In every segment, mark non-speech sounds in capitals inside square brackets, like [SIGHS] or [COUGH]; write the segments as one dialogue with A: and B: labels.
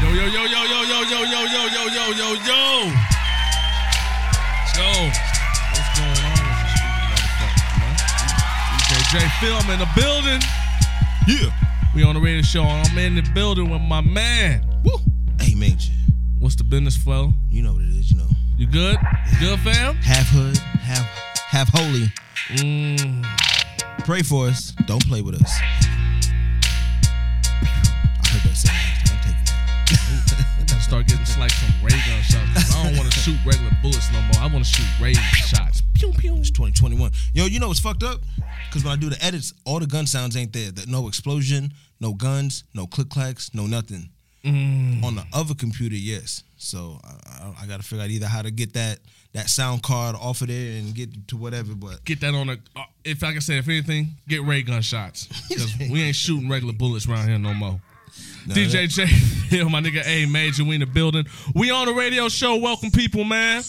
A: yo, yo, yo, yo, yo, yo, yo, yo, yo, yo, yo. Yo. What's going on with you stupid motherfucker, man? EKJ Film in the building.
B: Yeah.
A: We on the radio show. I'm in the building with my man. Woo.
B: Hey, Major.
A: What's the business flow?
B: You know what it is, you know.
A: You good? You good, fam?
B: Half hood, half half holy.
A: Mm.
B: Pray for us. Don't play with us. I heard that sound. I'm taking that.
A: Gotta start getting like some ray gun shots. 'cause I don't want to shoot regular bullets no more. I want to shoot ray shots. Pew pew.
B: It's 2021. Yo, you know what's fucked up? Because when I do the edits, all the gun sounds ain't there. That no explosion, no guns, no click clacks, no nothing.
A: Mm.
B: On the other computer, yes. So I, I, I got to figure out either how to get that that sound card off of there and get to whatever. But
A: Get that on a. uh, If I can say, if anything, get ray gun shots. Cause we ain't shooting regular bullets around here no more.
B: Nah,
A: DJ J, [LAUGHS] Phil, my nigga A Major, we in the building. We on the radio show. Welcome, people, man.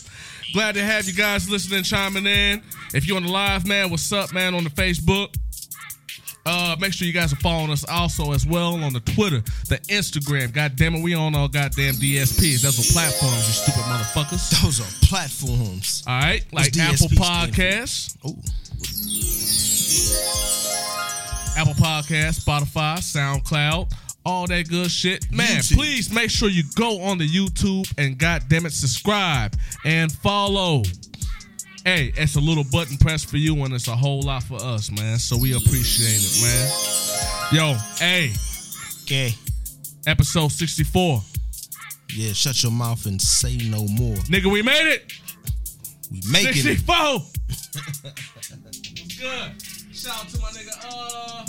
A: Glad to have you guys listening, chiming in. If you're on the live, man, what's up, man, on the Facebook? Uh, make sure you guys are following us also as well on the Twitter, the Instagram. God damn it, we on all goddamn DSPs. That's what platforms, you stupid motherfuckers.
B: those are platforms.
A: All right, like
B: What's
A: Apple
B: DSP stand for?
A: Podcasts,
B: Oh,
A: Apple Podcasts, Spotify, SoundCloud, all that good shit. Man,
B: YouTube.
A: please make sure you go on the YouTube and goddamn it, subscribe and follow. Hey, it's a little button press for you and it's a whole lot for us, man. So we appreciate it, man. Yo, hey,
B: okay.
A: episode 64.
B: Yeah, shut your mouth and say no more.
A: Nigga, we made it.
B: We making it.
A: 64. [LAUGHS] Good. Shout out to my nigga. Uh,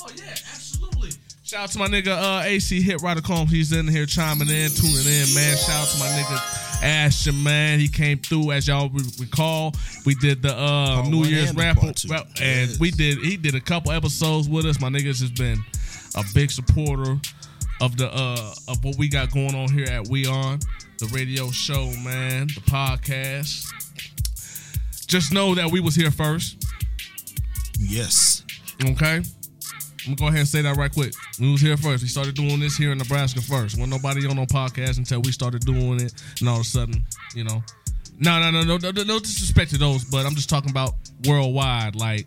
A: oh yeah, absolutely. Shout out to my nigga uh, AC Hit Rider Combs. He's in here chiming in, tuning in, man. Shout out to my nigga Ashton, man. He came through, as y'all re- recall. We did the uh,
B: Part
A: New
B: one
A: Year's
B: and the
A: wrap
B: part
A: up,
B: two.
A: and
B: Yes.
A: we did. He did a couple episodes with us. My niggas has been a big supporter of the uh of what we got going on here at We On, the radio show, man, the podcast. Just know that we was here first.
B: Yes.
A: Okay. I'm gonna go ahead and say that right quick. We was here first. We started doing this here in Nebraska first. Wasn't nobody on no podcast until we started doing it, and all of a sudden, you know. No, no, no, no, no, no disrespect to those, but I'm just talking about worldwide. Like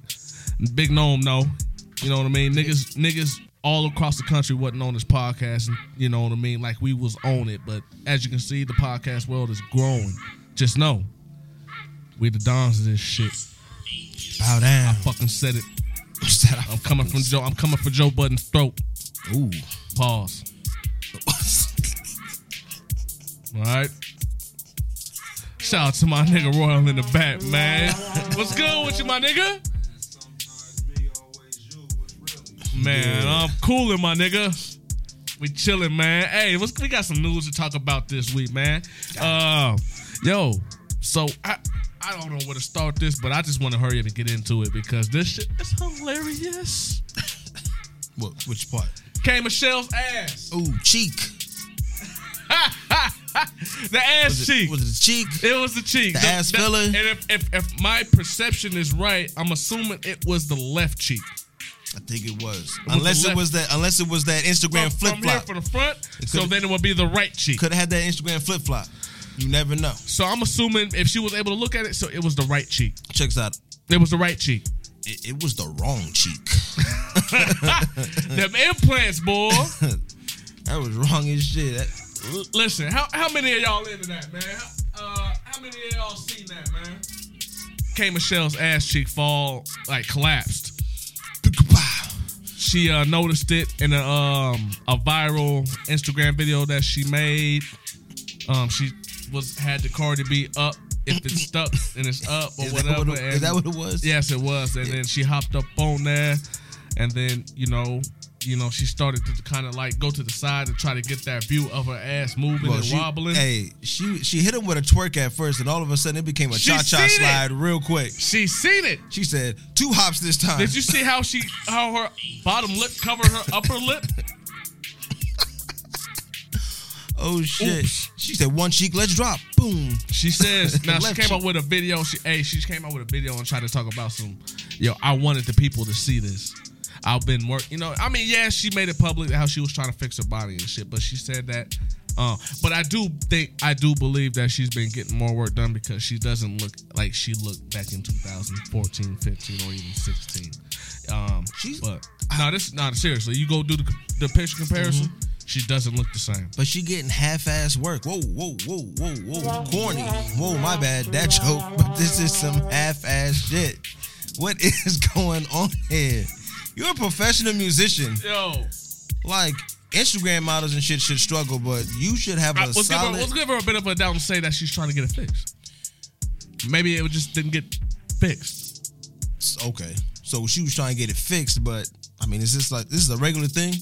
A: Big Gnome, no. You know what I mean? Niggas niggas all across the country wasn't on this podcast, and you know what I mean? Like we was on it. But as you can see, the podcast world is growing. Just know. We the dons of this shit.
B: Bow down.
A: Fucking said it.
B: Said I
A: I'm coming from Joe. I'm coming for Joe Budden's throat.
B: [LAUGHS] Ooh.
A: Pause. All right. Shout out to my nigga Royal in the back, man. [LAUGHS] What's good with you, my nigga? Man, I'm cooling, my nigga. We chilling, man. Hey, what's, we got some news to talk about this week, man. Uh, yo, so I I don't know where to start this, but I just want to hurry up and get into it because this shit is hilarious.
B: what, which part?
A: K Michelle's ass.
B: Ooh, cheek.
A: The ass
B: Was it,
A: cheek.
B: Was it the cheek?
A: It was the cheek.
B: The ass filler?
A: And if, if if my perception is right, I'm assuming it was the left cheek.
B: I think it was.
A: the
B: unless it
A: left.
B: was that. Unless it was that Instagram
A: from,
B: flip
A: from here
B: flop.
A: from the front, so
B: could've-
A: then it would be the right cheek.
B: Could have had that Instagram flip flop. You never know.
A: So I'm assuming if she was able to look at it, so it was the right cheek.
B: Checks out.
A: It was the right
B: [LAUGHS]
A: cheek.
B: It, it was the wrong cheek. [LAUGHS]
A: Them implants, boy. [LAUGHS]
B: That was wrong as shit. That,
A: L- Listen, how how many of y'all into that, man? Uh, how many of y'all seen that, man? K Michelle's ass cheek fall like collapsed.
B: Pow.
A: she uh, noticed it in a, um, a viral Instagram video that she made. Um, she was had the Cardi B up if
B: [CLEARS THROAT]
A: it's stuck and it's up or
B: Is that,
A: whatever.
B: what it, is
A: and-
B: that what it was?
A: Yes, it was. And then she hopped up on there, and then you know, you know, she started to kind of like go to the side to try to get that view of her ass moving
B: Well,
A: and
B: she,
A: wobbling.
B: Hey, she she hit him with a twerk at first, and all of a sudden it became a
A: She
B: cha cha
A: seen it.
B: slide real quick.
A: She seen it.
B: She said two hops this time.
A: Did you see how she how her bottom lip covered her upper lip?
B: Oh shit!
A: Oops.
B: She said one cheek. Let's drop. Boom.
A: [LAUGHS] She says now she
B: Left
A: came
B: cheek.
A: up with a video. She hey, she came up with a video and tried to talk about some yo, I wanted the people to see this. I've been work. You know, I mean, yeah, she made it public how she was trying to fix her body and shit, but she said that. Uh, but I do think I do believe that she's been getting more work done because she doesn't look like she looked back in 2014, 15, or even 16. Um,
B: She's-
A: but no, this no seriously. You go do the, the picture comparison. She doesn't look the same.
B: But she getting half-ass work. Whoa, whoa, whoa, whoa, whoa. Corny. Whoa, my bad. That joke. But this is some half-ass shit. What [LAUGHS] is going on here? You're a professional musician.
A: Yo,
B: Like Instagram models and shit should struggle, but you should have a
A: I- let's, give her,
B: solid.
A: let's give her a bit of a doubt and say that she's trying to get it fixed. Maybe it just didn't get fixed.
B: okay, so she was trying to get it fixed, but I mean, is this like this is a regular thing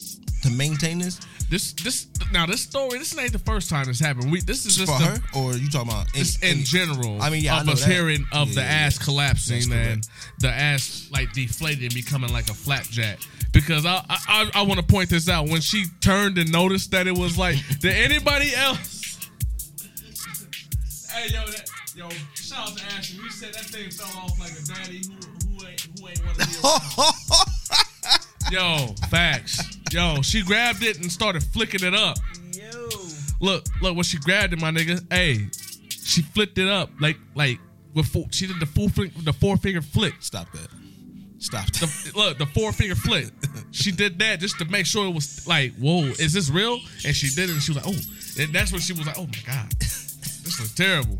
B: to maintain this
A: This this now this story this ain't the first time this happened. We this is just
B: for
A: the-
B: her, or you talking about
A: this in general.
B: I mean, yeah, I
A: of
B: know
A: us
B: that.
A: hearing of
B: Yeah,
A: the
B: yeah,
A: ass
B: yeah. That's
A: collapsing
B: correct.
A: and the ass like deflating and becoming like a flapjack. Because I I, I, I want to point this out when she turned and noticed that it was like
B: [LAUGHS]
A: did anybody else? hey yo that, yo shout out to Ashley. You said that thing fell off like a daddy who who ain't who ain't want to be around.
B: [LAUGHS]
A: Yo, facts. Yo, she grabbed it and started flicking it up.
B: Yo.
A: Look, look what she grabbed it, my nigga. Hey, she flipped it up like like with four, she did the full flick, the four finger flick.
B: Stop that. Stop that.
A: The, look, the four finger flick. She did that just to make sure it was like, whoa, is this real? And she did it, and she was like, oh, and that's when she was like, oh my god, this looks terrible.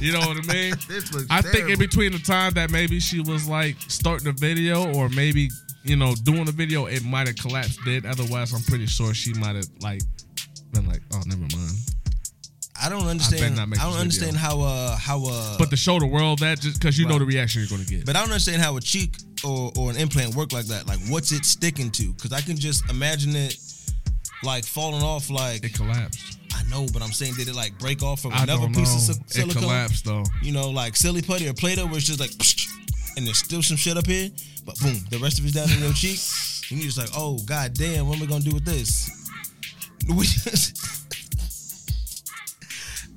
A: You know what I mean?
B: [LAUGHS] This looks
A: I think in
B: terrible.
A: between the time that maybe she was like starting the video or maybe you know doing the video, it might have collapsed dead. Otherwise, I'm pretty sure she might have like been like, oh, never mind.
B: I don't understand. I,
A: not make
B: don't
A: this
B: understand how uh how uh
A: But to show the world that just because you know
B: Right.
A: the reaction you're gonna get.
B: but I don't understand how a cheek or or an implant work like that. Like what's it sticking to? Because I can just imagine it like falling off. Like
A: it collapsed.
B: I know, but I'm saying did it like break off from
A: I
B: another
A: don't
B: piece
A: know.
B: of si-
A: It
B: silicone?
A: collapsed though.
B: You know, like silly putty or Play-Doh, where it's just like, [SNIFFS] and there's still some shit up here, but boom, the rest of it's down in your cheek, and you're just like, oh god damn, what am I gonna do with this? [LAUGHS] We just-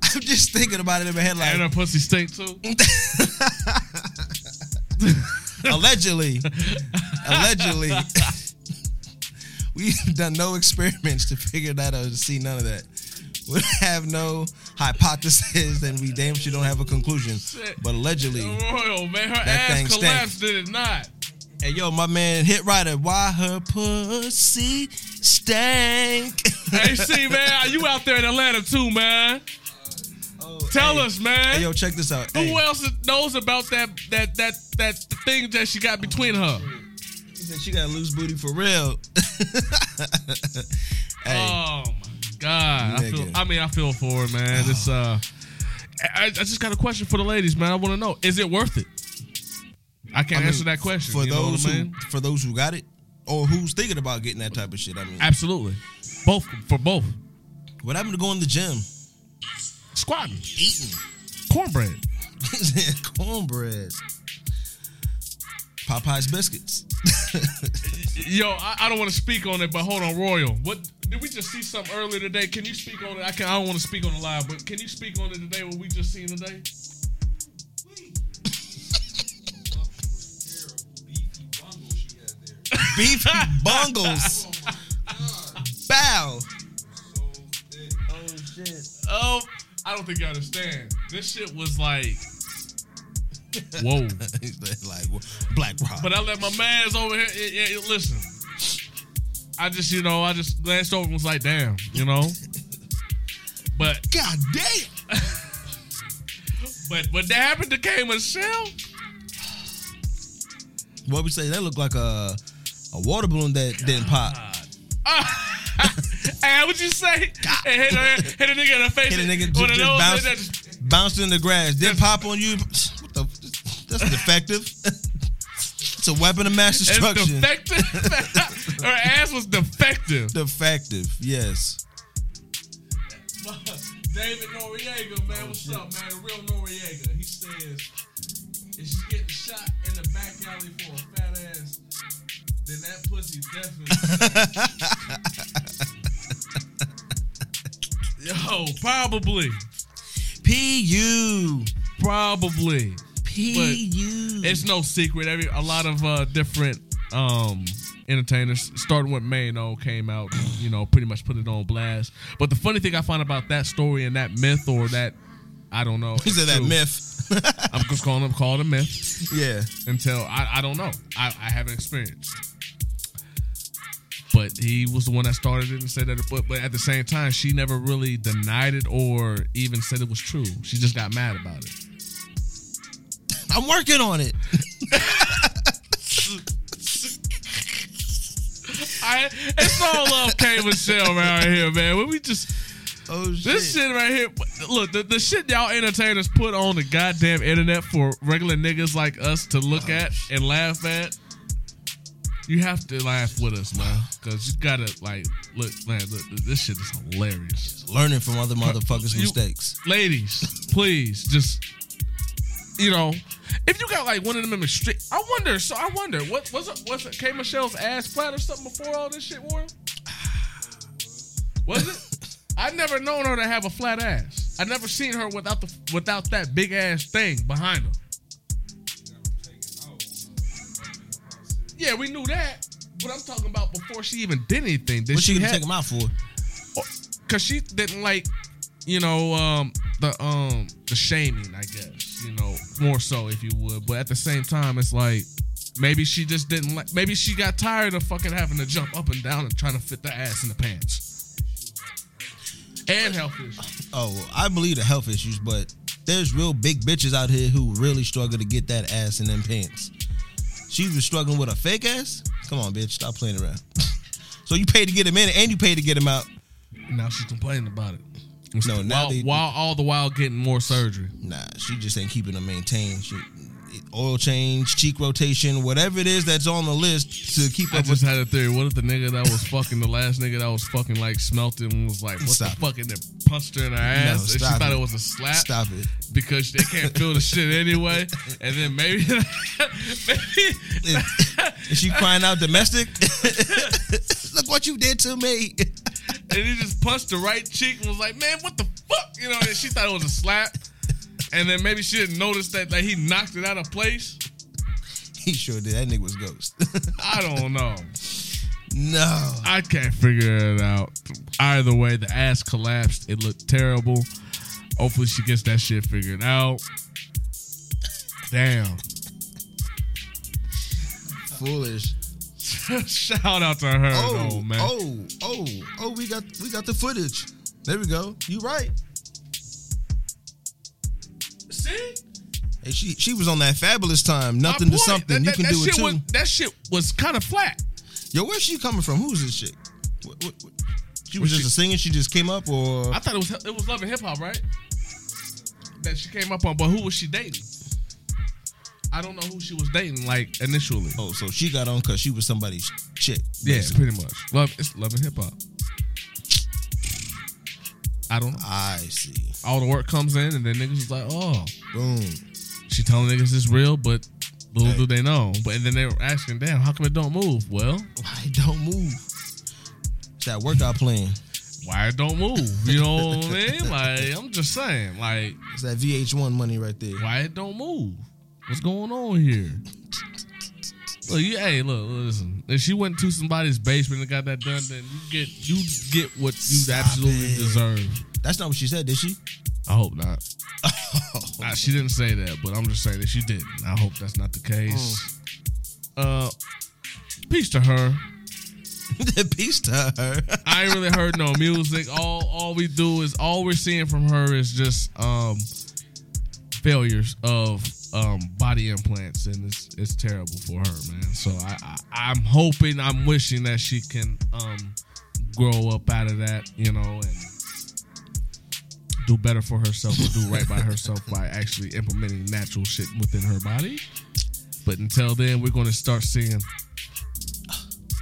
B: [LAUGHS] I'm just thinking about it in my head, like
A: And [LAUGHS] her pussy stink
B: [LAUGHS]
A: too.
B: allegedly, allegedly, [LAUGHS] we've done no experiments to figure that out to see none of that. We have no hypothesis, and we damn sure don't have a conclusion. But allegedly,
A: Oh Royal man, her
B: thing
A: ass
B: stank.
A: collapsed. Did it not?
B: hey yo, my man Hit Rider, why her pussy stank?
A: AC man, [LAUGHS] you out there in Atlanta too, man?
B: [LAUGHS] Oh,
A: Tell
B: hey.
A: us, man.
B: Hey yo, check this out.
A: Who
B: Hey,
A: else knows about that that that that thing that she got between her?
B: she said she got loose booty for real. hey.
A: Oh my god! I feel.
B: Nigga.
A: I mean, I feel for her, man. It's uh, I, I just got a question for the ladies, man. I want to know: Is it worth it? I can't
B: I mean,
A: answer that question.
B: for
A: you know
B: those
A: what I mean?
B: who for those who got it or who's thinking about getting that type of shit. I mean,
A: Absolutely, both for both
B: what happened to going to the gym,
A: squatting,
B: eating [LAUGHS]
A: cornbread.
B: cornbread, Popeyes biscuits? [LAUGHS]
A: Yo, I, I don't want to speak on it, but hold on, Royal. What did we just see something earlier today? Can you speak on it? I can. I don't want to speak on the live, but can you speak on it today? What we just seen today?
B: Beefy bungles.
A: [LAUGHS]
B: Bow. [LAUGHS]
A: Oh, I don't think you understand. This shit was like, [LAUGHS] whoa.
B: He's like well, Black Rock.
A: But I let my man's over here. Yeah, yeah, listen, I just you know I just glanced over and was like, damn, you know. But
B: God damn.
A: but but that happened to K Michelle.
B: What we say? That look like a a water balloon that didn't pop.
A: hey, what you say? And hit, a, hit a nigga in the face.
B: Hit a nigga
A: with
B: ju-
A: a
B: just
A: nose,
B: bounce-
A: that just-
B: bounced in the grass, then pop on you. [LAUGHS] What the?
A: [LAUGHS]
B: That's defective. [LAUGHS] it's a weapon of mass
A: It's
B: destruction.
A: defective. [LAUGHS]
B: [LAUGHS]
A: Her ass was defective.
B: defective. Yes.
A: [LAUGHS] David Noriega, man, what's up, man? The real Noriega. He says, if she getting shot in the back alley for a fat ass, then that pussy
B: [LAUGHS]
A: definitely. Yo, probably,
B: P U
A: probably.
B: P U.
A: it's no secret. Every a lot of uh, different um, entertainers, starting with Mayno came out, you know, pretty much put it on blast. But the funny thing I find about that story and that myth or that, I don't [LAUGHS] know.
B: He said that
A: true.
B: myth. [LAUGHS]
A: I'm just calling them called a myth
B: yeah.
A: until I, I don't know. I, I haven't experienced. But he was the one that started it and said that. But, but at the same time, she never really denied it or even said it was true. She just got mad about it.
B: I'm working on it.
A: I, it's all love, K. Michelle, around here, man. When we just
B: Oh shit.
A: This shit right here, look, the, the shit y'all entertainers put on the goddamn internet for regular niggas like us to look at and laugh at. You have to laugh with us, man, because you gotta like look, man. Look, this shit is hilarious.
B: Learning from other motherfuckers'
A: You-
B: mistakes.
A: Ladies, please, just you know, if you got like one of them in the street, I wonder. So I wonder, what was it? Was it K Michelle's ass flat or something before all this shit, Warren? [SIGHS] Was it? I never known her to have a flat ass. I never seen her without the without that big ass thing behind her. Yeah, we knew that, but I'm talking about before she even did anything. Did
B: What
A: she,
B: you gonna
A: have?
B: take him out for?
A: Cause she didn't like, you know, um, the um the shaming, I guess, you know, more so if you would. But at the same time, it's like maybe she just didn't like. Maybe she got tired of fucking having to jump up and down and trying to fit the ass in the pants. And health issues.
B: Oh, well, I believe the health issues, but there's real big bitches out here who really struggle to get that ass in them pants. She was struggling with a fake ass. Come on, bitch, stop playing around. [LAUGHS] so you paid to get him in, and you paid to get him out.
A: Now she's complaining about it.
B: No, now
A: while,
B: they-
A: while all the while getting more surgery.
B: Nah, she just ain't keeping them maintained. She, oil change, cheek rotation, whatever it is that's on the list to keep
A: I
B: up with.
A: just had a theory. What if the nigga that was fucking the last nigga that was fucking like smelting was like, what
B: Stop
A: the
B: it.
A: fuck? And then punched her in her ass. and she
B: stop
A: thought
B: it.
A: it was a slap.
B: [LAUGHS] Stop
A: [LAUGHS]
B: it.
A: because they can't feel the shit anyway. And then maybe, [LAUGHS] maybe
B: Is she crying out domestic? [LAUGHS] Look what you did to me. [LAUGHS]
A: and he just punched the right cheek and was like, "Man, what the fuck?" You know, and she thought it was a slap. And then maybe she didn't notice that like he knocked it out of place.
B: he sure did. That nigga was ghost. [LAUGHS]
A: I don't know.
B: no.
A: I can't figure it out. Either way, the ass collapsed. It looked terrible. Hopefully, she gets that shit figured out. Damn. [LAUGHS]
B: Foolish.
A: Shout out to her,
B: Oh,
A: though, man.
B: oh, oh, oh, we got we got the footage. There we go. You right.
A: See?
B: Hey, she she was on that fabulous time. Nothing
A: My
B: to
A: point,
B: something.
A: that-
B: you
A: that-
B: can do
A: that shit
B: it too.
A: Was, that shit was kind of flat.
B: Yo, where's she coming from? Who's this chick? What, what, what? She
A: Was
B: was just
A: she-
B: a singer. She just came up, or
A: I thought it was it was Love and Hip Hop, right? That she came up on, but who was she dating? I don't know who she was dating, like initially.
B: oh, so she got on because she was somebody's chick.
A: yeah,
B: basically.
A: pretty much. Love it's Love and Hip Hop. I don't know.
B: I see.
A: All the work comes in, and then niggas is like, oh,
B: Boom.
A: she telling niggas it's real, but little
B: Hey.
A: do they know. But and then they were asking, damn, how come it don't move? Well,
B: Why it don't move? It's that workout plan.
A: why it don't move? You know what I
B: [LAUGHS]
A: mean? Like I'm just saying, like.
B: It's that VH1 money right there.
A: why it don't move? What's going on here? Look, you, hey, look, listen. If she went to somebody's basement and got that done, then you get you get what you
B: Stop
A: absolutely
B: it.
A: deserve.
B: That's not what she said, did she?
A: I hope not. Nah, she didn't say that, but I'm just saying that she didn't. I hope that's not the case. Uh, peace to her.
B: [LAUGHS] Peace to her.
A: I ain't really heard no music. All all we do is all we're seeing from her is just um failures of um body implants, and it's it's terrible for her, man. So I, I I'm hoping, I'm wishing that she can um grow up out of that, you know, and do better for herself or do right by herself by actually implementing natural shit within her body. But until then, we're going to start seeing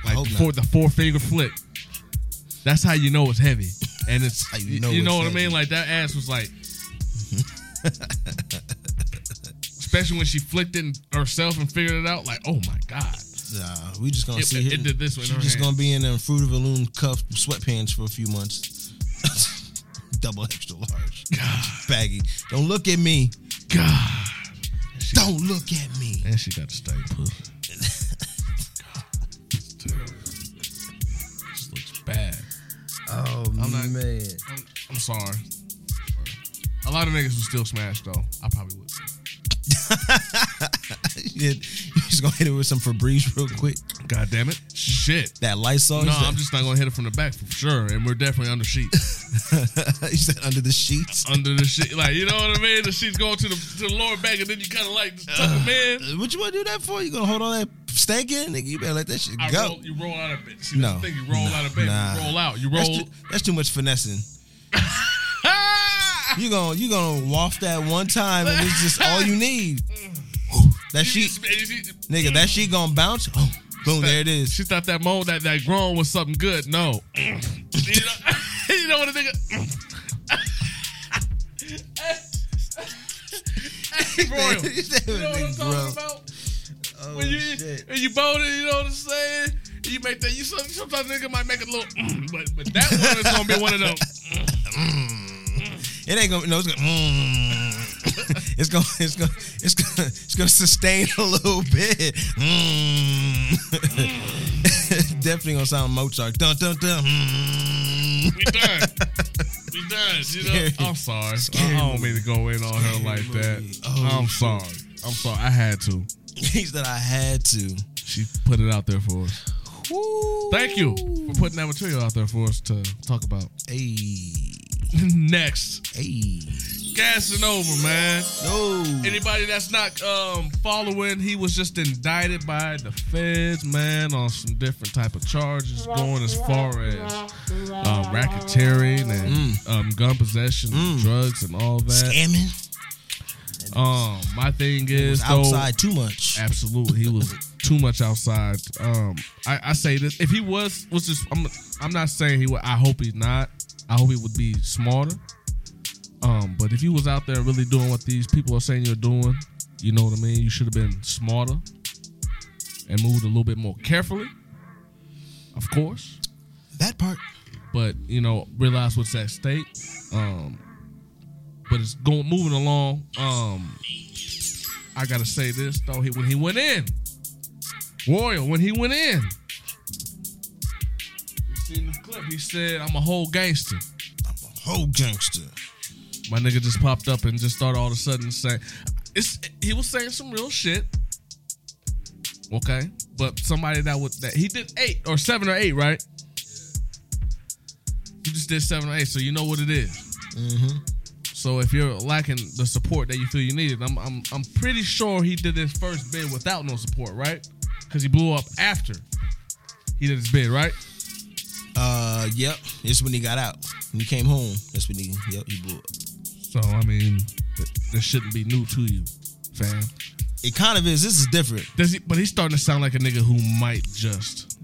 A: like
B: hope
A: the
B: not.
A: four, the four finger flick. That's how you know it's heavy, and it's
B: how you
A: you know,
B: know
A: you know
B: it's
A: what I mean.
B: heavy.
A: Like that ass was like, especially when she flicked it herself and figured it out. Like, oh my god,
B: Nah, uh, we just gonna
A: It-
B: see
A: it-
B: her.
A: it did this with
B: She
A: her
B: just
A: hand.
B: gonna be in them Fruit of the Loom cuff sweatpants for a few months. [LAUGHS] Double
A: [LAUGHS]
B: extra large, baggy. Don't look at me.
A: god,
B: Don't look at me.
A: and she got to stay pussy. God, it's terrible. not.
B: [LAUGHS]
C: man.
A: I'm, I'm sorry. A lot of niggas would still smash though. I probably would.
B: you just gonna hit it with some Febreze real quick.
A: God damn it. Shit.
B: That Lysol.
A: No,
B: you said-
A: I'm just not gonna hit it from the back for sure. And we're definitely under sheet.
B: [LAUGHS] you said under the sheets.
A: [LAUGHS] under the sheet. Like, you know what I mean? The sheet's going to the to the lower back and then you kinda like just tuck them in.
B: Uh, What you wanna do that for? You gonna hold all that stank in, nigga? You better let that shit
A: I
B: go.
A: roll, you roll out of bed. See,
B: No.
A: that's the thing. You roll
B: No.
A: out of bed.
B: Nah.
A: You roll out. You
B: that's,
A: roll.
B: too, that's too much finessing.
A: [LAUGHS] Ah!
B: You gonna you gonna waft that one time and it's just all you
A: [LAUGHS]
B: need.
A: You
B: That sheet,
A: just- you see-
B: nigga. That sheet gonna bounce. Oh, boom, there it
A: [LAUGHS]
B: is.
A: She thought that moan, that, that groan was something good. No. [LAUGHS] you, know, you know what I [LAUGHS] think? hey,
B: [LAUGHS]
A: Royal.
B: You said,
A: You know what I'm
B: "Nigga, grow."
A: talking about?
B: Oh,
A: When you
B: shit.
A: when you bone it, you know what I'm saying? You make that. You some- sometimes nigga might make a little, mm, but but that one is gonna be one of them.
B: It ain't gonna. No, it's gonna. Mm. [LAUGHS] it's gonna. It's gonna. It's gonna. It's gonna sustain a little bit. Mm. [LAUGHS] Definitely gonna sound Mozart. Dun dun dun. Mm.
A: We done. We done. You know.
B: Scary.
A: I'm sorry.
B: Scary
A: I don't mean to go in on her like
B: movie.
A: that.
B: Oh,
A: I'm
B: shit.
A: sorry. I'm sorry. I had to.
B: He said I had to.
A: She put it out there for us.
B: Woo.
A: Thank you for putting that material out there for us to talk about. [LAUGHS]
B: Hey.
A: Next,
B: Hey.
A: Casanova, man.
B: No.
A: Anybody that's not um, following, he was just indicted by the feds, man, on some different type of charges, going as far as um, racketeering and um, gun possession, and drugs, and all that.
B: Scamming.
A: Um, my thing is
B: It's
A: though,
B: outside too much.
A: Absolutely, he was too much outside. Um, I, I say this: if he was, was just I'm, I'm not saying he would. I hope he's not. I hope he would be smarter. Um, but if you was out there really doing what these people are saying you're doing, you know what I mean. You should have been smarter and moved a little bit more carefully. Of course,
B: That part.
A: but you know, realize what's at stake. Um, but it's going moving along. Um, I gotta say this though, he, when he went in, Royal, when he went in, you seen the clip? He said, "I'm a whole gangster."
B: I'm a whole gangster.
A: My nigga just popped up and just started all of a sudden saying, "It's." He was saying some real shit. Okay, but somebody that would that he did eight or seven or eight, right? You just did seven or eight, so you know what it is. Mm-hmm. So if you're lacking the support that you feel you needed, I'm I'm I'm pretty sure he did his first bid without no support, right? Because he blew up after he did his bid, right?
B: Uh, yep. This is when he got out. When he came home, that's when he. Yep, he blew up.
A: So I mean, th- this shouldn't be new to you, fam.
B: It kind of is. This is different.
A: Does he? But he's starting to sound like a nigga who might just.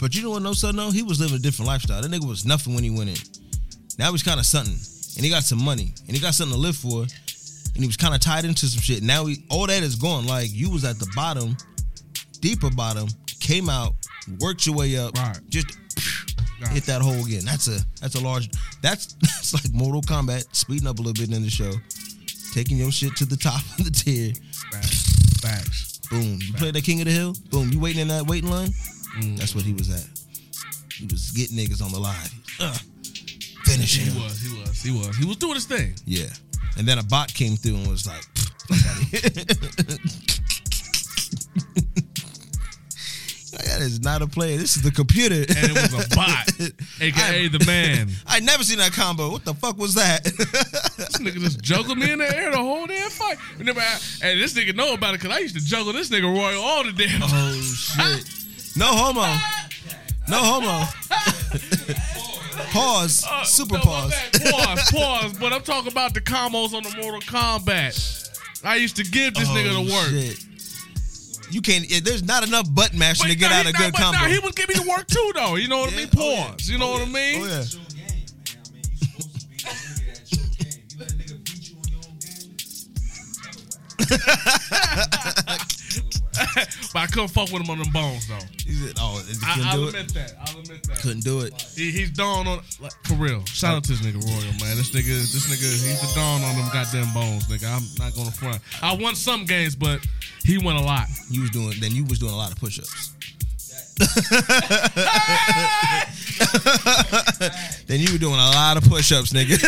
B: But you know what? No, son, no. He was living a different lifestyle. That nigga was nothing when he went in. Now he's kind of something, and he got some money, and he got something to live for, and he was kind of tied into some shit. Now he, all that is gone. Like you was at the bottom, deeper bottom, came out, worked your way up,
A: Right.
B: Just hit that hole again. That's a that's a large. That's [LAUGHS] that's like Mortal Kombat, speeding up a little bit in the show, taking your shit to the top of the tier.
A: Facts. Facts.
B: Boom. You play that King of the Hill. Boom. You waiting in that waiting line. That's what he was at. He was getting niggas on the line. Ugh. Finish
A: He
B: him.
A: was. He was. He was. He was doing his thing.
B: Yeah. And then a bot came through and was like, "Fuck outta here." Like, [LAUGHS] that is not a player. This is the computer. [LAUGHS]
A: And it was a bot, aka the man.
B: I ain't never seen that combo. What the fuck was that? [LAUGHS]
A: This nigga just juggled me in the air the whole damn fight. Remember, I, and this nigga know about it because I used to juggle this nigga Royal all the damn. [LAUGHS] Uh,
B: oh shit. No homo. No [LAUGHS] homo. pause.
A: Uh,
B: Super
A: no, my
B: pause.
A: bad. Pause, pause. But I'm talking about the combos on the Mortal Kombat. I used to give this nigga the work.
B: Oh, shit. You can't. yeah, There's not enough butt mashing to
A: But
B: get
A: nah,
B: out
A: he-
B: a
A: nah,
B: good
A: but nah,
B: combo.
A: he would give me the work too, though. You know what I mean?
B: Oh, yeah.
A: Pause. You know
B: Oh,
A: what I
B: yeah.
A: mean?
B: Oh yeah.
D: It's your game, man. I mean, you supposed to be a nigga at your game. You let a nigga beat you on your own game.
A: but I couldn't fuck with him on them bones, though.
B: He said, "Oh, he
A: I,
B: couldn't
A: I'll
B: do it.
A: admit that. I'll admit that.
B: Couldn't do it."
A: He, he's dawn on like, for real. Shout out to this nigga Royal, man. This nigga, this nigga, he's the dawn on them goddamn bones, nigga. I'm not gonna front. I won some games, but he won a
B: [LAUGHS]
A: lot.
B: You was doing. Then you was doing a lot of push-ups. [LAUGHS] Then you were doing a lot of push-ups,
A: [LAUGHS]
B: nigga.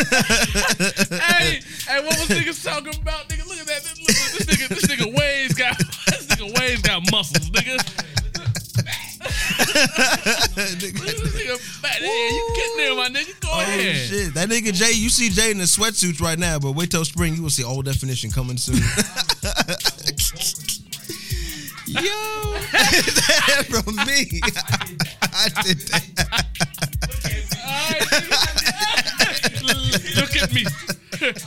A: hey, hey, what was niggas talking about? Nigga, look at that. Look, look, this nigga, this nigga Wade's got [LAUGHS] this nigga Wade's got muscles,
B: [LAUGHS]
A: nigga. [LAUGHS] Look at this nigga fat head. You getting there, my nigga? Go
B: Oh
A: ahead.
B: shit! That nigga Jay, you see Jay in the sweatsuits right now, but wait till spring, you will see old definition coming soon. [LAUGHS] Yo, [LAUGHS] that from me. [LAUGHS] I did that.
A: Alright, nigga. look at me.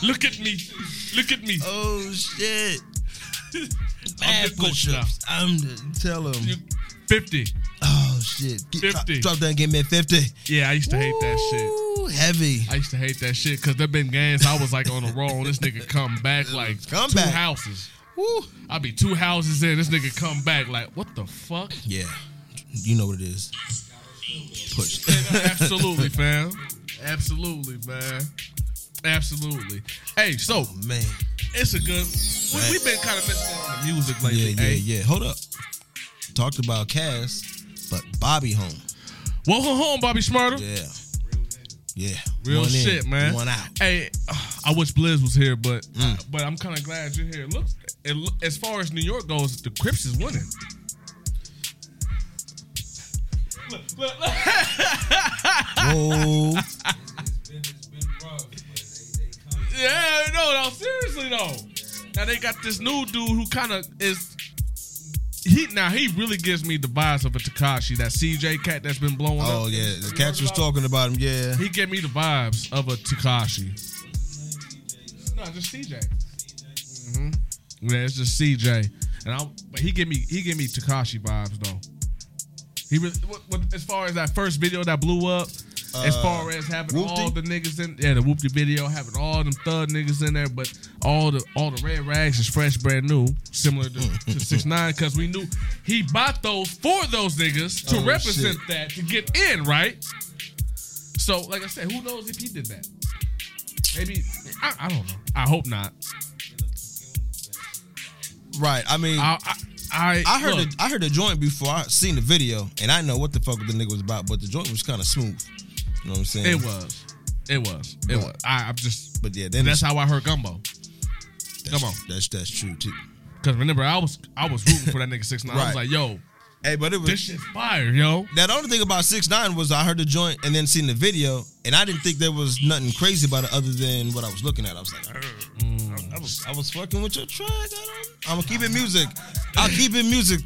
A: Look at me. Look at me.
B: Oh shit!
A: I'm the coach now.
B: I'm the, tell him.
A: Fifty.
B: Oh shit! Get,
A: 50.
B: Drop, drop down, give me fifty.
A: Yeah, I used to hate that shit.
B: Ooh, Heavy.
A: I used to hate that shit because there been games I was like on a roll and this nigga come back like
B: Come
A: two
B: back.
A: houses.
B: Woo.
A: I'd be two houses in, this nigga come back like, what the fuck?
B: Yeah, you know what it is. Push. [LAUGHS]
A: Absolutely, fam. Absolutely, man. Absolutely. Hey, so
B: Oh, Man.
A: it's a good. We, we've been kind of missing on the music lately.
B: yeah,
A: hey,
B: yeah, yeah. Hold up. Talked about Cass, but Bobby home.
A: welcome home, Bobby Smarter.
B: Yeah. Yeah.
A: Real
B: One in,
A: shit, man. [LAUGHS]
B: One out.
A: Hey, uh, I wish Blizz was here, but uh, but I'm kind of glad you're here. Look, it, look, as far as New York goes, the Crips is winning.
B: Whoa.
D: It's been, it's been rough, but they, they come.
A: Yeah, no, no, seriously though. Now they got this new dude who kind of is. He now he really gives me the vibes of a Takashi, that CJ cat that's been blowing
B: oh
A: up.
B: yeah, the cats was talking about him. Yeah.
A: He gave me the vibes of a Takashi. No, just CJ. hmm Yeah, it's just CJ, and I. But he gave me he gave me Takashi vibes though. He really, what, what, as far as that first video that blew up, as
B: Uh,
A: far as having
B: Whoopty?
A: all the niggas in, yeah, the whoopty video having all them thug niggas in there, but all the all the red rags is fresh, brand new, similar to,
B: [LAUGHS]
A: to six nine, because we knew he bought those for those niggas to
B: Oh,
A: represent
B: shit.
A: that to get in, right? So, like I said, who knows if he did that? Maybe I, I don't know. I hope not.
B: Right. I mean, I,
A: I I, I,
B: heard
A: look,
B: the, I heard the joint before I seen the video, and I know what the fuck the nigga was about, but the joint was kind of smooth. You know what I'm saying?
A: it was, it was, it was. I, I'm just
B: But yeah, then
A: that's
B: it's-
A: how I heard Gumbo.
B: that's-
A: come on.
B: That's that's true too.
A: Because remember, I was I was rooting for that nigga six nine. I was
B: Right.
A: like, yo,
B: Hey, but it was
A: this shit's fire, yo. [LAUGHS]
B: Now the only thing about six nine was I heard the joint and then seen the video, and I didn't think there was nothing crazy about it other than what I was looking at. I was like, "Arr." I, I was, I was fucking with your track. I don't, I'm gonna keep it music. I'll keep it music.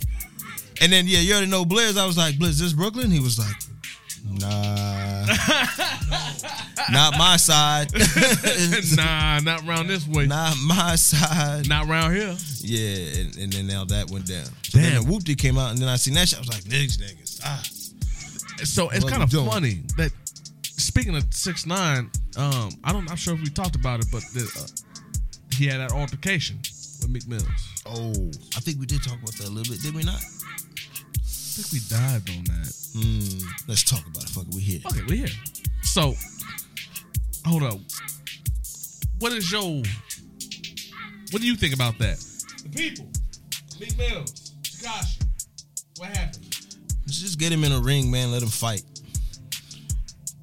B: And then yeah, you already know Blizz. I was like, Blizz, this Brooklyn. He was like, Nah, not my side. [LAUGHS]
A: nah, not round this way.
B: not my side.
A: Not round here.
B: Yeah, and, and then now that went down. Then the Whoopty came out, and then I seen that shit. I was like, niggas, niggas. Ah,
A: So it's
B: What
A: kind
B: we
A: of
B: doing?
A: funny that speaking of six nine, um, I don't, I'm sure if we talked about it, but the, uh, he had that altercation with Meek Mills. I
B: oh, I think we did talk about that a little bit, did we not?
A: think we dived on that.
B: Mm, let's talk about it. Fuck it, we here.
A: Okay, we're here. So hold up. What is your? What do you think about that? The people, Meek Mills, Takashi. What happened?
B: Let's just get him in a ring, man. Let him fight.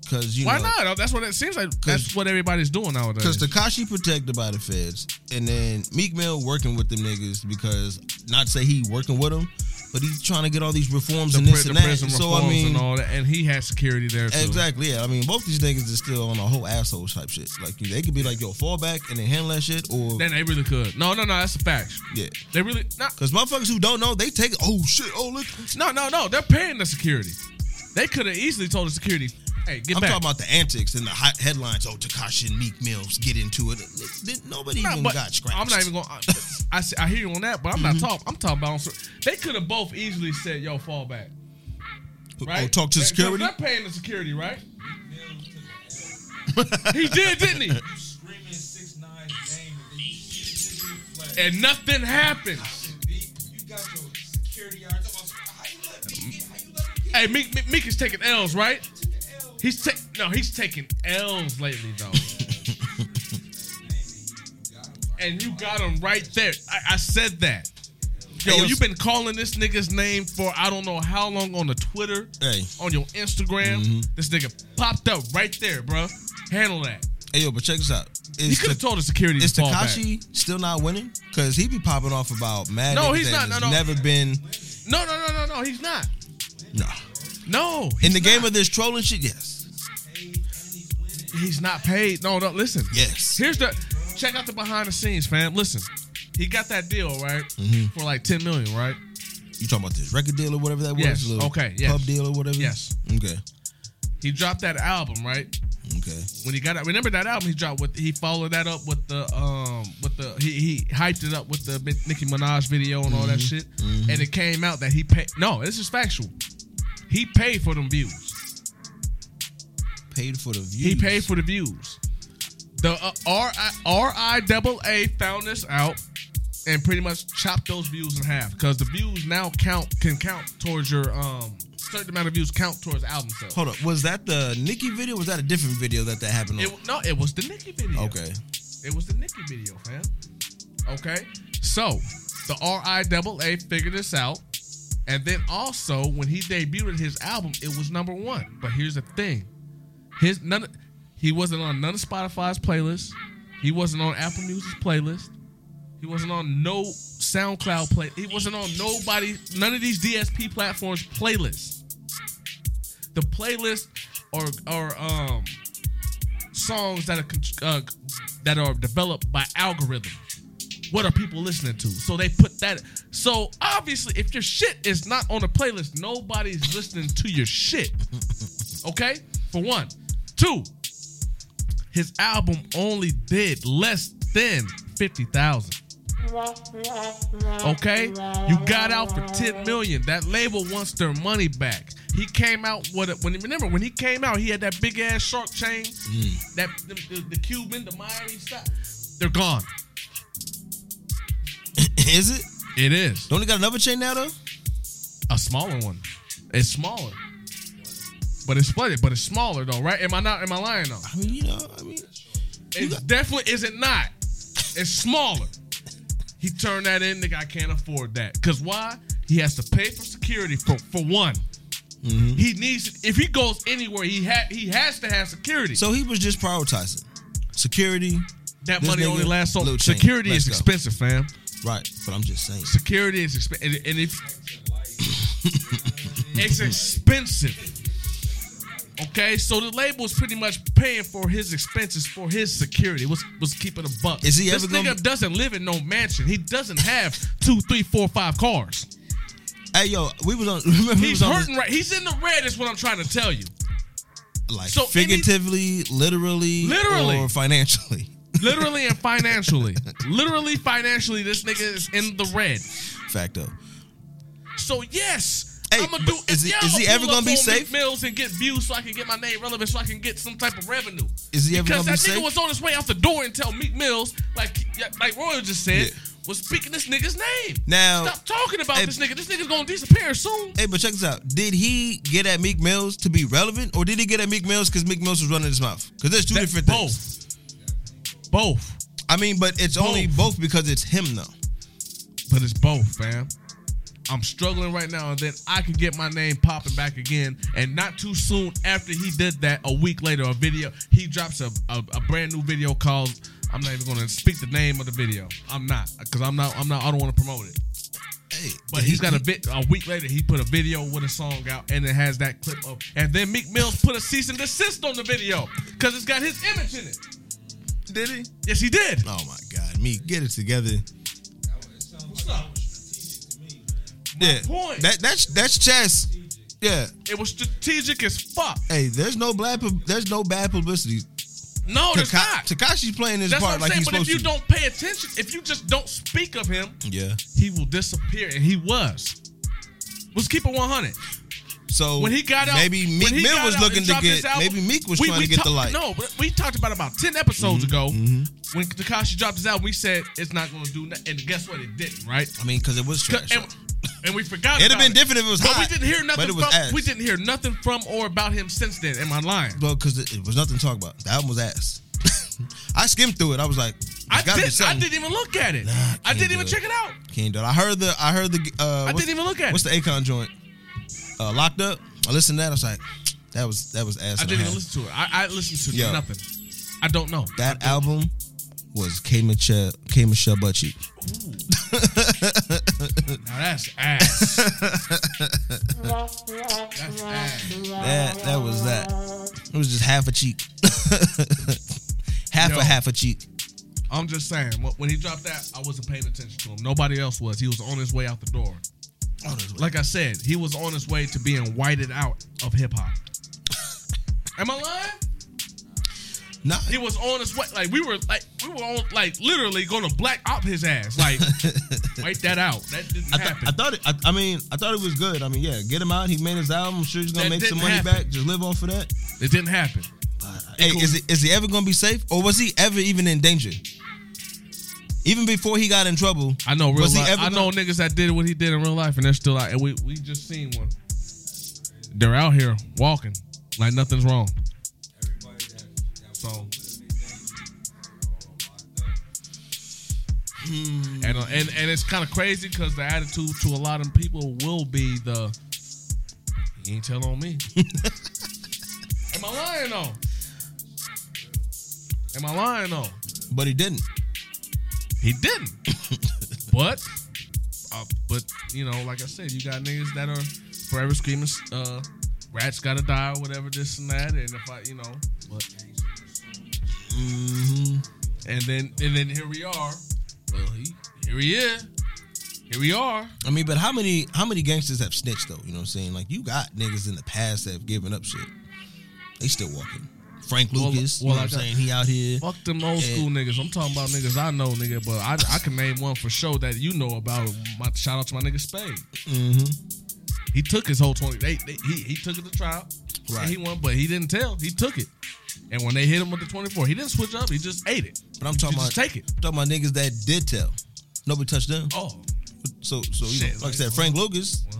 B: Cause you
A: Why
B: know,
A: not? That's what it seems like. That's what everybody's doing nowadays.
B: Cause Takashi protected by the feds, and then Meek Mill working with them niggas because not say he working with them, but he's trying to get all these reforms and
A: pri-
B: this and that.
A: prison
B: So I
A: reforms
B: mean,
A: and all that, and he had security there too.
B: exactly, yeah. I mean, both these niggas is still on a whole asshole type shit. Like they could be like, yo, fall back and then handle that shit, or
A: Then they really could. No, no, no. That's a fact.
B: yeah.
A: They really not.
B: Cause motherfuckers who don't know, they take oh shit, oh look.
A: No, no, no. They're paying the security. They could have easily told the security, "Hey, get
B: I'm
A: back."
B: talking about the antics and the hot headlines. Oh, Takashi and Meek Mills get into it. N- n- Nobody
A: Nah,
B: even
A: but
B: got scratched. Mm-hmm.
A: I'm not even going. I, I, see- I hear you on that, but I'm not talking. I'm talking about. on cer- They could have both easily said, "Yo, fall back." Right?
B: Oh, talk to
A: They-
B: security.
A: They're paying the security, right?
D: Mills took an L.
A: He did, didn't he?
D: You screaming 6 9 name, and then you see the nigga with the flag.
A: And nothing happened.
D: Shit, B, you got your security out. Talk about, How you let me get? How you let me get?
A: Hey, Meek, Meek, Meek is taking L's, right?
D: Took the L.
A: He's ta- no, he's taking L's lately
B: [LAUGHS]
A: though,
D: Name it, you- you got him.
A: and you got him right there. I, I said that. Yo,
B: Hey, yo,
A: you've been calling this nigga's name for I don't know how long on the Twitter,
B: Hey. Mm-hmm.
A: on your Instagram. This nigga popped up right there, bro. Handle that.
B: Hey yo, but check this out.
A: You
B: Is,
A: could have
B: Ta-
A: told the security
B: is
A: to fall back.
B: Takashi still not winning? Cause he be popping off about mad.
A: No,
B: niggas
A: he's
B: that
A: not. No,
B: has
A: no.
B: Never been.
A: No, no, no, no, no. He's not.
B: No.
A: No,
B: In
A: he's
B: the game
A: not.
B: of this trolling shit, yes,
A: he's not paid. No, no. Listen.
B: yes.
A: Here's the check out the behind the scenes, fam. Listen, he got that deal right for like ten million, right?
B: You talking about this record deal or whatever that was?
A: Yes,
B: little
A: okay, yes.
B: Pub deal or whatever.
A: Yes.
B: Okay.
A: He dropped that album, right?
B: Okay.
A: When he got out, remember that album he dropped with? He followed that up with the um with the he, he hyped it up with the Nicki Minaj video and all that shit, and it came out that he paid. No, this is factual. He paid for them views.
B: Paid for the views.
A: He paid for the views. The uh, RIAA found this out and pretty much chopped those views in half because the views now count can count towards your um certain amount of views count towards album sales.
B: Hold up. Was that the Nicki video? Was that a different video that that happened on?
A: It, no, it was the Nicki video.
B: okay. [LAUGHS]
A: It was the Nicki video, fam. Okay? So, the RIAA figured this out. And then also, when he debuted his album, it was number one. But here's the thing. His none of- he wasn't on none of Spotify's playlists. He wasn't on Apple Music's playlist. He wasn't on no SoundCloud play. He wasn't on nobody, none of these DSP platforms playlists. The playlist are are um songs that are con- uh, that are developed by algorithm. What are people listening to? So they put that. So obviously, if your shit is not on a playlist, nobody's listening to your shit. Okay, for one, two. His album only did less than fifty thousand. Okay, you got out for ten million. That label wants their money back. He came out with it when remember when he came out, he had that big ass shark chain, that the, the, the Cuban, the Miami stuff. They're gone.
B: Is it?
A: It is
B: Don't they got another chain now though?
A: a smaller one. It's smaller, but it's flooded. But it's smaller though, right? Am I not? Am I lying though?
B: I mean, you know, I mean,
A: It definitely isn't not. It's smaller. He turned that in, nigga. I can't afford that. Cause why? He has to pay for security for for one.
B: Mm-hmm.
A: He needs if he goes anywhere, he ha- he has to have security. So
B: so he was just prioritizing security,
A: that
B: this
A: money
B: nigga,
A: only lasts so
B: Lil Chain,
A: security
B: let's
A: is
B: go.
A: expensive, fam.
B: right? But I'm just saying,
A: Security is expensive, and if [LAUGHS] it's expensive. Okay, so the label is pretty much paying for his expenses for his security. Was was keeping a buck.
B: Is he
A: this
B: ever
A: nigga
B: gonna-
A: doesn't live in no mansion. He doesn't have two, three, four, five cars.
B: hey yo, we was on. [LAUGHS] Remember, we
A: He's
B: was on
A: hurting right. He's in the red. Is what I'm trying to tell you.
B: this, like
A: So any-
B: figuratively, literally,
A: Literally.
B: or financially. [LAUGHS]
A: Literally and financially. Literally, financially, this nigga is in the red.
B: Facto.
A: So yes,
B: Hey,
A: I'm gonna
B: but
A: do.
B: is he-
A: yeah,
B: is
A: I'ma
B: he
A: pull
B: ever
A: up
B: gonna be
A: on
B: safe?
A: Mills and get views so I can get my name relevant, so I can get some type of revenue.
B: Is he ever
A: because
B: gonna
A: that
B: be
A: nigga
B: safe?
A: was on his way out the door and tell Meek Mills, like like Royal just said,
B: Yeah.
A: was speaking this nigga's name.
B: Now-
A: stop talking about
B: Hey-
A: this nigga. This nigga's gonna disappear soon.
B: Hey, but check this out. Did he get at Meek Mills to be relevant, or did he get at Meek Mills because Meek Mills was running his mouth? Because there's two
A: That-
B: different
A: both.
B: things.
A: Both,
B: I mean, but it's only
A: Both.
B: both because it's him though.
A: but it's both, fam. I'm struggling right now, and then I can get my name popping back again. And not too soon after he did that, a week later, a video he drops a, a, a brand new video called. I'm not even gonna speak the name of the video. I'm not, cause I'm not. I'm not. I don't want to promote it.
B: Hey,
A: But he's got a bit. A week later, he put a video with a song out, and it has that clip of. And then Meek Mills put a cease and desist on the video because it's got his image in it.
B: Did he?
A: Yes, he did.
B: Oh my God, Meek, get it together. Yeah,
A: point.
B: that that's that's chess. Yeah.
A: It was strategic as fuck.
B: Hey, there's no black. pub- There's no bad publicity.
A: No, it's not.
B: Takashi's playing his
A: That's what I'm
B: part like
A: saying.
B: he's
A: But if
B: supposed
A: you
B: to.
A: don't pay attention, if you just don't speak of him,
B: yeah.
A: he will disappear, and he was. Let's keep it 100.
B: So
A: When he got out,
B: maybe
A: when
B: Meek
A: he
B: Mill
A: got
B: was
A: out
B: looking
A: and
B: to
A: dropped
B: get.
A: his album,
B: Maybe Meek was
A: we-
B: trying
A: we
B: to get the
A: talk-
B: light. Mm-hmm.
A: No, but we talked about about 10 episodes ago when Takashi dropped his album. We said it's not going to do nothing, and guess what? It didn't, right?
B: I mean, because it was trash.
A: And, and we forgot.
B: It'd have
A: about
B: been different if it was
A: But
B: hot,
A: we didn't hear
B: but
A: nothing.
B: it was
A: from,
B: ass.
A: We didn't hear nothing from or about him since then. Am I lying?
B: [LAUGHS] Well, because it, it was nothing to talk about. The album was ass. I skimmed through it. I was like,
A: I,
B: gotta
A: did,
B: be
A: I
B: something.
A: didn't even look at it.
B: I
A: I didn't
B: can't
A: even
B: do it.
A: check it out.
B: Can't do it. I heard the. I heard the. Uh,
A: I
B: what's-
A: didn't even look at
B: What's
A: it.
B: the Akon joint? Uh, Locked up. I listened to that. I was like, that was that was ass.
A: I
B: and a
A: didn't even
B: half.
A: listen to it. I, I listened to
B: Yo.
A: nothing. I don't know.
B: That album was K Michelle K Michelle Bucci.
A: Now that's ass. that's ass.
B: That that was that. It was just half a cheek, [LAUGHS] half
A: Yo.
B: a half a cheek.
A: [LAUGHS] I'm just saying. wh- When he dropped that, I wasn't paying attention to him. Nobody else was. He was on his way out the door. Like I said, he was on his way to being whited out of hip hop. Am I lying?
B: Nah,
A: He was on his way. Like we were like we were on like literally going to black op his ass.
B: [LAUGHS]
A: Like wipe that out. That didn't
B: I, th-
A: happen.
B: I thought it. I, I mean, I thought it was good. I mean, yeah, get him out. He made his album. I'm sure he's gonna
A: That
B: make some
A: didn't
B: money
A: happen.
B: back. Just live off of that.
A: it didn't happen.
B: Hey, is it is he ever gonna be safe, or was he ever even in danger? Even before he got in trouble,
A: I know real
B: Was he
A: life.
B: ever
A: I know niggas that did what he did in real life, and they're still out. And we we just seen one. They're out here walking like nothing's wrong.
D: Everybody that that was
A: So
D: in their name, all locked up.
A: and uh, and and it's kind of crazy because the attitude to a lot of people will be the you ain't tell on
B: [LAUGHS]
A: me. Am I lying though? Am I lying though?
B: but he didn't.
A: He didn't. [LAUGHS] but, uh, but you know, like I said, you got niggas that are forever screaming, uh, rats gotta die, or whatever, this and that. And if I, you know, but,
B: hmm
A: and then and then here we are. Well, he, here he is. Here we are.
B: I mean, but how many how many gangsters have snitched though? You know what I'm saying? Like you got niggas in the past that have given up shit. They still walking. Frank
A: Well,
B: Lucas,
A: well,
B: you know
A: I
B: what
A: got-
B: I'm saying? He out here.
A: Fuck them old
B: Yeah.
A: school niggas. I'm talking about niggas I know, nigga. But I, I can name one for sure that you know about. My shout out to my nigga Spade.
B: Mm-hmm.
A: He took his whole twenty. They, they he he took it to trial.
B: Right.
A: And he won, but he didn't tell. He took it. And when they hit him with the twenty four, he didn't switch up. He just ate it.
B: But I'm talking
A: you
B: about
A: just take it.
B: talking about niggas that did tell. Nobody touched them.
A: Oh,
B: So so you
A: Shit,
B: know, like I said, Frank Lucas,
A: well,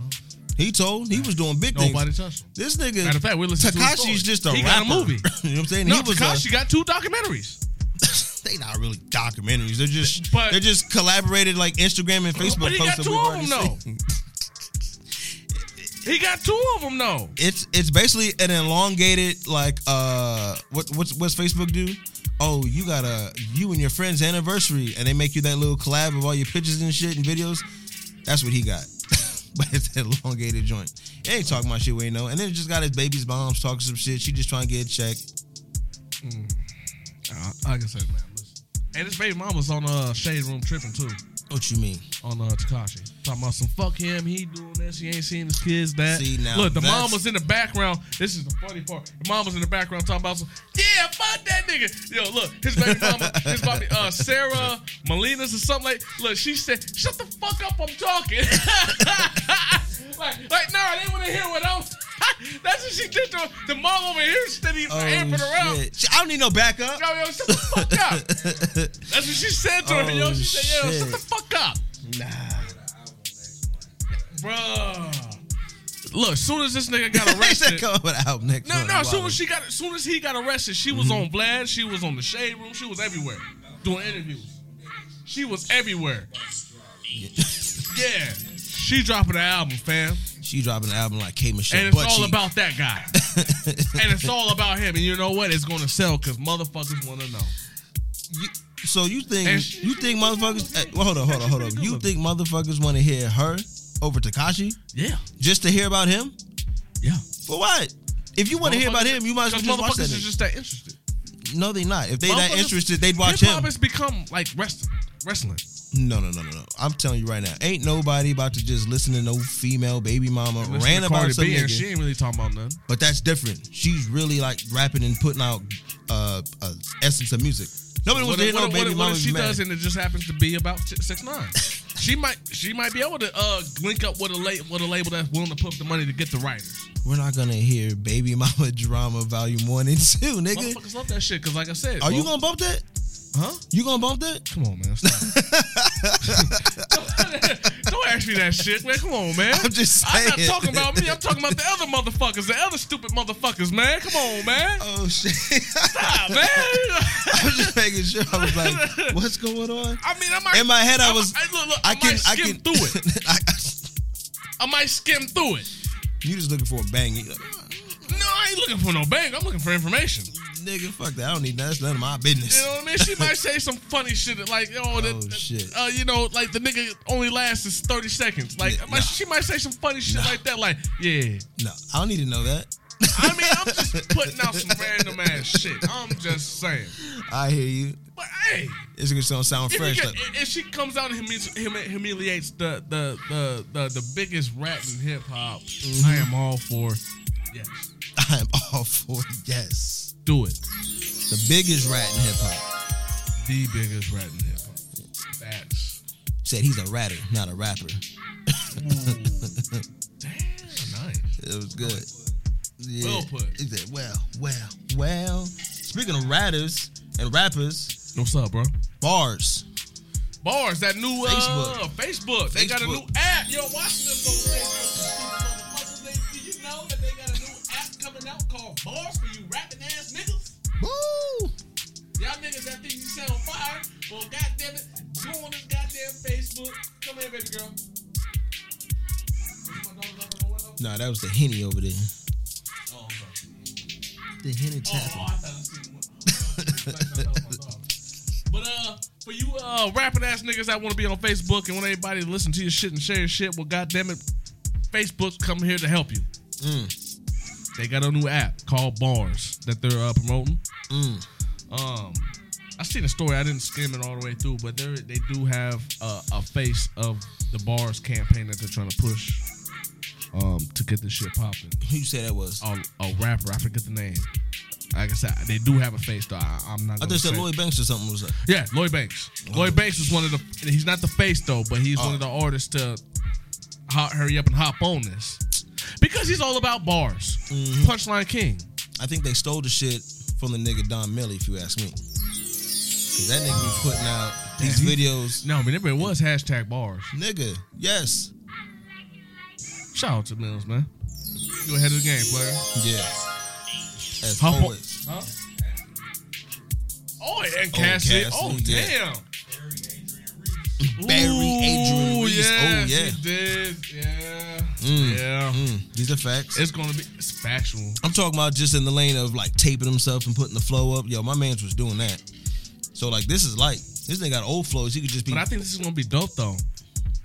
B: he told he was doing big things.
A: nobody touched him.
B: This nigga,
A: Matter of fact, we listened to his story.
B: Takashi's just a
A: He got a
B: rapper.
A: movie.
B: [LAUGHS] you know what I'm saying?
A: No,
B: he was
A: Takashi got two documentaries.
B: a, [LAUGHS] they not really documentaries. They're just
A: But-
B: they're just collaborated like Instagram and Facebook
A: But he got
B: posts that
A: two
B: we've
A: of them
B: already
A: though.
B: seen.
A: he got two of them though.
B: It's it's basically an elongated like uh what what's what's Facebook do? Oh, you got a you and your friend's anniversary, and they make you that little collab of all your pictures and shit and videos. That's what he got. [LAUGHS] but it's an elongated joint. It ain't talking about shit we ain't know. And then it just got his baby's moms talking some shit. She just trying to get a check.
A: Uh, like I said, man, listen. And his baby mom was on uh, Shade Room tripping too
B: What you mean?
A: on uh, Takashi. Talking about some fuck him, he doing this, he ain't seeing his kids that.
B: See, now
A: Look, the
B: that's-
A: mom was in the background. This is the funny part. The mom was in the background talking about some yeah, fuck that nigga. Yo, look, his baby mama, his mommy, uh, Sarah Molinas or something like. Look, she said, shut the fuck up, I'm talking. [LAUGHS] like, like, nah, they want to hear what I'm. [LAUGHS] That's what she did to him. the mom over here. She said he's amping around.
B: Oh, shit. She- I don't need no backup. [LAUGHS]
A: Yo, yo, shut the fuck up. That's what she said to her. Yo,
B: Oh,
A: she said, yo, shut
B: shit.
A: the fuck up.
B: Nah.
A: Bruh. Look, soon as this nigga
B: [LAUGHS]
A: got
B: They said
A: arrested.
B: come up with an album next
A: no,
B: month.
A: no, soon
B: Wow.
A: as she got soon as he got arrested, she was
B: Mm-hmm.
A: on Vlad, she was on the shade room, she was everywhere. Doing interviews. She was everywhere. Yeah. She dropping an album, fam.
B: [LAUGHS] She dropping an album like K Michelle.
A: And it's
B: Butt
A: all
B: Cheek.
A: about that
B: [LAUGHS]
A: guy. and it's all about him. And you know what? It's gonna sell because motherfuckers wanna know.
B: You, so you think
A: And she-
B: you think motherfuckers? eh, well, hold on, hold on, hold on. You think motherfuckers want to hear her over Takashi
A: Yeah.
B: just to hear about him?
A: Yeah.
B: For what? If you want to hear about him, you might as well
A: Because
B: just watch that.
A: motherfuckers
B: nigga.
A: is just that interested.
B: no, they not. If they that
A: Motherfuckers-
B: interested, they'd watch
A: Hip-hop
B: him.
A: has become like wrestling. Wrestling.
B: No, no, no, no, no. I'm telling you right now, ain't nobody about to just listen to no female baby mama
A: Listen
B: ran
A: to
B: about
A: Cardi
B: some
A: B
B: nigga.
A: and She ain't really talking about nothing.
B: But that's different. She's really like rapping and putting out uh, uh essence of music. Nobody
A: What,
B: wants to
A: if-
B: hear
A: what,
B: no
A: if- what,
B: baby
A: if- what
B: mama
A: if
B: be
A: she
B: mad.
A: does and it just happens to be about six nine? she might she might be able to uh link up with a la- with a label that's willing to put up the money to get the writers.
B: We're not gonna hear baby mama [LAUGHS] drama volume one and two, nigga.
A: Motherfuckers love that shit because like I said,
B: Are you
A: well,
B: gonna bump that?
A: huh?
B: You gonna bump that?
A: Come on, man.
B: [LAUGHS]
A: Stop. Don't ask me that shit, man. Come on, man.
B: I'm just
A: I'm not
B: saying.
A: talking about me. I'm talking about the other motherfuckers, the other stupid motherfuckers, man. Come on, man.
B: [LAUGHS] Oh shit!
A: Stop, man.
B: I was Oh, just making sure. I
A: [LAUGHS]
B: was like, what's going on?
A: I mean, I might.
B: In my head, I was.
A: I, look, look,
B: I
A: I,
B: can.
A: might
B: I
A: skim
B: can
A: through it.
B: [LAUGHS] I, I,
A: I might skim through it.
B: you just looking for a bang? You like,
A: No, I ain't looking for no bank. I'm looking for information.
B: "Ah, Nigga, fuck that. I don't need that. That's none of my
A: You
B: business.
A: know what I mean? She might say some funny shit that, like, oh, that,
B: Oh,
A: that-
B: shit.
A: Uh, you know, like the nigga only lasts is 30 seconds. Like,
B: Yeah,
A: I might-
B: nah.
A: she might say some funny shit like that. Like, yeah.
B: No, I don't need to know that. [LAUGHS]
A: I mean, I'm just putting out some random ass shit. I'm just saying.
B: I hear you.
A: But hey,
B: It's gonna sound
A: if, you
B: fresh.
A: get,
B: Like,
A: if she comes out and humili- humi- humiliates the the, the the the biggest rap in hip hop, I
B: Mm-hmm.
A: am all for. Yes,
B: I'm all for yes.
A: do it.
B: The biggest rat in hip hop
A: The biggest rap in hip hop. That's
B: said he's a ratter, not a rapper.
A: damn nice.
B: It was good. Yeah.
A: Well put.
B: He said, well, well, well. Speaking of ratters and rappers,
A: What's up, bro?
B: bars.
A: Bars, that new Uh,
B: Facebook.
A: Facebook. They got a new
B: Facebook.
A: app. Yo, Washington don't say Facebook. They- Do you know that they got a new app coming out called Bars for you rapping ass niggas?
B: Woo!
A: Y'all niggas that think you sound fire, well, goddamn it, go on this goddamn Facebook. Come here, baby girl. Is my dog knocking on the window?
B: Nah, that was the henny over there.
A: Oh, I'm sorry.
B: The henny
A: Oh,
B: tapping.
A: I thought I seen the window. I thought it was my dog. But uh, for you uh rapping ass niggas that want to be on Facebook and want everybody to listen to your shit and share your shit, well, goddamn it, Facebook's coming here to help you. They got a new app called Bars that they're uh, promoting. Um, I seen a story. I didn't skim it all the way through, but they they do have uh, a face of the Bars campaign that they're trying to push um to get this shit popping
B: Who you say that was?
A: a, a rapper. I forget the name. Like I said, they do have a face though. I, I'm not.
B: I
A: gonna
B: just said
A: say-
B: Lloyd Oh. Banks or something was uh, like,
A: Yeah, Lloyd Banks. Lloyd Banks is one of the. He's not the face though, but he's one of
B: Oh.
A: the artists to ho- hurry up and hop on this because he's all about bars.
B: Mm-hmm.
A: Punchline King.
B: I think they stole the shit from the nigga Don Melly, if you ask me. 'Cause that nigga be putting out these
A: Damn, he-
B: videos.
A: No, I mean it was hashtag bars.
B: Nigga, yes.
A: Shout out to Mills, man. You ahead of the game, player.
B: Yeah. As
A: Hop on-
B: poets.
A: Huh? Oh, and Cassidy.
B: Cassidy,
A: Oh,
B: yeah.
A: damn.
D: Barry Adrian Reeves.
B: Barry Adrian
A: Ooh,
B: Reese.
A: Yes,
B: Oh, yeah.
A: He did. Yeah.
B: Mm,
A: Yeah.
B: mm, these are facts.
A: It's gonna be it's factual.
B: I'm talking about just in the lane of like taping himself and putting the flow up. Yo, my man's was doing that. So like this is like this nigga got old flows. He could just be
A: But I think this is gonna be dope though.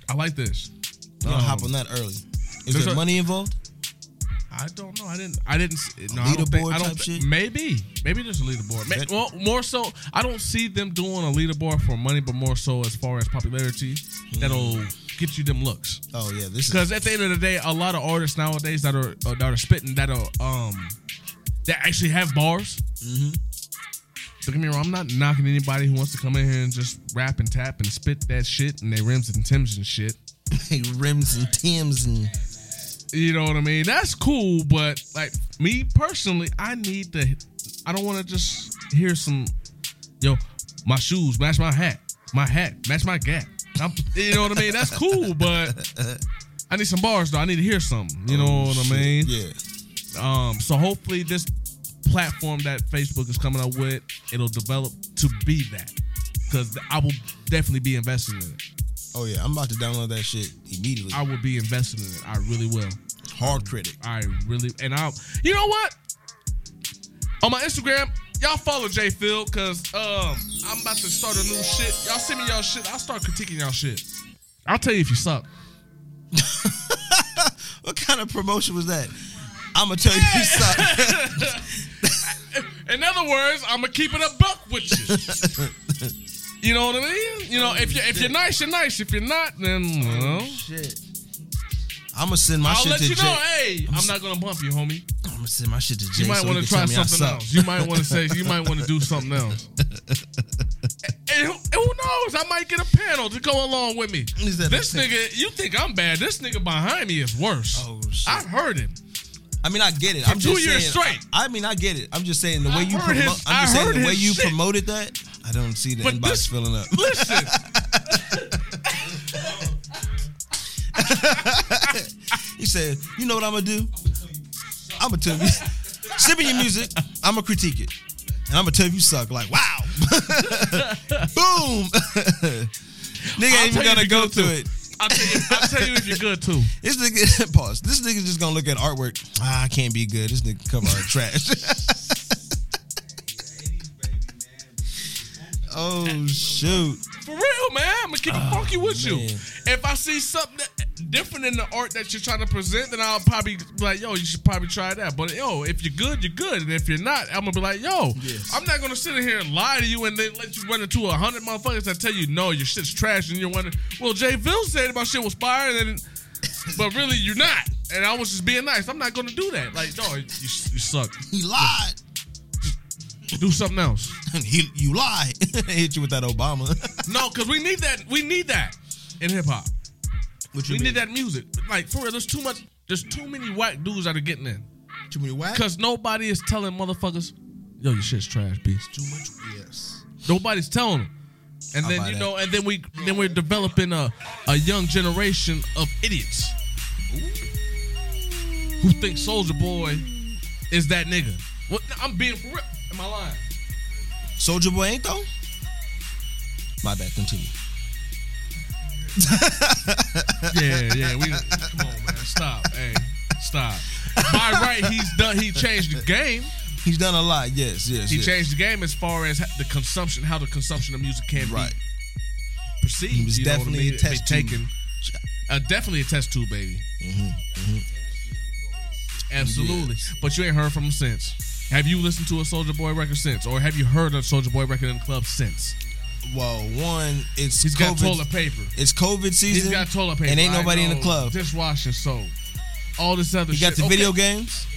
A: I like this.
B: you know,
A: um,
B: hop on that early. Is
A: there's
B: there
A: a-
B: money involved?
A: I don't know. I didn't. I didn't. s- No, I don't think.
B: leaderboard
A: I don't
B: type
A: thi-
B: shit?
A: Maybe. Maybe there's a leaderboard. May-
B: That-
A: well, more so. I don't see them doing a leaderboard for money, but more so as far as popularity, that'll get you them looks.
B: Oh yeah, this is [LAUGHS]
A: Because at the end of the day, a lot of artists nowadays that are uh, that are spitting that are um that actually have bars. Don't get me wrong. I'm not knocking anybody who wants to come in here and just rap and tap and spit that shit and they rims and tims and shit.
B: rims and tims and
A: You know what I mean? That's cool, but like me personally, I need to. I don't want to just hear some, yo, my shoes match my hat, my hat match my gap. I'm, you know what I mean? That's cool, but I need some bars though. I need to hear something. You know what
B: Oh, Shit,
A: I mean?
B: Yeah.
A: Um, so hopefully this platform that Facebook is coming up with, it'll develop to be that, because I will definitely be invested in it.
B: Oh yeah, I'm about to download that shit immediately.
A: I will be invested in it. I really will.
B: Hard critic.
A: I really and I you know what? On my Instagram, y'all follow J Phil cause um I'm about to start a new shit. Y'all send me y'all shit, I'll start critiquing y'all shit. I'll tell you if you suck.
B: What kind of promotion was that? I'ma tell you
A: [LAUGHS]
B: something.
A: In other words, I'ma keep it a buck with you.
B: [LAUGHS]
A: you know what I mean? You know, if you if you're nice, you're nice. If you're not, then well,
B: shit. I'ma send my
A: I'll
B: shit
A: let
B: to
A: you know,
B: Jay.
A: hey, I'm not gonna bump you, homie.
B: I'm gonna send my shit to Jay.
A: You might
B: so
A: want
B: he
A: to
B: can
A: try
B: tell me I
A: something
B: suck.
A: else. You might want to say. You might want to do something
B: [LAUGHS]
A: else. and, who, and who knows? I might get a panel to go along with me.
B: Is that a
A: This
B: panel?
A: nigga, you think I'm bad? This nigga behind me is worse.
B: Oh, shit.
A: I've heard him.
B: I mean, I get it. I'm
A: two
B: just saying,
A: years straight.
B: I, I mean, I get it. I'm just saying the way
A: I
B: you
A: heard
B: promote.
A: his-
B: I'm just
A: I
B: saying
A: heard
B: the way
A: his
B: you
A: shit.
B: promoted that. I don't see the
A: But
B: inbox
A: this-
B: filling up.
A: Listen,
B: He said, "You know what I'm gonna do? I'm gonna tell you. Send me your music. I'm gonna critique it, and I'm gonna tell you suck. Like, wow, [LAUGHS] Boom. nigga ain't even
A: tell you
B: gonna
A: if
B: go
A: you
B: to it.
A: I'll tell you, I'll tell you if you're good too.
B: This nigga [LAUGHS] pause. This nigga just gonna look at artwork. Ah, I can't be good. This nigga cover art trash. [LAUGHS] oh shoot.
A: For real, man. I'm gonna keep it funky with you.
B: Oh, man.
A: If I see something that- different in the art that you're trying to present, then I'll probably be like, yo, you should probably try that. But yo, if you're good, you're good. And if you're not, I'm gonna be like, yo,
B: Yes.
A: I'm not gonna sit in here and lie to you and then let you run into a hundred motherfuckers that tell you no, your shit's trash, and you're wondering, well, Jay Ville said about shit was fire, and then, but really you're not. And I was just being nice. I'm not gonna do that. Like, no, you, you suck.
B: He lied.
A: Do something else.
B: [LAUGHS] he, you lied. [LAUGHS] Hit you with that Obama. [LAUGHS]
A: No, because we need that. We need that in hip hop.
B: what
A: We need that music. Like for real, there's too much. There's too many whack dudes that are getting in.
B: Too many whack.
A: Cause nobody is telling motherfuckers, yo, your shit's trash, bitch.
B: Too much. Yes.
A: Nobody's telling them. And
B: I
A: then
B: buy
A: you
B: that.
A: know, and then we then we're developing a a young generation of idiots who think Soldier Boy is that nigga. What? I'm being for real. Am I lying?
B: Soldier Boy ain't though. My bad. Continue.
A: Yeah, yeah. We come on, man. Stop. Hey, stop. By right, he's done. He changed the game.
B: He's done a lot. Yes. Yes.
A: He
B: yes.
A: changed the game as far as the consumption, how the consumption of music can
B: Right.
A: be perceived.
B: He was
A: you know what I
B: definitely
A: mean?
B: a test
A: Be
B: tube.
A: taken. Uh, definitely a test tube, baby.
B: Mm-hmm.
A: Absolutely. But you ain't heard from him since. Have you listened to a Soldier Boy record since, or have you heard a Soldier Boy record in the club since?
B: Well, one, it's
A: He's got
B: COVID.
A: toilet paper.
B: it's COVID season.
A: He's got toilet paper.
B: And ain't
A: I
B: nobody in the
A: know.
B: club.
A: Dishwasher soap. All this other
B: He
A: shit.
B: got the
A: Okay,
B: video games.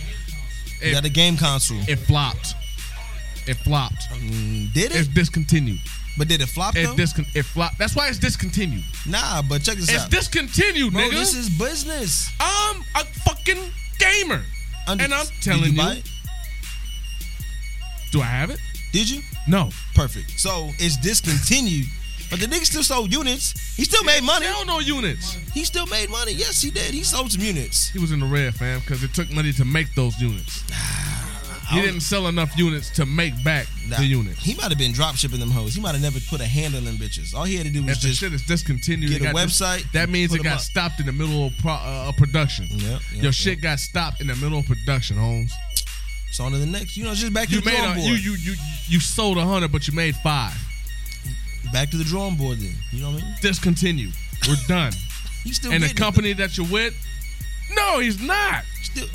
B: He
A: It-
B: got the game console.
A: It flopped. It flopped.
B: Mm, did it?
A: It's discontinued.
B: But did it flop though?
A: It discon. It flopped. That's why it's discontinued.
B: nah, but check this
A: It's
B: out.
A: discontinued,
B: Bro,
A: nigga.
B: this is business.
A: I'm a fucking gamer.
B: Under-
A: and I'm
B: Did
A: telling you.
B: buy it?
A: Do I have it?
B: Did you?
A: No.
B: Perfect. So it's discontinued. But the nigga still sold units. He still made money.
A: Hell no units.
B: He still made money. Yes, he did. He sold some units.
A: He was in the red, fam, because it took money to make those units. He didn't sell enough units to make back
B: Nah,
A: the units.
B: He might have been drop shipping them hoes. He might have never put a hand on them bitches. All he had to do was
A: If the
B: just
A: shit is discontinued,
B: get
A: it
B: a
A: got dis-
B: website,
A: that means
B: put
A: it
B: 'em
A: got
B: up.
A: stopped in the middle of pro- uh, of production.
B: Yep, yep,
A: Your shit got stopped in the middle of production, Holmes.
B: so on to the next. You know, it's just back to
A: You
B: the
A: made
B: drawing
A: a,
B: board.
A: you you you you sold a hundred, but you made five.
B: back to the drawing board. Then you know what I mean.
A: Discontinue. We're done.
B: He still
A: and the
B: getting it.
A: company that you're with, no, he's not.
B: Still.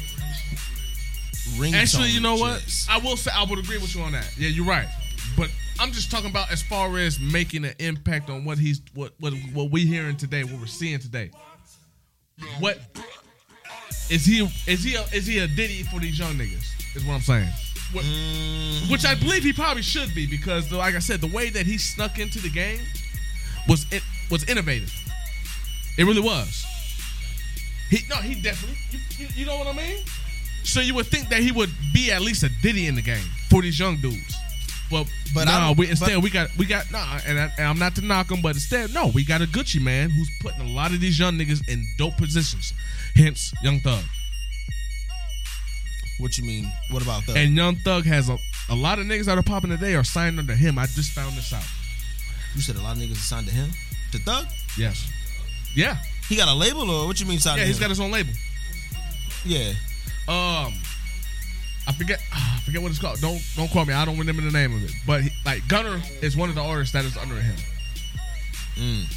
B: Ring
A: Actually, you know what? I will say I would agree with you on that. Yeah, you're right. But I'm just talking about as far as making an impact on what he's what what what we hearing today, what we're seeing today. What is he is he a, is he a ditty for these young niggas? Is what I'm saying. What,
B: Mm.
A: Which I believe he probably should be because, like I said, the way that he snuck into the game was it was innovative. It really was. He no, he definitely. You, you, you know what I mean? So you would think that he would be at least a Diddy in the game for these young dudes. But
B: But
A: but
B: I
A: nah,
B: don't-
A: we, instead
B: but-
A: we got we got nah, and, I, and I'm not to knock him, but instead no, we got a Gucci man who's putting a lot of these young niggas in dope positions. Hence, Young Thug.
B: What you mean? What about that?
A: And Young Thug has a, a lot of niggas that are popping today are signed under him. I just found this out.
B: you said a lot of niggas signed to him. To Thug?
A: Yes. Yeah.
B: He got a label or what you mean signed
A: Yeah,
B: to
A: he's
B: him?
A: got his own label.
B: yeah.
A: um I forget [SIGHS] I forget what it's called. Don't don't call me. I don't remember the name of it. But he, like Gunner is one of the artists that is under him.
B: Mm.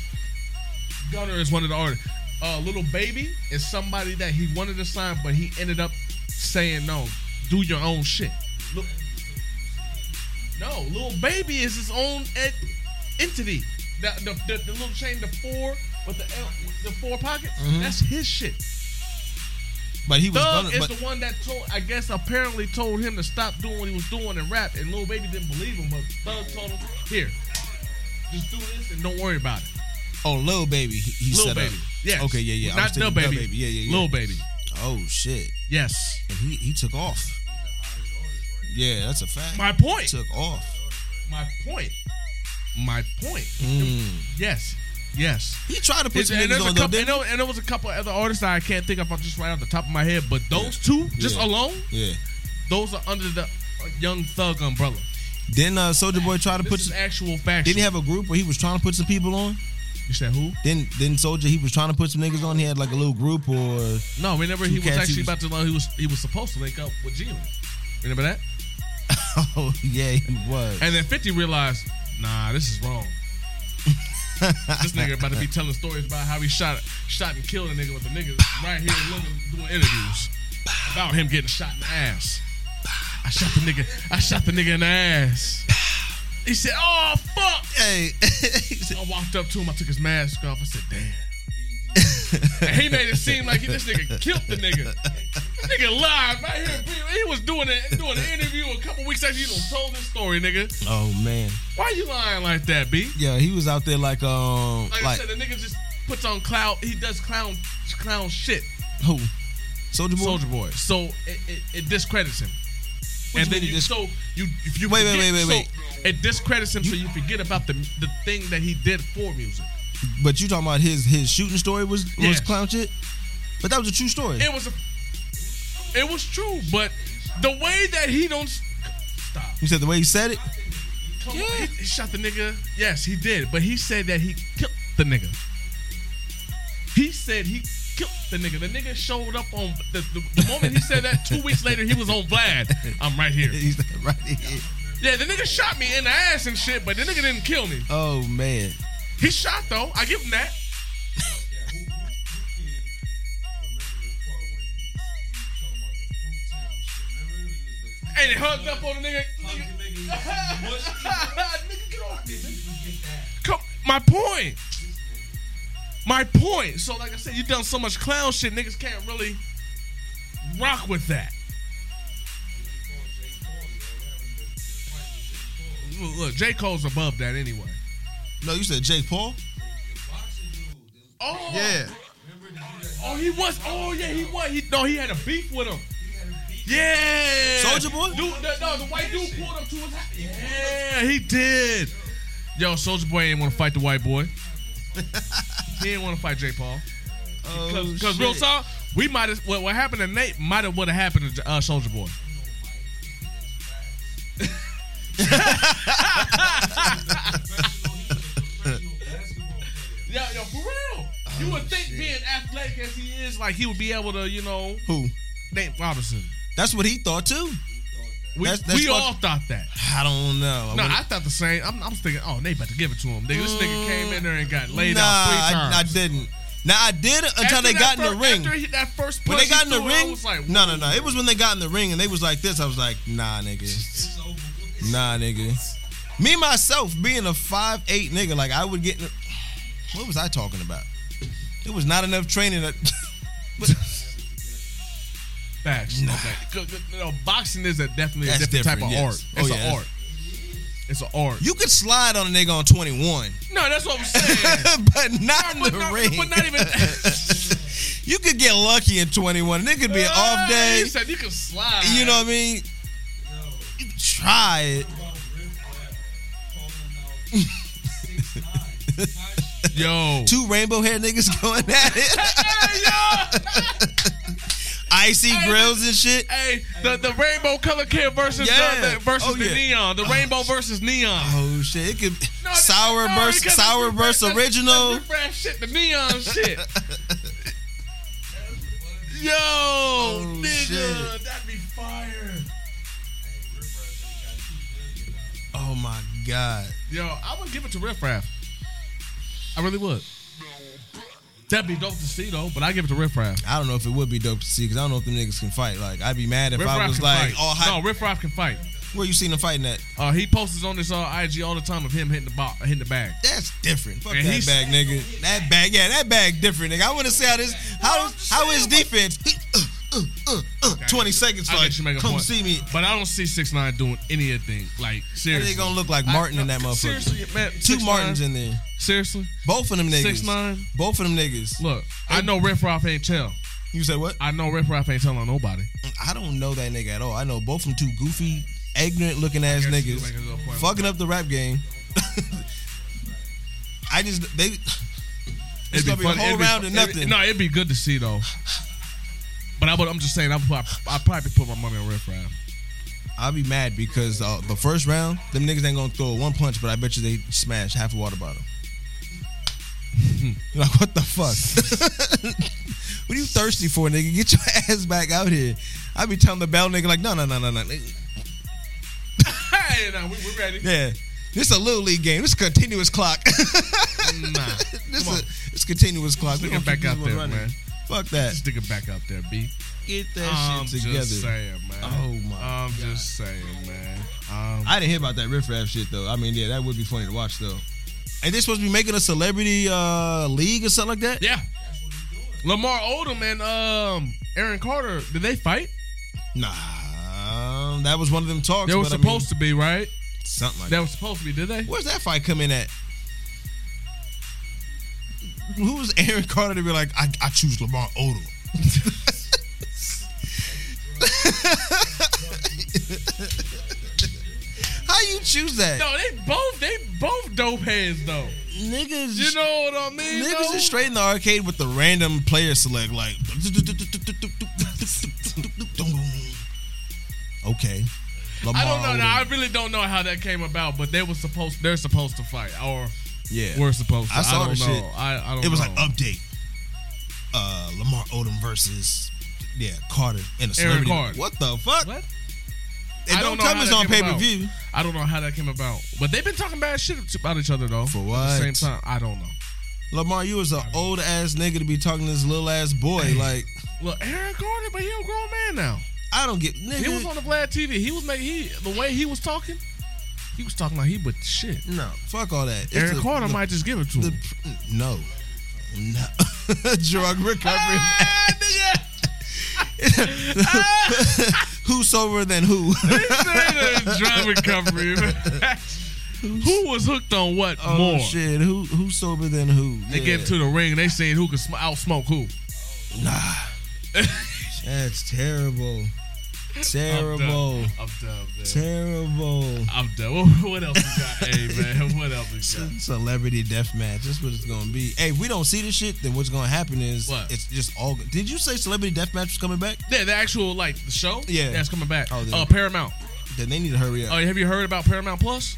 A: Gunner is one of the artists. Uh, Little Baby is somebody that he wanted to sign, but he ended up saying no. Do your own shit. Lil- no, Little Baby is his own ed- entity. The, the, the, the little chain, the four with the L, the four pockets. That's his shit.
B: But he was
A: Thug
B: gonna.
A: is
B: But,
A: the one that told, I guess, apparently told him to stop doing what he was doing and rap. And Lil Baby didn't believe him, but Thug told him, "Here, just do this and don't worry about it."
B: oh, Lil Baby. He, he
A: Lil
B: set
A: Baby,
B: up.
A: yes.
B: Okay, yeah, yeah. I was
A: Not Lil
B: thinking Thug
A: Baby.
B: Yeah, yeah, yeah.
A: Lil Baby,
B: Oh shit.
A: yes.
B: And he he took off. Yeah, that's a fact.
A: My point.
B: took off.
A: My point. My point.
B: Mm.
A: Yes. Yes.
B: He tried to put
A: It's-
B: some
A: and, there's
B: niggas
A: a
B: on though,
A: couple, and,
B: didn't
A: there, and there was a couple other artists that I can't think of off just right off the top of my head, but those two, just
B: Yeah.
A: alone,
B: he? Yeah.
A: those are under the uh, Young Thug umbrella.
B: Then uh, Soldier Boy tried to put.
A: This is
B: Some,
A: actual facts.
B: didn't he have a group where he was trying to put some people on?
A: You said who?
B: Then then Soldier he was trying to put some niggas on. He had like a little group or [LAUGHS]
A: No, remember he
B: Two
A: was
B: cats,
A: actually
B: he was-
A: about to. He was he was supposed to link up with Jim. Remember that?
B: oh yeah he was.
A: And then Fifty realized, nah, this is
B: [LAUGHS]
A: wrong. this nigga about to be telling stories about how he shot shot and killed a nigga with a nigga right here in London doing interviews about him getting shot in the ass. I shot the nigga. I shot the nigga in the ass. He said, "Oh fuck."
B: Hey,
A: I walked up to him. I took his mask off. I said, "Damn." And he made it seem like he, this nigga killed the nigga. nigga lied right here. He was doing a, doing an interview a couple weeks after you done told this story, nigga.
B: [LAUGHS] oh man,
A: Why you lying like that, B?
B: yeah he was out there like um
A: Like, I
B: like
A: said, the nigga just puts on clown. He does clown clown shit.
B: who Soldier Boy.
A: Soldier boy. So it, it, it discredits him.
B: What
A: and
B: you
A: then
B: mean
A: you
B: it dis-
A: so you if you
B: Wait, wait,
A: forget-
B: wait, wait,
A: so it discredits him so you forget about the the thing that he did for music.
B: But you talking about his his shooting story was was
A: Yeah.
B: clown shit? But that was a true story.
A: It was a, it was true, but the way that he don't s- stop.
B: you said the way he said it. [LAUGHS]
A: Come
B: Yeah.
A: on, he, he shot the nigga. Yes, he did, but he said that he killed the nigga. He said he killed the nigga. The nigga showed up on the, the, the moment he said that. Two weeks later, he was on Vlad. I'm right here.
B: He said right here.
A: Yeah, the nigga shot me in the ass and shit, but the nigga didn't kill me.
B: Oh man,
A: He shot though. I give him that. And he hugged up on the nigga. Nigga, get off me, nigga. Come, my point. My point. So, like I said, you done so much clown shit, niggas can't really rock with that. Look, Look, J. Cole's above that anyway.
B: no, you said Jake Paul.
A: Oh, Oh, he was. Oh, yeah, he was. He, no, he had a beef with him. Yeah.
B: Soulja Boy?
A: Dude, the, no, the white dude pulled him to his house. Yeah, he did. Yo, Soldier Boy ain't want to fight the white boy. [LAUGHS] he didn't want to fight J. Paul.
B: Oh
A: Because real
B: shit.
A: talk, we might have what, what happened to Nate might have what happened to uh, Soldier Boy. [LAUGHS] Yeah, yo, for real. you would think
B: Oh,
A: being athletic as he is, like he would be able to, you know,
B: Who?
A: Nate Robinson.
B: That's what he thought too.
A: We,
B: That's- that's
A: we
B: fuck-
A: all thought that.
B: I don't know.
A: No,
B: wouldn't-
A: I thought the same. I'm, I'm thinking, oh, Nate about to give it to him. Nigga, this nigga came in there and got laid
B: nah,
A: out three
B: I,
A: times.
B: I didn't. Now I did until they got in the ring.
A: After he- that first
B: when
A: punch
B: they got in
A: he
B: the
A: threw, I
B: ring,
A: was like,
B: no, no, no. It was when they got in the ring and they was like this. I was like, nah, nigga, nah, nigga. Me myself being a five eight nigga, like I would get. In what was I talking about? It was not enough training. That, [LAUGHS] but
A: Facts. Okay. 'Cause, you know, boxing is a definitely a
B: That's
A: different, type of
B: different,
A: art.
B: yes.
A: It's
B: Oh,
A: an
B: yeah.
A: art. It's an art.
B: you could slide on a nigga on twenty one,
A: no, that's what I'm saying.
B: but not in
A: but,
B: the
A: not,
B: ring.
A: but not even.
B: [LAUGHS]
A: [LAUGHS]
B: you could get lucky in twenty one. It could [LAUGHS] be an off
A: Ah, You
B: day.
A: said you can slide.
B: You know what I mean? You try it.
A: Yo.
B: Two rainbow hair niggas [LAUGHS] going at it.
A: [LAUGHS] Hey, yo.
B: [LAUGHS] Icy
A: Hey,
B: grills and shit.
A: Hey, the, the rainbow color kid versus the,
B: Yeah.
A: the versus
B: Oh,
A: the
B: yeah.
A: neon. The rainbow versus neon.
B: Oh shit! It could
A: No, this-
B: sour
A: no,
B: burst,
A: because
B: sour
A: that's
B: burst
A: refresh-
B: original.
A: that's refresh shit, the neon
B: [LAUGHS]
A: shit. Yo, nigga,
B: Oh, shit.
A: that'd be fire.
B: Oh my god!
A: Yo, I would give it to Riff Raff. I really would. That'd be dope to see though, but I give it to Riff Raff.
B: I don't know if it would be dope to see because I don't know if them niggas can fight. Like I'd be mad if
A: Riff
B: I
A: Raff
B: was
A: can
B: like,
A: fight.
B: "Oh, hi-
A: no, Riff Raff can fight.
B: where you seen them fighting at?"
A: Uh, he posts on his uh, IG all the time of him hitting the bo- hitting the bag.
B: That's different. Fuck
A: And
B: that
A: he's-
B: bag, nigga. That bag, yeah, that bag different, nigga. I want to see how this, how how his defense. He, uh, uh, uh, uh, Twenty seconds,
A: I
B: like,
A: let you make a
B: come
A: point.
B: see me.
A: But I don't see six nine doing anything. Like seriously,
B: They gonna look like Martin
A: I-
B: in that
A: no,
B: motherfucker.
A: Seriously, man,
B: Two
A: 6ix9ine
B: Martins in there.
A: Seriously,
B: Both of them niggas.
A: 6ix9ine?
B: Both of them niggas.
A: look, I know Riff Raff ain't tell.
B: You say what?
A: I know Riff Raff ain't telling nobody.
B: I don't know that nigga at all. I know both of them two goofy, ignorant looking ass
A: guess you
B: niggas
A: make a good point.
B: fucking up the rap game. [LAUGHS] I just they it's gonna be a whole
A: it'd
B: round of
A: it'd be-
B: nothing.
A: no, it'd be good to see though. But I would, I'm just saying, I would, prob- I'd probably put my money on Riff Raff.
B: I'll be mad because uh, the first round, them niggas ain't gonna throw one punch, but I bet you they smash half a water bottle. [LAUGHS] You're like, what the fuck? [LAUGHS] what are you thirsty for, nigga? Get your [LAUGHS] ass back out here. I be telling the bell nigga like, no, no, no, no, no.
A: Hey, nah, we, we
B: [LAUGHS]
A: ready.
B: Yeah, this a little league game. This a continuous clock. [LAUGHS]
A: Nah.
B: this
A: Come
B: a
A: on.
B: it's continuous clock. We
A: Stick it
B: gonna
A: back
B: keep
A: out
B: this
A: there,
B: one running.
A: man.
B: Fuck that.
A: Stick it back out there, B.
B: Get that
A: I'm
B: shit
A: just
B: together.
A: saying, Um, man.
B: Oh, my
A: I'm just saying, man. Um,
B: I didn't hear about that riff raff shit though. I mean, yeah, that would be funny to watch though. Ain't they supposed to be making a celebrity uh league or something like that?
A: yeah. Lamar Odom and um Aaron Carter, did they fight?
B: Nah, that was one of them talks.
A: They were
B: but I
A: supposed
B: mean,
A: to be, right?
B: something like
A: They
B: that.
A: were supposed to be, did they?
B: Where's that fight come in at? Who was Aaron Carter to be like, I, I choose Lamar Odom? [LAUGHS] How you choose that?
A: No, they both they both dope heads though.
B: Niggas,
A: You know what I mean?
B: Niggas
A: though?
B: is straight in the arcade with the random player select, like. Okay. Lamar
A: I don't know. Now, I
B: Odom.
A: really don't know how that came about, but they were supposed they're supposed to fight or
B: Yeah.
A: were supposed to.
B: I saw
A: don't
B: the
A: know.
B: shit.
A: I, I don't
B: It was
A: know.
B: like update. Uh, Lamar Odom versus yeah Carter and a
A: Aaron
B: celebrity.
A: Carter.
B: What the fuck?
A: What?
B: They
A: I
B: don't,
A: don't know
B: tell
A: how
B: me it's
A: that
B: on pay
A: came
B: per
A: about.
B: view.
A: I don't know how that came about, but they've been talking bad shit about each other though.
B: For
A: At
B: what?
A: the same time, I don't know.
B: Lamar, you was an old ass nigga to be talking to this little ass boy. Like
A: Well, Aaron Carter, but he a grown man now.
B: I don't get nigga.
A: He was on the Vlad TV. He was making he the way he was talking. He was talking like he with the shit.
B: no, fuck all that. It's
A: Aaron
B: the-
A: Carter
B: the-
A: might just give it to
B: the
A: him.
B: no, no [LAUGHS] drug recovery.
A: Ah, nigga.
B: [LAUGHS] who sober than who?
A: This ain't a
B: [LAUGHS]
A: drug recovery. man. Who was hooked on what
B: oh
A: more?
B: shit, who who sober than who?
A: They
B: Yeah.
A: get to the ring. They seen who could sm- out smoke who.
B: nah. That's terrible, terrible,
A: I'm done, man.
B: terrible.
A: I'm done. [LAUGHS] What, what else we got?
B: [LAUGHS]
A: hey man, what else we got?
B: Celebrity death match. That's what it's gonna be. Hey, if we don't see this shit, then what's gonna happen is
A: What?
B: it's just all. Did you say celebrity death match was coming back?
A: Yeah, the actual like the show.
B: Yeah.
A: that's coming back.
B: Oh,
A: Oh,
B: yeah.
A: uh, Paramount.
B: Then they need to hurry up.
A: Oh, have you heard about Paramount Plus?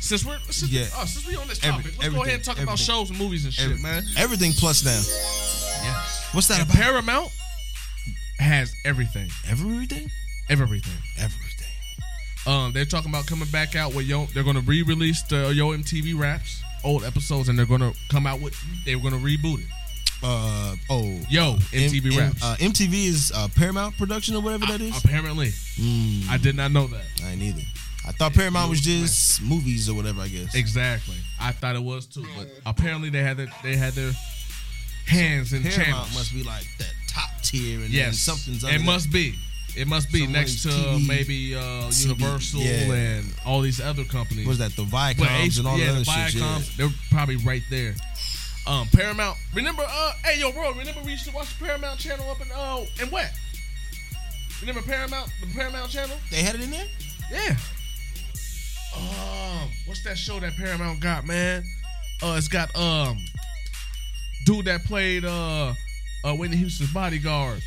A: Since we're since,
B: Yeah.
A: oh, since we on this
B: Every-
A: topic, let's go ahead and
B: everything,
A: talk about
B: everything.
A: shows and movies and shit,
B: Every-
A: man.
B: Everything plus now.
A: Yes.
B: What's that
A: And
B: about?
A: Paramount has everything,
B: everything.
A: everything.
B: Everything.
A: Um, they're talking about coming back out with yo. They're gonna re-release the Yo MTV Raps old episodes, and they're gonna come out with. They're gonna reboot it.
B: Uh oh.
A: Yo MTV
B: M-
A: Raps.
B: uh, MTV is uh, Paramount production or whatever that is.
A: Apparently,
B: Hmm.
A: I did not know that.
B: I ain't either. I thought Paramount was just movies or whatever. I guess.
A: Exactly. I thought it was too, but apparently they had their, they had their hands in
B: Paramount
A: channels.
B: must be like that top tier and then
A: yes,
B: something's.
A: It
B: under that.
A: must be. It must be
B: Some
A: next to
B: like TV,
A: maybe uh,
B: CB,
A: Universal
B: yeah.
A: and all these other companies.
B: What was that the Viacoms
A: But H-
B: and all
A: yeah,
B: the other
A: the
B: shit? Yeah.
A: Viacoms, they're probably right there. Um, Paramount. Remember, uh, hey yo, bro. Remember we used to watch the Paramount Channel up in uh in what? Remember Paramount, the Paramount Channel?
B: They had it in there.
A: Yeah. Um, what's that show that Paramount got, man? Uh, it's got um, dude that played uh, uh Whitney Houston's bodyguard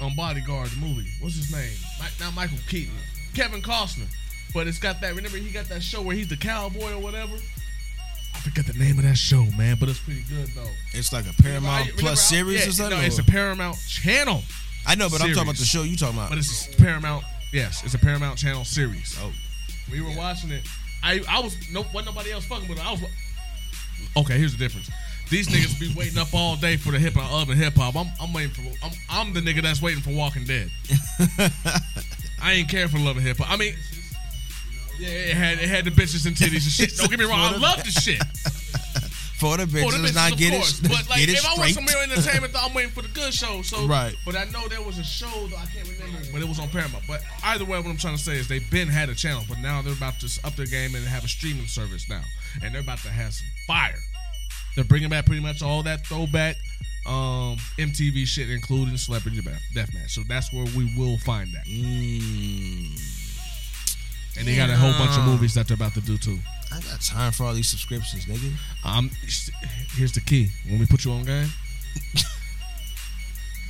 A: on Bodyguard the movie. What's his name? Mike, not Michael Keaton, Kevin Costner. But it's got that. Remember, he got that show where he's the cowboy or whatever. I forgot the name of that show, man, but it's pretty good though.
B: It's like a
A: Remember, I-
B: Paramount
A: remember,
B: Plus
A: I-
B: series
A: yeah,
B: or something.
A: No, it's
B: or-
A: a Paramount Channel,
B: I know, but I'm talking about the
A: series.
B: show you talking about.
A: but it's a Paramount. Yes, it's a Paramount Channel series.
B: oh,
A: We were watching it. I I was no wasn't nobody else fucking with it. I was okay. Here's the difference. These niggas be waiting up all day for the hip hop oven hip hop. I'm I'm waiting for I'm I'm the nigga that's waiting for Walking Dead. I ain't care for love and hip hop. I mean, yeah, it had it had the bitches and titties and shit. Don't get me wrong, I love the shit.
B: for the bitches,
A: For the bitches,
B: not
A: of
B: [LAUGHS] get
A: course.
B: it.
A: But like,
B: get it
A: if I want
B: straight.
A: some real
B: [LAUGHS]
A: entertainment, though, I'm waiting for the good show. So
B: Right.
A: But I know there was a show though I can't remember, but it was on Paramount. But either way, what I'm trying to say is they've been had a channel, but now they're about to up their game and have a streaming service now, and they're about to have some fire. They're bringing back pretty much all that throwback um, MTV shit, including Celebrity Death- Deathmatch. So that's where we will find that.
B: Mm,
A: And they got a whole bunch of
B: Yeah.
A: movies that they're about to do too.
B: I got time for all these subscriptions, nigga.
A: Um, here's the key: when we put you on game,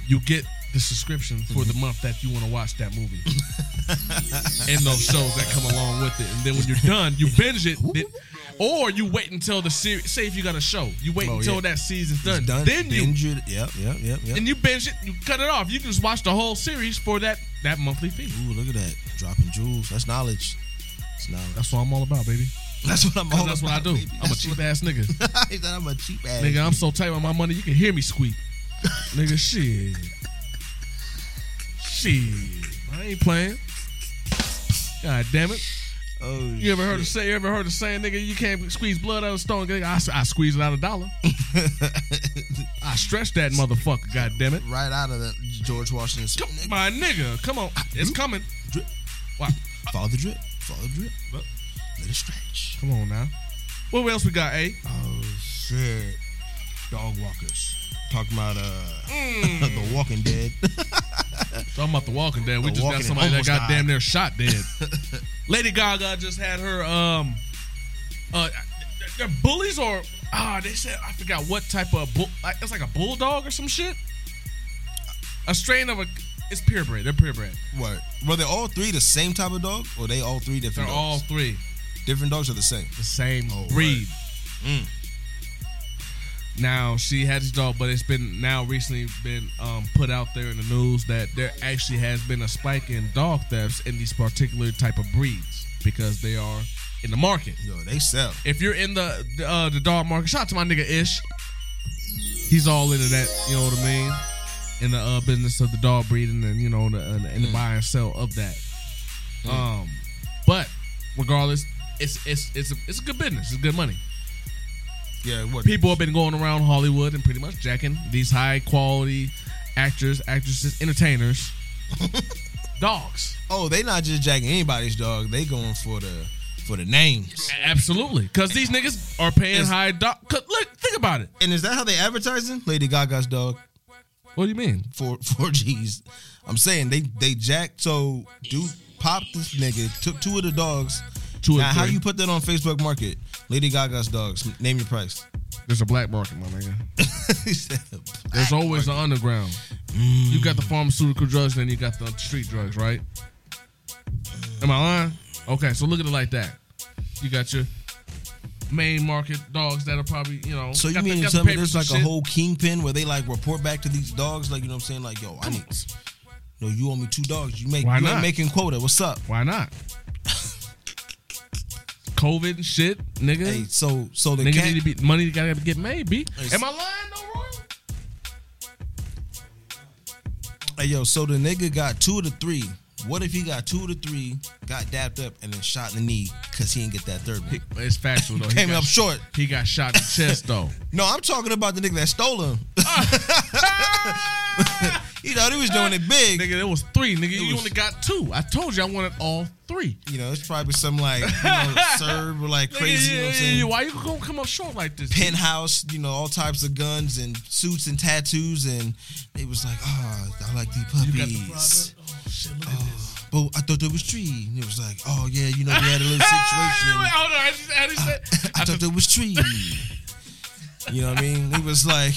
A: you get the subscription for the month that you want to watch that [LAUGHS] movie and those shows that come along with it. And then when you're done, you binge it. then- or you wait until the series. Say if you got a show, you wait
B: Oh,
A: until
B: yeah.
A: that season's
B: It's
A: done.
B: done.
A: Then you
B: Binge it. Yep, yep, yep, yep.
A: and you binge it. You cut it off. You just watch the whole series for that that monthly fee.
B: Ooh, look at that. Dropping jewels. That's knowledge. It's knowledge.
A: That's what I'm all about, baby.
B: That's what I'm all
A: That's what I
B: about,
A: do.
B: baby.
A: I'm a
B: That's
A: cheap ass nigga.
B: what- [LAUGHS] He said I'm a cheap ass.
A: Nigga, I'm so tight on my money, you can hear me squeak. Nigga, shit. Shit. I ain't playing. God damn it.
B: Oh,
A: You ever heard of say you ever heard of saying nigga you can't squeeze blood out of stone? Nigga, I, s- I squeeze it out of dollar. I stretch that motherfucker, god damn it.
B: right out of the George Washington.
A: Come my nigga, come on. It's coming.
B: Drip.
A: Why?
B: Follow the drip. Follow the drip. Look. Let it stretch.
A: Come on now. What else we got, A?
B: Oh shit. Dog walkers. Talking about uh [LAUGHS] the Walking Dead.
A: Talking about the Walking Dead. We
B: The
A: just
B: Walking
A: got
B: Dead
A: somebody that
B: almost
A: got
B: died.
A: damn near
B: [LAUGHS]
A: shot dead. Lady Gaga just had her um uh they're bullies or ah they said I forgot what type of bull like, it's like a bulldog or some shit. A strain of a it's purebred. They're purebred.
B: what? Were they all three the same type of dog, or they all three
A: They're
B: different?
A: all
B: dogs?
A: three
B: different dogs are the same.
A: the same
B: Oh,
A: breed.
B: Mm.
A: Now she had this dog, but it's been now recently been um, put out there in the news that there actually has been a spike in dog thefts in these particular type of breeds because they are in the market.
B: Yo, they sell.
A: If you're in the uh, the dog market, shout out to my nigga Ish. He's all into that, you know what I mean, in the uh, business of the dog breeding and you know the and, and the buy and sell of that. Um, but regardless, it's it's it's a, it's a good business. It's good money
B: Yeah, what?
A: people have been going around Hollywood and pretty much jacking these high quality actors, actresses, entertainers, dogs.
B: Oh, they not just jacking anybody's dog. They going for the for the names.
A: Absolutely, because these niggas are paying
B: It's-
A: high dog. Cause look, think about it.
B: And is that how they advertising? Lady Gaga's dog.
A: What do you mean?
B: [LAUGHS] Four four G's. I'm saying they they jacked. So dude popped this nigga. Took two of the dogs.
A: Two
B: now
A: and
B: how
A: three.
B: you put that on Facebook Market? Lady Gaga's dogs. N- Name your price. [LAUGHS]
A: There's a black market, my nigga.
B: He said,
A: There's always the underground. You got the pharmaceutical drugs, then you got the street drugs, right? Am I lying? Okay, so look at it like that. You got your main market dogs that are probably, you know.
B: so you
A: got the-
B: mean to
A: got the
B: tell me
A: papers
B: there's
A: and
B: like a
A: shit.
B: whole kingpin where they like report back to these dogs? Like you know what I'm saying? Like yo, I need. No, you owe me two dogs. You make
A: Why
B: you
A: not?
B: ain't making quota. What's up?
A: Why not? COVID and shit, nigga.
B: Hey, so so the
A: nigga
B: cat.
A: need to be money gotta get made, B.
B: Hey,
A: Am I lying though, Roy?
B: Hey yo, so the nigga got two of the three. What if he got two of the three, got dapped up, and then shot in the knee because he didn't get that third
A: [LAUGHS]
B: one?
A: It's factual though. He
B: Came
A: got-
B: up short.
A: He got shot in the chest
B: [LAUGHS]
A: though.
B: No, I'm talking about the nigga that stole
A: [LAUGHS]
B: him. you know, [LAUGHS] he was doing it big.
A: Ah. nigga, there was three. Nigga, you
B: was-
A: only got two. I told you I wanted all three.
B: You know, it's probably some like you
A: [LAUGHS]
B: know, Serb or like
A: Nigga,
B: crazy. you know
A: yeah,
B: what I'm
A: yeah,
B: saying?
A: Why you gonna come up short like this?
B: Penthouse, you know, all types of guns and suits and tattoos, and they was like, oh, I like these
A: You got the
B: puppies.
A: product. Oh shit, look at this.
B: But I thought there was three. And it was like, oh yeah, you know, we had a little
A: [LAUGHS]
B: situation.
A: Wait, hold on. I just, I just said.
B: [LAUGHS] I thought it was tree. you know what I mean? It was like,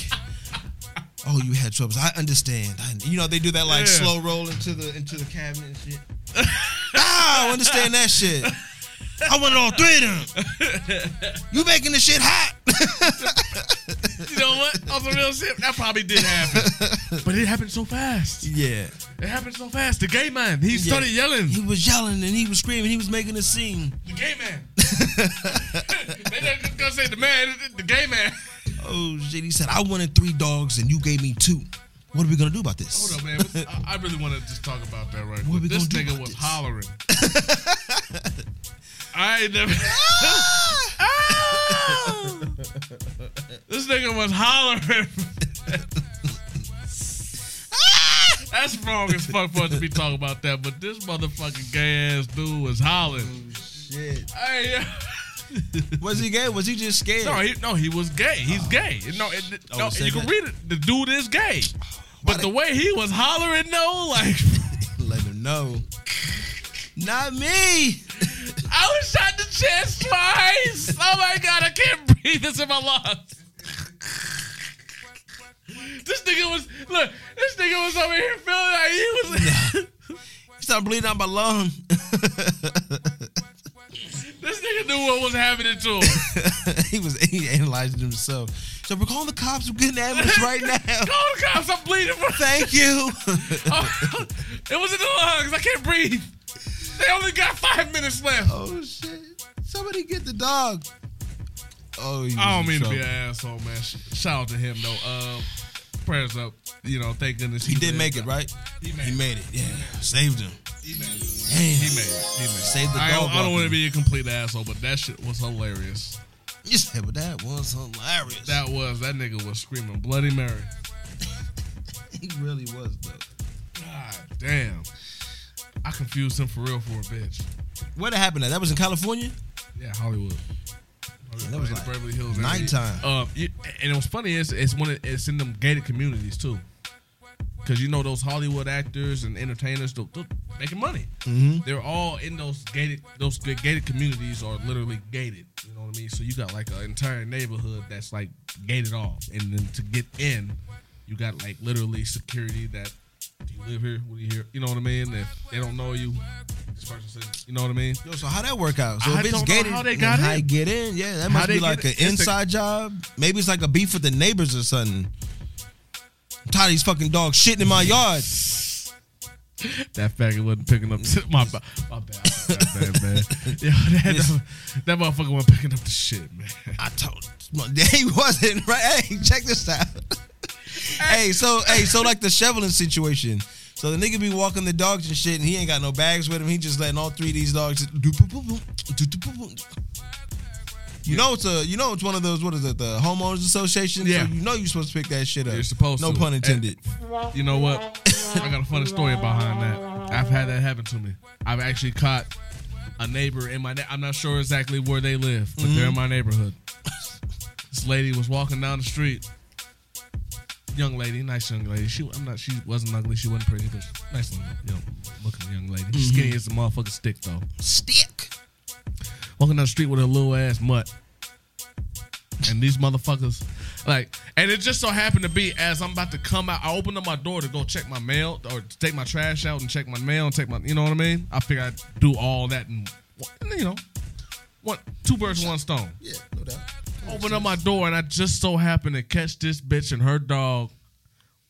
B: oh, you had troubles. I understand. I, you know they do that like
A: Yeah.
B: slow roll into the into the cabinet and shit. [LAUGHS] ah, I understand that shit. I wanted all three of them. You making the shit hot?
A: you know
B: [LAUGHS]
A: what? On some real shit, that probably did happen, but it happened so fast.
B: yeah.
A: It happened so fast. The gay man, he started yelling.
B: [LAUGHS] He was yelling and he was screaming. He was making a scene.
A: The gay man. [LAUGHS] they just gonna say the man, the gay man.
B: Oh shit! He said, "I wanted three dogs and you gave me two. What are we gonna do about this?"
A: Hold on, man. What's- I, I really want to just talk about that right quick.
B: What we
A: This
B: gonna do
A: nigga
B: about
A: was
B: this?
A: hollering.
B: [LAUGHS]
A: I ain't never.
B: Ah!
A: [LAUGHS] this nigga was hollering.
B: Ah!
A: That's wrong as fuck for us to be talking about that, but this motherfucking gay ass dude was hollering.
B: Shit.
A: Hey,
B: Was he gay? Was he just scared?
A: No, he, no, he was gay. He's gay. No, it,
B: Oh,
A: no
B: it says
A: you can
B: that.
A: read it. The dude is gay. But
B: they-
A: the way he was hollering, though, like,
B: Let him know. Not me.
A: I was shot in the chest twice. Oh my God, I can't breathe. This in my lungs. This nigga was, look, this nigga was over here
B: I'm bleeding out my lung. [LAUGHS]
A: This nigga knew what was happening to him.
B: he was he analyzing himself. So we're calling the cops. We're getting the ambulance right
A: [LAUGHS]
B: now.
A: Call the cops. I'm bleeding from
B: [LAUGHS]
A: [LAUGHS]
B: Thank you.
A: it was in the [LAUGHS] lungs. I can't breathe. They only got five minutes left.
B: oh shit! Somebody get the dog. Oh, he was
A: I don't
B: in
A: mean to be
B: trouble.
A: an asshole, man. Sh- Shout out to him though. Uh, prayers up. You know, thank goodness
B: He did
A: lived.
B: make it, right?
A: He made
B: He
A: it.
B: made it. Yeah, saved him.
A: He made it.
B: Damn.
A: He made it. He made it.
B: Saved the
A: I
B: dog
A: don't, I don't
B: walking.
A: want to be a complete asshole, but that shit was hilarious.
B: You said, but that was hilarious.
A: That was that nigga was screaming bloody Mary.
B: he really was though.
A: God damn. I confused him for real for a bitch.
B: Where that happened at? That was in California.
A: Yeah, Hollywood.
B: Yeah, that was
A: In
B: like
A: Beverly Hills.
B: nighttime.
A: Uh, you- and it was funny. It's it's one. Of, it's in them gated communities too. Cause you know those Hollywood actors and entertainers, they're, they're making money.
B: Mm-hmm.
A: They're all in those gated. Those g- gated communities are literally gated. You know what I mean? So you got like an entire neighborhood that's like gated off, and then to get in, you got like literally security that. Do you live here? What do you here? You know what I mean? If they don't know you, this person says, you know what I mean?
B: Yo, so how that work out? So
A: I
B: if it's
A: don't know
B: gated,
A: how they
B: and
A: got
B: how
A: in.
B: you get in? Yeah, that
A: How
B: must
A: they
B: be
A: get
B: like
A: in?
B: an
A: It's a-
B: inside job. Maybe it's like a beef with the neighbors or something. I'm tired of these fucking dogs shitting in my yard.
A: That faggot wasn't picking up [LAUGHS] my ba- my bad, my bad, man. [LAUGHS] Yo, that, that motherfucker wasn't picking up the shit, man. [LAUGHS]
B: I told [LAUGHS] he wasn't right. Hey, check this out. [LAUGHS] hey, so hey, so like the shoveling situation. So the nigga be walking the dogs and shit, and he ain't got no bags with him. He just letting all three of these dogs. do boop, boop, boop, do, do, boop, boop. You know it's a you know it's one of those what is it the homeowners association
A: Yeah.
B: so you know you're supposed to pick that shit up
A: You're supposed
B: no
A: to.
B: pun intended
A: You know what? I got a funny story behind that. I've had that happen to me. I've actually caught a neighbor in my. Ne- I'm not sure exactly where they live, but they're in my neighborhood. This lady was walking down the street. Young lady, nice young lady. She, I'm not. She wasn't ugly. She wasn't pretty, but nice, young- you know, looking young lady. Skinny as a motherfucking stick though.
B: stick
A: walking down the street with a little ass mutt. And these motherfuckers, like, and it just so happened to be as I'm about to come out, I opened up my door to go check my mail or to take my trash out and check my mail and take my, you know what I mean? I figured I'd do all that and, you know, one, two birds, with one stone.
B: yeah no doubt
A: Open up my door and I just so happened to catch this bitch and her dog,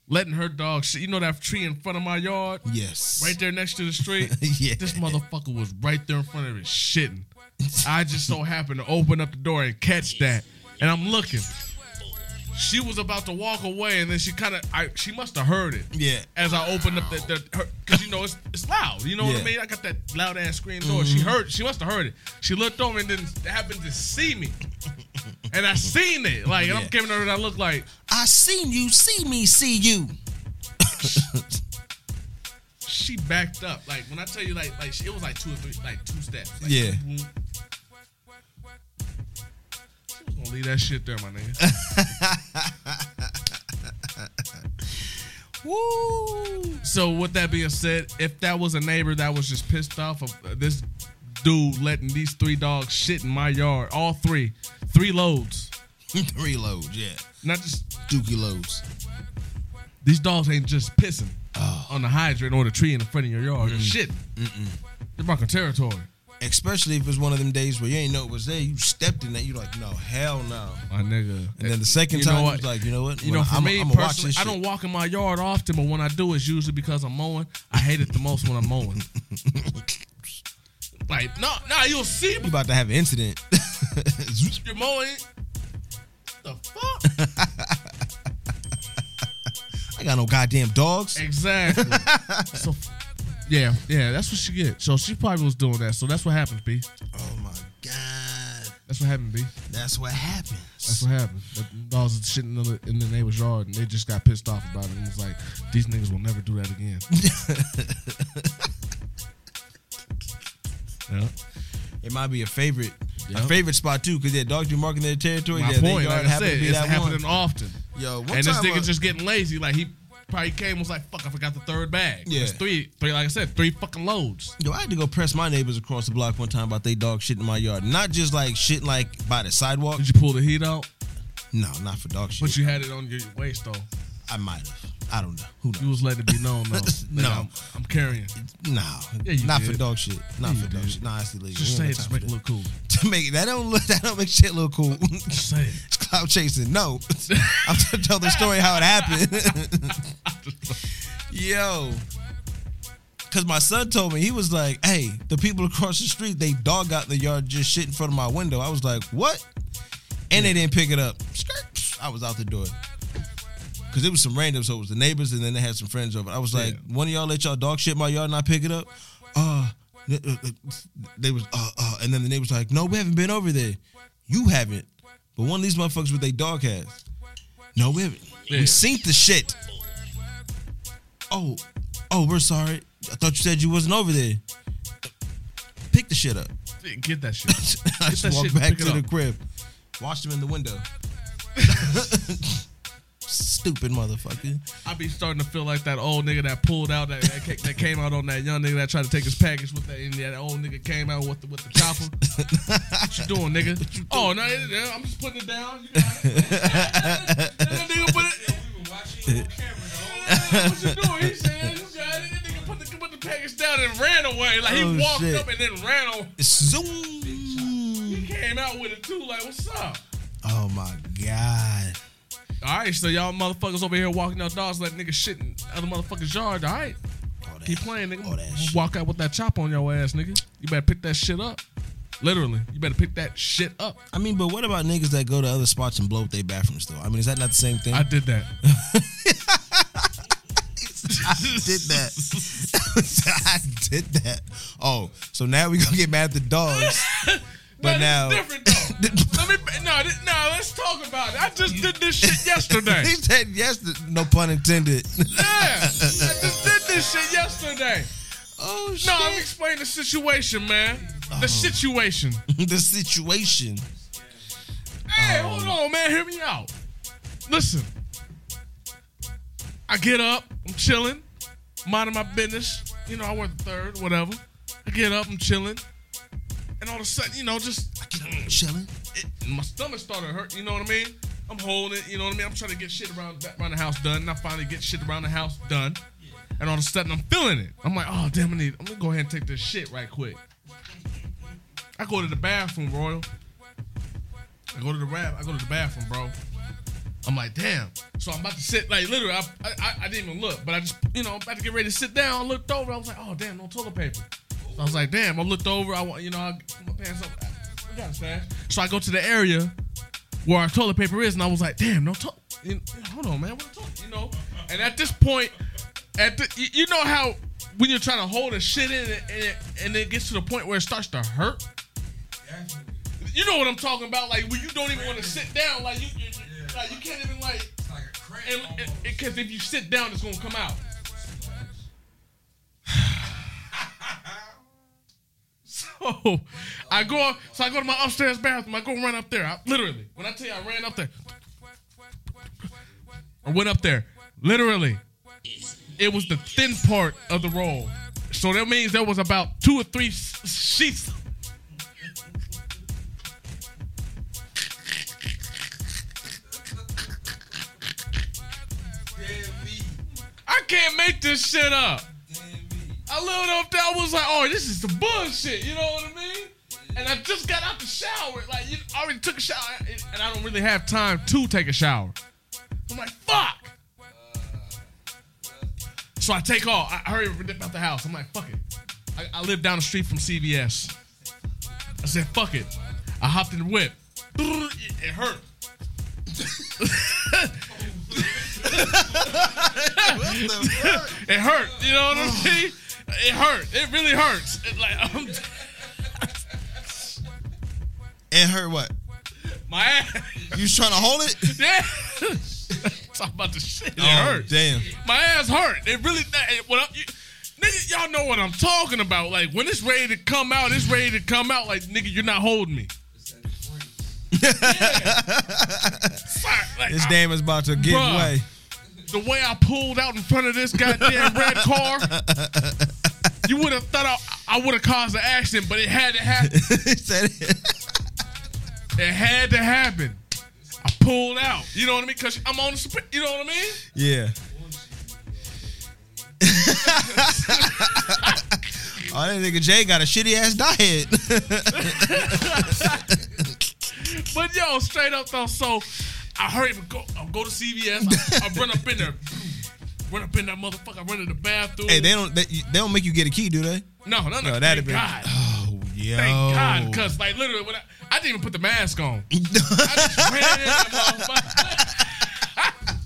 A: letting her dog shit. You know that tree in front of my yard?
B: yes
A: right there next to the street.
B: [LAUGHS] Yeah.
A: This motherfucker was right there in front of it shitting. I just so happened to open up the door and catch that. And I'm looking. She was about to walk away, and then she kind of, I she must have heard it.
B: Yeah.
A: As I opened up the, the because you know it's it's loud. You know what I
B: Yeah. Mm-hmm.
A: mean? I got that loud ass screen door. She heard. She must have heard it. She looked over and didn't happen to see me. And I seen it. Like and
B: Yeah.
A: I'm giving her that look like
B: I seen you see me see you
A: she backed up. Like when I tell you, like like she, it was like two or three, like two steps. Like,
B: Yeah.
A: boom. She was gonna leave that shit there, my [LAUGHS] nigga.
B: woo
A: so with that being said, if that was a neighbor that was just pissed off of uh, this dude letting these three dogs shit in my yard, all three, three loads,
B: [LAUGHS] three loads yeah
A: not just
B: dookie loads
A: these dogs ain't just pissing on the hydrant or the tree in the front of your yard. They're Shit, they're marking territory.
B: especially if it's one of them days where you ain't know it was there. You stepped in that, you're like, no, hell no.
A: My nigga.
B: And then the second
A: You know
B: time, you
A: what?
B: was like, you know what?
A: You know, for me personally, I don't walk in my yard often, but when I do, it's usually because I'm mowing. I hate it the most when I'm [LAUGHS] mowing. like, no, no, you'll see
B: [LAUGHS] You about to have an incident. [LAUGHS]
A: you're mowing. The fuck?
B: I got no goddamn dogs.
A: exactly. [LAUGHS] so, yeah, yeah, that's what she get. So she probably was doing that. So that's what happened, B.
B: Oh my god,
A: That's what happened, B.
B: that's what happens.
A: That's what happened. That dogs was shitting in the, in the neighbor's yard, and they just got pissed off about it. And was like, these niggas will never do that again. [LAUGHS] yeah.
B: it might be a favorite, a
A: Yep.
B: favorite spot too, because yeah, dogs be marking their territory.
A: My
B: yeah, they
A: point,
B: yard
A: like I
B: happen
A: said,
B: to be
A: it's
B: that
A: happening
B: one.
A: often.
B: Yo, one
A: and this
B: time,
A: nigga
B: uh,
A: just getting lazy. Like he probably came and was like, "Fuck, I forgot the third bag."
B: Yeah.
A: It's three, three. Like I said, three fucking loads.
B: Yo, I had to go press my neighbors across the block one time about they dog shit in my yard. Not just like shit like by the sidewalk.
A: Did you pull the heat out?
B: No, not for dog shit.
A: But you had it on your waist though.
B: I might have. I don't know. Who
A: You
B: knows?
A: was letting it be known though. Nigga,
B: [LAUGHS] No.
A: I'm, I'm carrying.
B: Nah,
A: Yeah, you
B: not for
A: did.
B: dog shit. Not
A: Yeah,
B: for
A: you
B: dog
A: did.
B: shit. Nah, that's illegal.
A: Just
B: We
A: say it
B: ain't got
A: to
B: time
A: make
B: for
A: it look cool.
B: that. [LAUGHS] to make that don't look that don't make shit look cool. [LAUGHS]
A: Just say it.
B: It's cloud chasing. No, [LAUGHS] I'm gonna tell the story how it happened. [LAUGHS] Yo, cause my son told me he was like, "Hey, the people across the street they dog out the yard just shit in front of my window." I was like, "What?" And they didn't pick it up. Skirt. I was out the door. Cause it was some random, so it was the neighbors, and then they had some friends over. I was like, "One of y'all let y'all dog shit my yard and I pick it up." Uh, th- th- th- they was uh, uh, and then the neighbors like, "No, we haven't been over there. You haven't." But one of these motherfuckers with their dog has. No, we haven't.
A: Yeah.
B: We seen the shit. Oh, oh, we're sorry. I thought you said you wasn't over there. Pick the shit up.
A: Get that shit.
B: [LAUGHS]
A: [LAUGHS]
B: I
A: that
B: just
A: shit
B: walked
A: and
B: back
A: pick it
B: to the
A: up.
B: crib. Washed him in the window. [LAUGHS] Stupid motherfucker.
A: I be starting to feel like that old nigga that pulled out that that, ca- that came out on that young nigga that tried to take his package with that and that old nigga came out with the, with the chopper. what you doing, nigga? Oh no, it- yeah, I'm just putting it down. You [LAUGHS] got it. that nigga put it.
D: We were watching you on camera the whole
A: "Ah, What you doing? He said, "You got it." That nigga put the, put the package down and ran away. Like he
B: Oh,
A: walked
B: shit.
A: up and then ran away. He
B: Zoom.
A: came out with it too. Like what's up?
B: Oh my god.
A: All right, so y'all motherfuckers over here walking out dogs like niggas shit in other motherfuckers' yard. All right,
B: All that-
A: keep playing, nigga.
B: All that shit.
A: Walk out with that chop on your ass, nigga. You better pick that shit up. Literally, you better pick that shit up.
B: I mean, but what about niggas that go to other spots and blow up their bathrooms though? I mean, is that not the same thing? [LAUGHS]
A: I did that.
B: did
A: [LAUGHS]
B: that. I did that. Oh, so now we gonna get mad at
A: [LAUGHS]
B: the dogs. But
A: Now
B: now
A: this is
B: [LAUGHS]
A: different though. Let me no, this, no. Let's talk about it. I just did this
B: [LAUGHS]
A: shit yesterday.
B: he said yes. No pun intended.
A: yeah, I just did this shit yesterday.
B: oh shit!
A: [LAUGHS] No, I'm explaining the situation, man. The
B: Uh-huh.
A: situation.
B: [LAUGHS] the situation.
A: Hey, hold on, man. Hear me out. Listen, I get up. I'm chilling, minding my business. You know, I work the third, whatever. I get up. I'm chilling, and all of a sudden, you know, just
B: Chilling.
A: it, my stomach started hurt. You know what I mean? I'm holding it. You know what I mean? I'm trying to get shit around around the house done, and I finally get shit around the house done. And all of a sudden, I'm feeling it. I'm like, oh damn, I need. I'm gonna go ahead and take this shit right quick. I go to the bathroom, Royal. I go to the rap. I go to the bathroom, bro. I'm like, damn. So I'm about to sit, like literally, I, I, I- I didn't even look, but I just, you know, I'm about to get ready to sit down. I looked over. I was like, oh damn, no toilet paper. So I was like, damn. I looked over. I want, you know, I put my pants up. I, I got it fast. So I go to the area where our toilet paper is, and I was like, damn, no toilet. Hold on, man. What the toilet? You know. And at this point, at the, you- you know how when you're trying to hold a shit in it, and it, and it gets to the point where it starts to hurt.
D: Definitely.
A: You know what I'm talking about? Like when you don't even want to sit down, like you, you, you- like you can't even like,
D: It's like a cramp almost.
A: because if you sit down, it's gonna come out. [SIGHS] So I go, so I go to my upstairs bathroom. I go run up there. I, literally, when I tell you I ran up there, I went up there. Literally, it was the thin part of the roll. So that means there was about two or three s- sheets
D: Damn me.
A: I can't make this shit up.
D: Damn me.
A: I looked up there. I was like, oh, this is some bullshit. You know what I mean? And I just got out the shower. Like, you I already took a shower, and- and I don't really have time to take a shower. I'm like, fuck. So I take off. I I hurry up and dip out the house. I'm like, fuck it. I, I live down the street from CVS. I said, fuck it. I hopped in the whip. It, it hurt. It hurt. You know what I mean? It hurt. It really hurts. It, like I'm,
B: And her what?
A: my ass. [LAUGHS]
B: You was trying to hold it?
A: Yeah. Talk about the shit. It hurt.
B: Oh, Damn.
A: My ass hurt. It really. It, what I- you, nigga, y'all know what I'm talking about. Like when it's ready to come out, it's ready to come out. Like nigga, you're not holding me.
D: It's that cramp.
A: Fuck, Like,
B: This
A: I-
B: damn is about to give
A: Bruh.
B: [LAUGHS] way.
A: the way I pulled out in front of this goddamn red
B: [LAUGHS]
A: car, you would have thought I, I would have caused an accident, but it had to happen.
B: He said it.
A: It had to happen. I pulled out. You know what I mean? Because I'm on the, sup- you know what I mean?
B: Yeah. [LAUGHS] oh, that nigga Jay got a shitty ass diet. [LAUGHS]
A: But yo, straight up though, so I hurry up and go, I go to CVS.
B: [LAUGHS]
A: I, I run up in there, run up in that motherfucker. I run in the bathroom.
B: hey, they don't they, they don't make you get a key, do they?
A: no, no, no.
B: Yo,
A: thank
B: that'd been.
A: God.
B: Oh, yo.
A: Thank God, because like literally, when I, I didn't even put the mask
B: [LAUGHS]
A: on. I just ran in that motherfucker.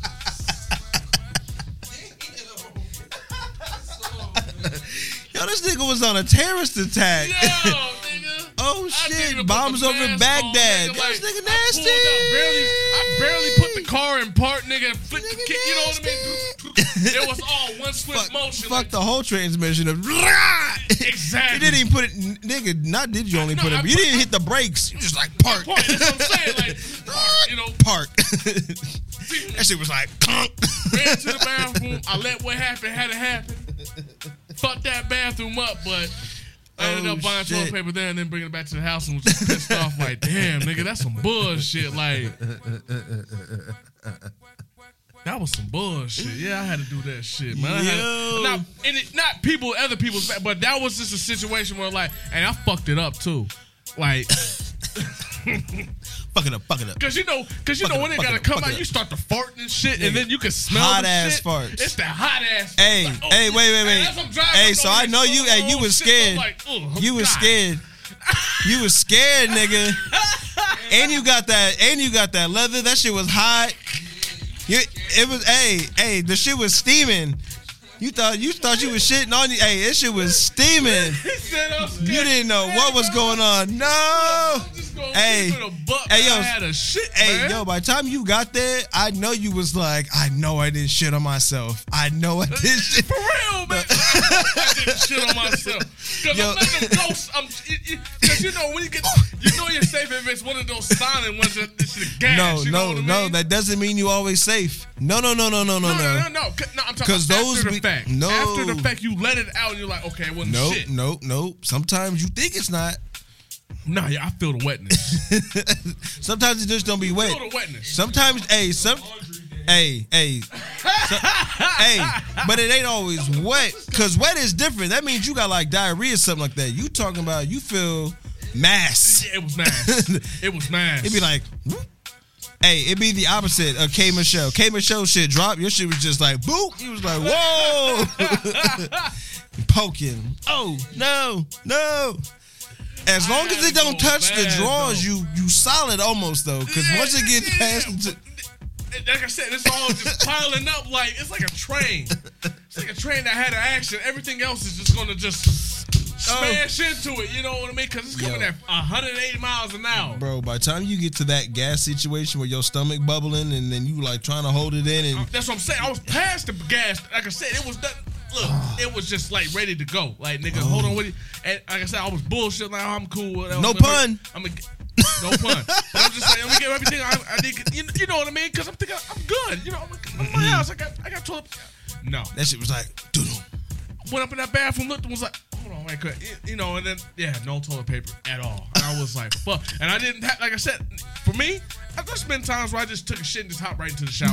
B: Yo, this nigga was on a terrorist attack.
A: Yo, nigga.
B: [LAUGHS] Oh
A: I didn't even
B: shit!
A: put
B: Bombs
A: the
B: over
A: mask on,
B: Baghdad.
A: nigga,
B: Yo, this
A: like,
B: nigga
A: I
B: nasty.
A: pulled up, barely- I barely put the car in park, nigga, and flicked the
B: Nigga
A: kick. You know what I mean?
B: nasty.
A: It was all one swift
B: Fuck,
A: motion.
B: fuck
A: like,
B: the whole transmission of. [LAUGHS]
A: Exactly.
B: You didn't even put it, nigga. Not did you only
A: No,
B: put
A: I
B: it? You
A: put-
B: didn't hit the brakes. You just like park.
A: point. That's what I'm saying.
B: [LAUGHS]
A: Like, park, you know,
B: park. [LAUGHS] that shit was like clunk.
A: ran to the bathroom. I let what happened had it happen. Fucked that bathroom up, but I ended
B: Oh,
A: up buying toilet
B: shit.
A: paper there and then bringing it back to the house and was just pissed off. Like, damn, nigga, that's some bullshit. Like, that was some bullshit. Yeah, I had to do that shit, man. I had to,
B: Yo.
A: not, and it, not people, other people's, bad, but that was just a situation where, like, and I fucked it up too. Like,
B: [LAUGHS] fuck it up. Fuck it up.
A: Cause you know, cause you
B: Fuck
A: know
B: it
A: when
B: up,
A: it
B: fuck
A: gotta
B: it up,
A: come
B: fuck it
A: out,
B: up.
A: you start to fart and shit,
B: Nigga,
A: and then you can smell
B: hot
A: the
B: ass
A: shit.
B: farts.
A: It's that hot ass.
B: Hey,
A: like, oh,
B: hey, wait, wait,
A: and
B: wait.
A: as I'm driving,
B: Hey,
A: I'm
B: so
A: over
B: I
A: here
B: know you.
A: smelling
B: Hey, you
A: all
B: was
A: shit, so I'm
B: scared.
A: like, oh,
B: You was
A: God.
B: scared. You was scared,
A: [LAUGHS]
B: nigga. And you got that. And you got that leather. That shit was hot. You, it was. Hey, hey, the shit was steaming. You thought you thought you was shitting on you. Hey, this shit was steaming.
A: He said, I'm scared.
B: You didn't know what was going on. No.
A: I'm just gonna hey,
B: Hey,
A: the butt,
B: hey,
A: hey, yo, I
B: yo,
A: had a shit,
B: Hey,
A: man.
B: yo, by the time you got there, I know you was like, I know I didn't shit on myself. I know I
A: [LAUGHS]
B: did shit.
A: For real,
B: [LAUGHS]
A: man. I did shit on myself. Cause
B: Yo.
A: I'm letting them ghosts. I'm, it, it, Cause you know when you get, you know you're safe if it's one of those silent ones. That, it's the gas.
B: No,
A: you know
B: no,
A: what I
B: no.
A: mean?
B: That doesn't mean you always safe. No, no, no, no, no, no,
A: No, no, no,
B: no.
A: no. no. 'Cause- no I'm talking
B: 'Cause
A: about
B: those
A: after the
B: be-
A: fact.
B: no.
A: After the fact, you let it out and you're like, okay, it wasn't
B: Nope,
A: shit.
B: nope, nope. Sometimes you think it's not.
A: Nah, yeah, I feel the
B: [LAUGHS]
A: wetness.
B: Sometimes it just don't be wet.
A: feel the wetness.
B: Sometimes, hey, some, hey, hey, so- hey. But it ain't always wet, cause wet is different. That means you got like diarrhea or something like that. You talking about you feel mass.
A: Yeah, it was
B: [LAUGHS]
A: nice. it was nice.
B: It'd be like, whoop. hey, it'd be the opposite of K Michelle. K Michelle shit drop. Your shit was just like, boop. You was like,
A: [LAUGHS]
B: whoa. Poking. Oh, no, no. As long as it don't
A: That's so
B: touch the
A: bad,
B: drawers,
A: though.
B: you you solid almost though. Cause
A: Yeah,
B: once it gets
A: yeah,
B: past
A: yeah.
B: the t-
A: like I said, it's all just piling up. Like it's like a train. It's like a train that had an action. Everything else is just gonna just
B: Oh.
A: smash into it. You know what I mean? Because it's coming
B: Yo.
A: at 180 miles an hour.
B: Bro, by the time you get to that gas situation where your stomach bubbling and then you like trying to hold it in and
A: That's what I'm saying. I was past the gas. Like I said, it was done. Look, it was just like ready to go. Like nigga, hold on with it. And like I said, I was bullshit. Like oh, I'm cool. Whatever.
B: No pun.
A: I'm a, no pun. But I'm just saying, let me get everything. I, I think you, you know what I mean? Because I'm thinking I'm good. You know, I'm, I'm in my house. I got I got toilet. No,
B: that shit was like, doodle.
A: went up in that bathroom, looked, and was like, hold on, wait, quick. you know, and then yeah, no toilet paper at all. And I was like, fuck. And I didn't have, like I said, for me, I've just been times where I just took a shit and just hopped right into the
B: [LAUGHS]
A: shower.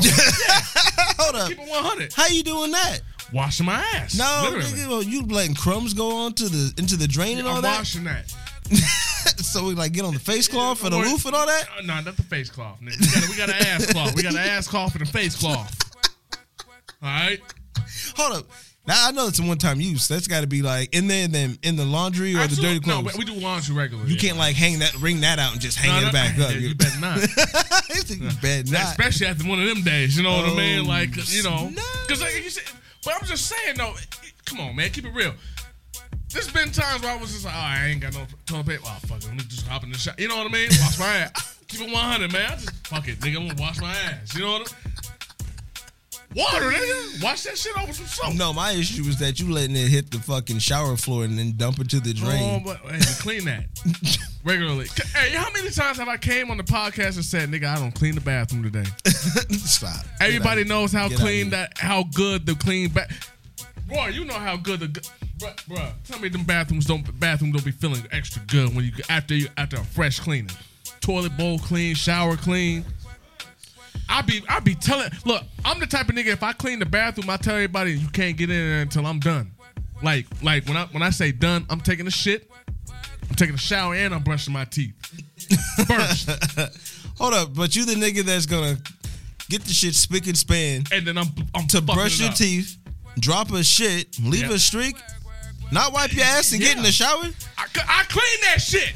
B: Hold up.
A: Keep it 100.
B: How you doing that?
A: Washing my ass.
B: No,
A: literally.
B: nigga, well, you letting crumbs go on to the into the drain and all
A: I'm
B: that.
A: washing that.
B: [LAUGHS] so we like get on the face cloth for the
A: Or-
B: roof and all that.
A: Uh, No, not the face cloth. Nigga. We, got, we got an ass cloth. We got an ass cloth and a face cloth. All right.
B: Hold up. Now I know it's a one time use. That's got to be like in there, and then in the laundry or the dirty
A: Absolute-
B: clothes.
A: No, we, we do laundry regularly.
B: you can't like hang that, ring that out, and just hang
A: No, no,
B: it back up.
A: yeah,
B: [LAUGHS]
A: You better not.
B: you better not.
A: Especially after one of them days, you know what I mean?
B: Oh,
A: Like, you know,
B: snap.
A: because like you said, but I'm just saying though. it- it- Come on, man, keep it real. There's been times where I was just like, oh, I ain't got no toilet paper. Oh, fuck it, let me just hop in the shower. You know what I mean? Wash my ass. [LAUGHS] Keep it 100, man. I just fuck it, nigga. I'm gonna wash my ass. You know what I mean? Water, nigga. Wash that shit over some soap.
B: No, my issue was that you letting it hit the fucking shower floor and then dump it to the
A: Oh,
B: drain.
A: but hey, we clean
B: [LAUGHS]
A: that regularly. C- Hey, how many times have I came on the podcast and said, nigga, I don't clean the bathroom today?
B: [LAUGHS] Stop.
A: Everybody
B: Get out.
A: knows how
B: Get out of
A: clean
B: here.
A: that, how good the clean back. Boy, you know how good the, g- bruh, bruh. Tell me them bathrooms don't bathroom don't be feeling extra good when you after you after a fresh cleaning, toilet bowl clean, shower clean. I be I be telling look, I'm the type of nigga if I clean the bathroom, I tell everybody you can't get in there until I'm done. Like like when I when I say done, I'm taking a shit, I'm taking a shower and I'm brushing my teeth. [LAUGHS] First.
B: Hold up, but you the nigga that's gonna get the shit spick and span
A: and then I'm I'm
B: to
A: fucking
B: brush
A: it
B: your
A: up.
B: teeth, drop a shit, leave
A: Yeah.
B: a streak, not wipe your ass and get in
A: Yeah.
B: the shower.
A: I, c- I clean that shit.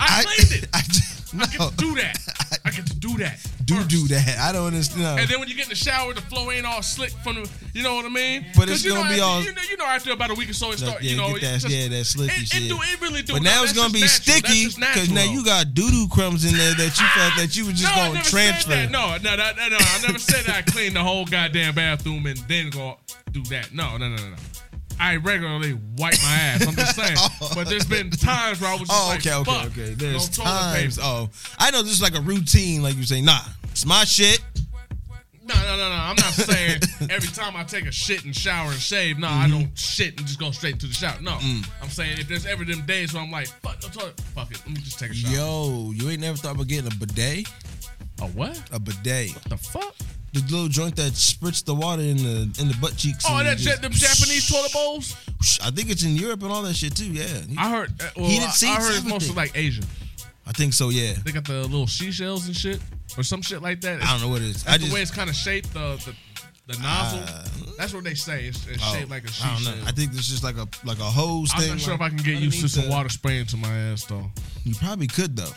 A: I, cleaned it. I,
B: [LAUGHS] I just- no.
A: can do that. I can do that.
B: do
A: first.
B: do that. I don't understand.
A: And then when you get in the shower, the flow ain't all slick from the, you know what I mean?
B: But it's
A: 'Cause you
B: gonna
A: know,
B: be
A: after-
B: all-
A: You know, you know, after about a week or so, it start.
B: yeah,
A: you know,
B: get
A: it
B: that- yeah, that slicky
A: it,
B: shit.
A: It, do, it really do.
B: but
A: No,
B: now it's
A: that's
B: gonna be
A: just natural. That's
B: sticky
A: just natural,
B: because now
A: though.
B: you got doo doo crumbs in
A: [LAUGHS]
B: there that you felt that you were just
A: no, I
B: gonna
A: never
B: transfer.
A: Said that. No, no, no, no, no. I never said that I cleaned the whole goddamn bathroom and then go do that. No, no, no, no. no. I regularly wipe my ass. I'm just saying.
B: [LAUGHS] Oh.
A: But there's been times where I was just
B: Oh,
A: like,
B: okay, okay,
A: fuck,
B: okay. There's
A: no toilet
B: times.
A: paper.
B: Oh, I know this is like a routine. Like you say, nah, it's my shit.
A: No, no, no, no. I'm not saying every time I take a shit and shower and shave. No,
B: Mm-hmm.
A: I don't shit and just go straight into the shower. No,
B: Mm.
A: I'm saying if there's ever them days where I'm like, fuck no toilet, fuck it, let me just take a shower.
B: Yo, you ain't never thought about getting a bidet?
A: A what?
B: A bidet,
A: The fuck?
B: the little joint that spritz the water in the in the butt cheeks.
A: Oh,
B: and
A: that
B: you
A: jet,
B: just-
A: them Japanese toilet bowls.
B: I think it's in Europe and all that shit too. Yeah,
A: I heard. uh, Well,
B: Heated
A: I,
B: seats,
A: I heard it's mostly
B: everything.
A: like Asian.
B: I think so. Yeah,
A: They got the little seashells and shit, or some shit like that.
B: I don't know what it is.
A: That's the
B: I just Uh,
A: way it's kind of shaped. The the, the nozzle. That's what they say. It's, it's
B: oh,
A: shaped like a
B: I don't
A: seashell.
B: know. I think it's just like a like a hose
A: I'm
B: thing.
A: not sure if I
B: like,
A: can get used to
B: underneath
A: some
B: the-
A: water spraying to my ass though.
B: You probably could though.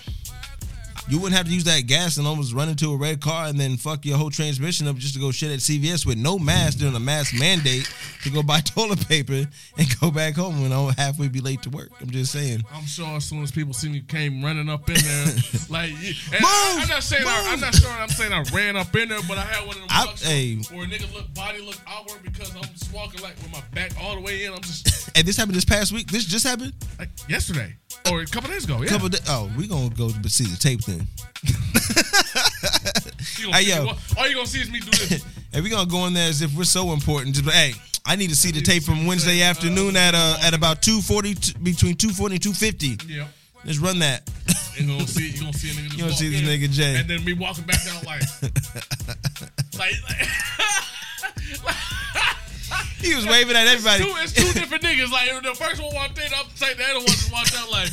B: You wouldn't have to use that gas and almost run into a red car and then fuck your whole transmission up just to go shit at CVS with no mask during a mask mandate to go buy [LAUGHS] toilet paper and go back home and I'll halfway be late to work. I'm just saying.
A: I'm sure as soon as people seen you came running up in
B: [LAUGHS]
A: there, like you- and I,
B: Move!
A: am not saying I, I'm
B: Move!
A: not sure. I'm saying I ran up in there, but I had one of them
B: I-
A: looks
B: hey.
A: where a nigga look body look outward because I'm just walking like with my back all the way in. I'm
B: [LAUGHS]
A: just
B: And this happened this past week. This just happened
A: like yesterday or a couple days ago. Yeah,
B: a couple days. Oh, we gonna go to see the tape then.
A: You gonna
B: Hey,
A: see
B: yo.
A: me walk- all you gonna see is me do
B: [LAUGHS]
A: this.
B: And we gonna go in there as if we're so important. Just be like, hey, I need to see the tape from Wednesday afternoon at uh at about two forty between two forty and two fifty.
A: yeah.
B: Let's run that. [LAUGHS]
A: And you gonna see you gonna see a nigga just
B: You gonna
A: walk
B: see this
A: in,
B: nigga Jay.
A: and then me walking back down
B: [LAUGHS]
A: like like, like
B: He was waving at everybody.
A: two, it's two different niggas. Like the first one walked in, I'm saying the other one just walked out like.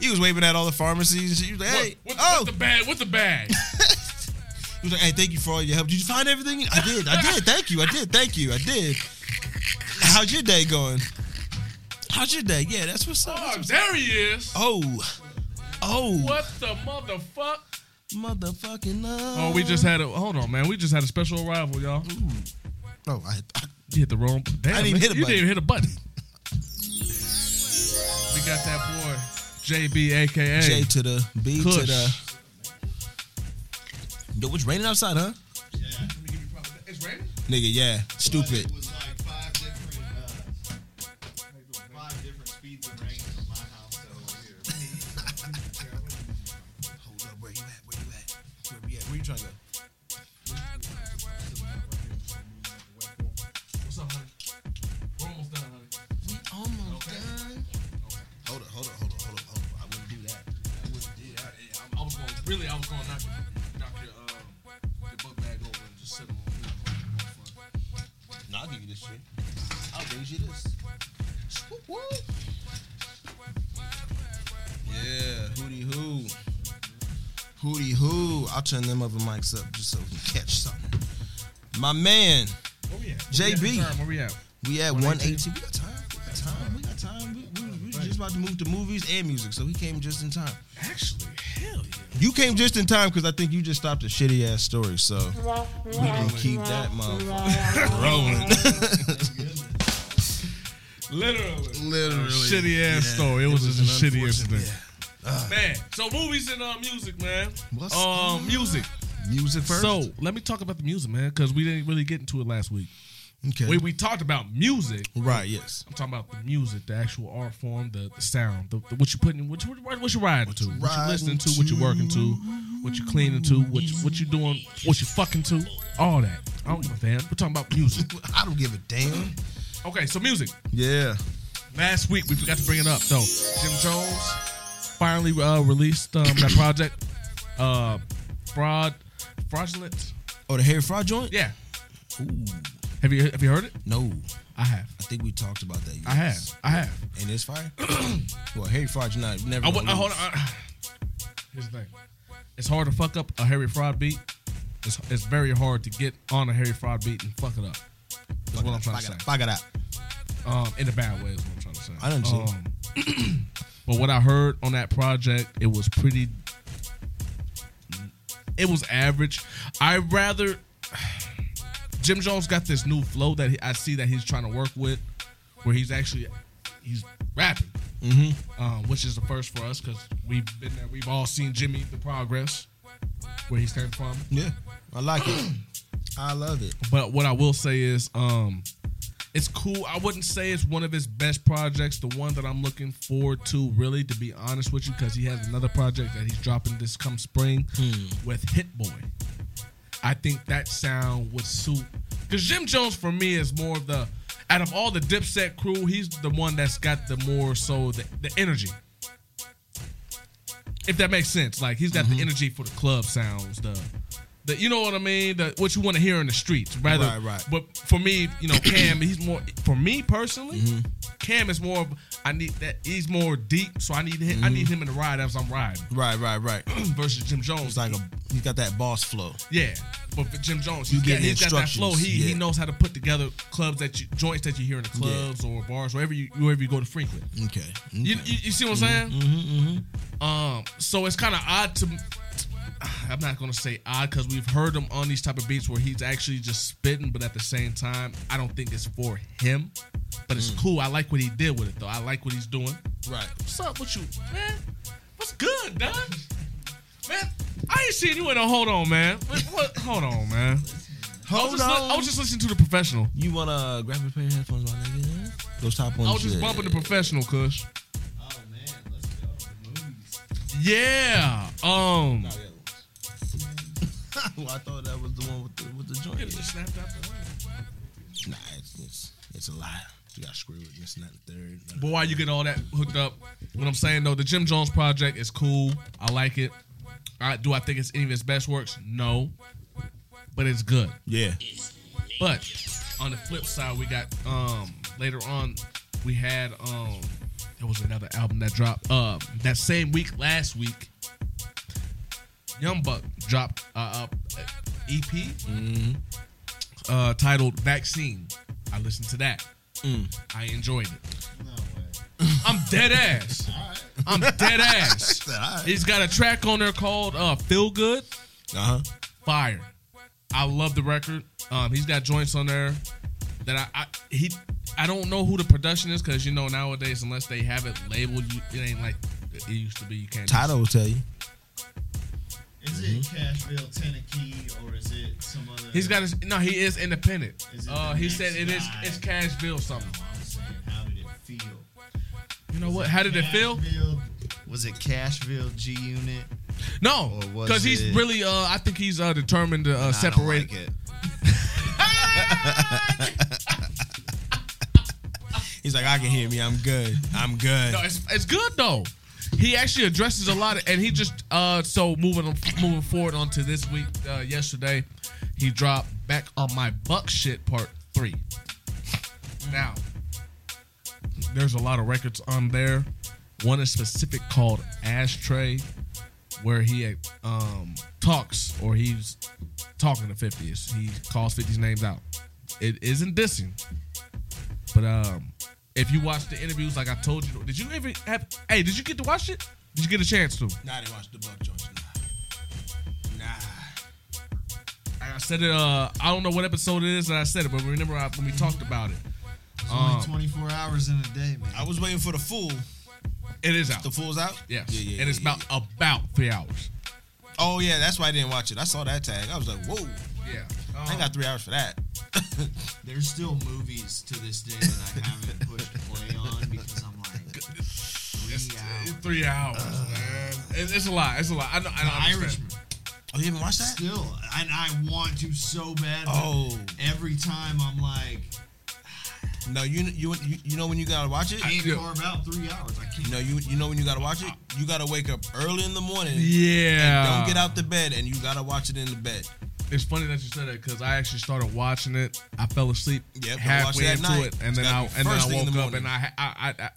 B: He was waving at all the pharmacies. and shit. He was like,
A: What-
B: "Hey,
A: what,
B: oh!"
A: what the bag? What the
B: [LAUGHS]
A: bag?
B: he was like, "Hey, thank you for all your help. Did you find everything? I did. I did. Thank you. I did. Thank you. I did. How's your day going? How's your day? Yeah, that's what's up.
A: oh,
B: That's what's-
A: there he is.
B: Oh, oh,
A: What the motherfuck?
B: motherfucking love.
A: Oh, we just had a hold on, man. We just had a special arrival, y'all.
B: Oh, I, I,
A: You hit the wrong. Damn,
B: I didn't even
A: man,
B: hit a
A: you
B: button.
A: didn't even hit a button. we got that boy, JB, aka
B: J to the B to
A: Kush.
B: the. Yo, it's raining outside, huh?
A: It's raining.
B: Nigga, yeah, stupid.
D: It was like five different, uh,
B: uh,
D: five different speeds of rain from my house to over here.
B: [LAUGHS] Hold up, where you at? Where you at? Where we at? Where you trying to go?
A: What's up, honey? We're almost done, honey.
B: We almost done. Hold up, hold up, hold up, hold up, hold up. I wouldn't do that.
A: I wouldn't do that. Yeah, I, I was going. Really, I was going to knock, your- knock your, uh, your book bag over and just sit them on. the floor.
B: No, I'll give you this shit. I'll raise you this. Whoop, whoop. Yeah, hootie hoo. Hootie hoo. I'll turn them other mics up just so we can catch something. My man,
A: Where we at? Where
B: JB.
A: we at? Where we at?
B: we at
A: 118.
B: 118. We got time. We got time. We got time. We, we, we was just about to move to movies and music, so we came just in time.
A: Actually, hell yeah.
B: You came just in time because I think you just stopped a shitty ass story, so we can keep that motherfucker rolling.
A: Literally.
B: Literally.
A: Shitty ass story. It was just a
B: an
A: shitty
B: unfortunate-
A: incident. Man, so movies and uh, music, man.
B: What's
A: um, music.
B: yeah. Music first.
A: So let me talk about the music, man, because we didn't really get into it last week.
B: okay.
A: We we talked about music.
B: right, yes.
A: I'm talking about the music, the actual art form, the, the sound, the, the- what you putting, what you what you riding to, what you
B: riding
A: listening to, what you working to, what you cleaning to, what you, what you doing, what you fucking to, all that. I don't give a damn. We're talking about music.
B: I don't give a damn.
A: Okay, so music.
B: Yeah.
A: Last week we forgot to bring it up though. Jim Jones finally uh, released um, that project, uh, fraud, fraudulent.
B: Oh, the Harry Fraud joint?
A: Yeah.
B: Ooh,
A: Have you have you heard it?
B: no,
A: I have.
B: I think we talked about that.
A: I have.
B: yes.
A: I have.
B: And it's fire. [CLEARS THROAT] well, Harry Fraud's not never.
A: I,
B: gonna
A: would- I hold on.
B: lose.
A: I- here's the thing. It's hard to fuck up a Harry Fraud beat. It's, it's very hard to get on a Harry Fraud beat and fuck it up. That's what
B: Fuck it
A: I'm
B: up,
A: trying
B: fuck
A: to
B: it
A: say.
B: up, Fuck it up.
A: Um, in a bad way is what I'm trying to say.
B: I didn't see it.
A: Um, [CLEARS THROAT] but what I heard on that project, it was pretty. It was average. I rather. [SIGHS] Jim Jones got this new flow that he, I see that he's trying to work with, where he's actually he's rapping, mm-hmm. um, which is the first for us because we've been there. We've all seen Jimmy the progress where he's came from.
B: Yeah, I like it. [CLEARS THROAT] I love it.
A: But what I will say is, um, it's cool. I wouldn't say it's one of his best projects. The one that I'm looking forward to, really, to be honest with you, because he has another project that he's dropping this come spring with Hit Boy. I think that sound would suit. Because Jim Jones for me is more of the, out of all the Dipset crew, he's the one that's got the more so the, the energy. If that makes sense, like he's got
B: Mm-hmm.
A: the energy for the club sounds, the, the you know what I mean, the what you want to hear in the streets, rather.
B: Right, right.
A: But for me, you know, Cam, he's more for me personally.
B: Mm-hmm.
A: Cam is more. of- I need that. He's more deep, so I need him.
B: Mm-hmm.
A: I need him in the ride as I'm riding.
B: Right, right, right.
A: Versus Jim Jones,
B: [CLEARS THROAT] It's like a he's got that boss flow.
A: yeah, but for Jim Jones,
B: You
A: he's, got,
B: getting
A: he's got that flow. He
B: instructions,
A: he
B: yeah.
A: knows how to put together clubs that you joints that you hear in the clubs or bars wherever you wherever you go to frequent.
B: Okay. Mm-hmm,
A: You, you, you see what I'm saying? Um, so it's kind of odd to. [SIGHS] I'm not gonna say odd because we've heard him on these type of beats where he's actually just spitting, but at the same time, I don't think it's for him. But it's
B: Mm.
A: cool. I like what he did with it though. I like what he's doing.
B: Right.
A: What's up with you, man? What's good, Don? Man, I ain't seen you in a hold on, man. What, what- hold on, man. I was,
B: Hold
A: just li- I
B: on.
A: was just listening to the professional.
B: you wanna grab a pair of headphones, my nigga? Those top ones.
A: I was just
B: yeah.
A: bumping the professional, Kush.
D: Oh man, let's go. The movies.
A: Yeah. Um.
B: Not the other ones. [LAUGHS] well, I thought that was the one with the with the joint. Nah, it's it's, it's a lie. You got screwed. It's not the third. Nah.
A: But while you get all that hooked up, what I'm saying though, the Jim Jones project is cool. I like it. I, do I think it's any of his best works? No, but it's good.
B: Yeah.
A: But on the flip side, we got um later on we had um there was another album that dropped uh that same week last week. Young Buck dropped uh, uh EP uh titled Vaccine. I listened to that. I enjoyed it.
D: No way.
A: I'm dead
D: [LAUGHS]
A: ass.
D: Alright.
A: I'm dead ass.
B: Uh
A: He's got a track on there called uh Feel Good
B: huh.
A: fire. I love the record. Um, he's got joints on there that I, I he I don't know who the production is because you know nowadays unless they have it labeled, you, it ain't like it used to be. You can't. just-
B: Title will tell you.
D: Is it Cashville, Tennessee, or is it some other?
A: Mm-hmm. He's got his no. He is independent.
D: Is it
A: Uh,
D: the
A: he
D: next
A: said it is.
D: guy?
A: It's Cashville something.
D: No, I'm saying, how did it feel?
A: You know what? How did it feel?
D: Cashville- Was it Cashville G Unit?
A: No,
D: Or was
A: because he's
D: it-
A: really. Uh, I think he's uh, determined to uh, separate.
D: it.
B: He's like, I can hear me. I'm good. I'm good.
A: No, it's, it's good though. He actually addresses a lot, of, and he just uh so moving moving forward onto this week. Uh, yesterday, he dropped back on my buck shit part three. Now, there's a lot of records on there. One is specific called Ashtray, where he um talks or he's talking to 50s. He calls 50s names out. It isn't dissing, but um, if you watch the interviews, like I told you, did you ever have? Hey, did you get to watch it? Did you get a chance to?
B: Nah, they watch the Buck Jones. Nah. Nah.
A: I said it. Uh, I don't know what episode it is that I said it, but remember I, when we talked about it,
D: There's
A: Um,
D: only 24 hours in a day, man.
B: I was waiting for the fool.
A: it is out.
B: The fool's out.
A: Yes,
B: Yeah, yeah.
A: and it's
B: yeah,
A: about about three hours.
B: yeah. Oh yeah, that's why I didn't watch it. I saw that tag. I was like, whoa.
A: Yeah,
B: I ain't got three hours for that. [LAUGHS]
D: There's still movies to this day that I haven't pushed play on because I'm
A: [LAUGHS]
D: like,
A: it's,
D: three hours.
A: it's three hours, man. It's, it's a lot. It's a lot. I know. I know I
D: The
A: understand.
D: Irishman.
B: Oh, you haven't watched that?
D: Still, and I want to so bad. but
B: Oh.
D: Every time I'm like,
B: No, you you you, you know when you gotta watch it.
D: I
A: Yeah.
D: can't carve out three hours. I can't.
B: You know you you know when you gotta watch it. You gotta wake up early in the morning.
A: Uh. Yeah.
B: Don't get out the bed, and you gotta watch it in the bed.
A: It's funny that you said that because I actually started watching it. I fell asleep
B: Yep, don't watch
A: halfway
B: it at
A: into
B: night.
A: it, and
B: It's
A: then
B: gotta
A: I
B: be
A: and then I
B: first thing in
A: woke
B: the
A: up and
B: morning.
A: I I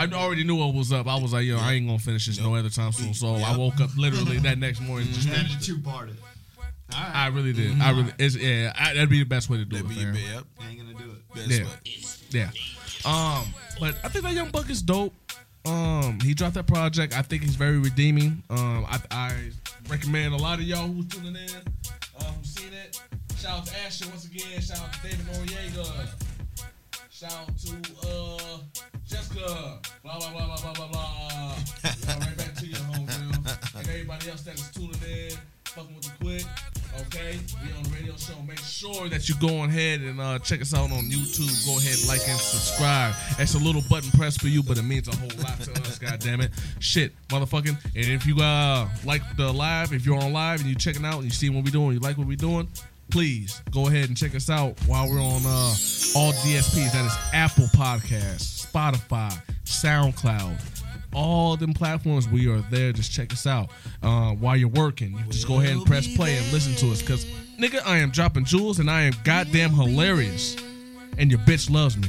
A: I, I, I already knew what was up. I was like, yo, I ain't gonna finish this no other time soon. So I
B: Yep. Mm-hmm.
A: woke up literally that next morning. and Just
D: And
A: finished
D: a
A: it.
D: two parted. All right.
A: I really did. I really. It's, yeah, I, that'd be the best way to do
B: That'd
A: it.
B: be your
A: fam.
B: bed. Yep.
D: I ain't gonna do it.
B: That's
A: Yeah.
B: what-
A: Yeah. Um, but I think that young buck is dope. Um, he dropped that project. I think he's very redeeming. Um, I, I recommend a lot of y'all who's tuning in, uh, who seen it. Shout out to Asher once again. Shout out to David Noriega. Shout out to uh, Jessica. Blah blah blah blah blah blah blah. Y'all right back to your home, girl. And everybody else that is tuning in, fucking with the quick. Okay, we on the radio show. Make sure that you go on ahead and uh, check us out on YouTube. Go ahead, like and subscribe. That's a little button press for you, but it means a whole lot to us. God damn it, shit, motherfucking. And if you uh like the live, if you're on live and you checking out and you see what we doing, you like what we doing, please go ahead and check us out while we're on uh, all DSPs. That is Apple Podcasts, Spotify, SoundCloud, all them platforms. We are there. Just check us out uh, while you're working. You just go ahead and press play and listen to us, cause nigga, I am dropping jewels and I am goddamn hilarious, and your bitch loves me.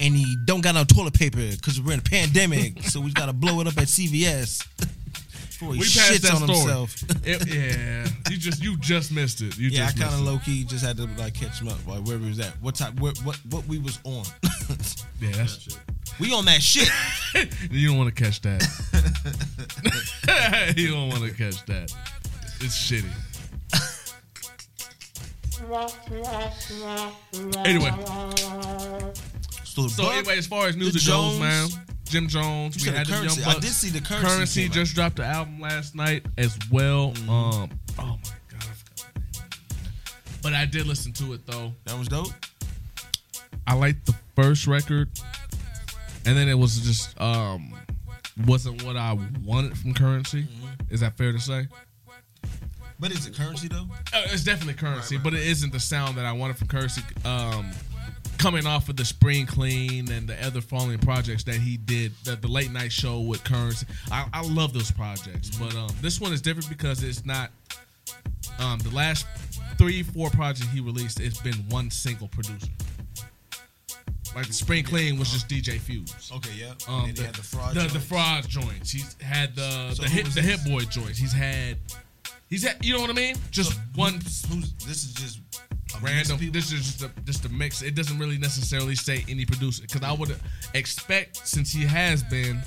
B: And he don't got no toilet paper because we're in a pandemic, so we gotta blow it up at [LAUGHS] CVS. Before he
A: We passed
B: shits
A: that
B: on
A: story. [LAUGHS]
B: himself.
A: It- yeah, you just you just missed it. You
B: Yeah, I
A: just
B: kind of
A: missed it.
B: low key just had to like catch him up, like where we was at, what type, what what, what we was on. [LAUGHS]
A: Yeah, that's
B: we on that shit.
A: you don't want to catch that. [LAUGHS] you don't want to catch that. It's shitty. anyway,
B: So,
A: [LAUGHS]
B: the
A: so
B: Buck-
A: anyway, as far as music goes,
B: Jones.
A: man, Jim Jones,
B: You said the
A: this
B: currency.
A: Young
B: I
A: Bucks.
B: did see the currency.
A: Currency
B: came out. Mm-hmm.
A: just dropped the album last night as well. Um, oh my god, I forgot the name. But I did listen to it though.
B: that was dope.
A: I liked the first record, and then it was just um wasn't what I wanted from Currency.
B: Mm-hmm.
A: Is that fair to say?
B: But is it currency though?
A: Uh, it's definitely Currency, but it isn't the sound that I wanted from Currency. Um, coming off of the Spring Clean and the other following projects that he did, the, the late night show with Currency, I, I love those projects. But um, this one is different because it's not. Um, the last three, four projects he released, it's been one single producer. Like the Spring Clean was just DJ Fuse.
B: Okay, yeah. And
A: Um,
B: then they had the fraud.
A: The, the
B: joints.
A: fraud joints. He's had the
B: So
A: the
B: who
A: hit
B: was
A: the
B: this?
A: hit boy joints. He's had he's had you know what I mean? Just
B: So
A: one
B: Who's, who's this? Is just a mix of
A: random.
B: people?
A: This is just a, just a mix. It doesn't really necessarily say any producer because I would expect since he has been,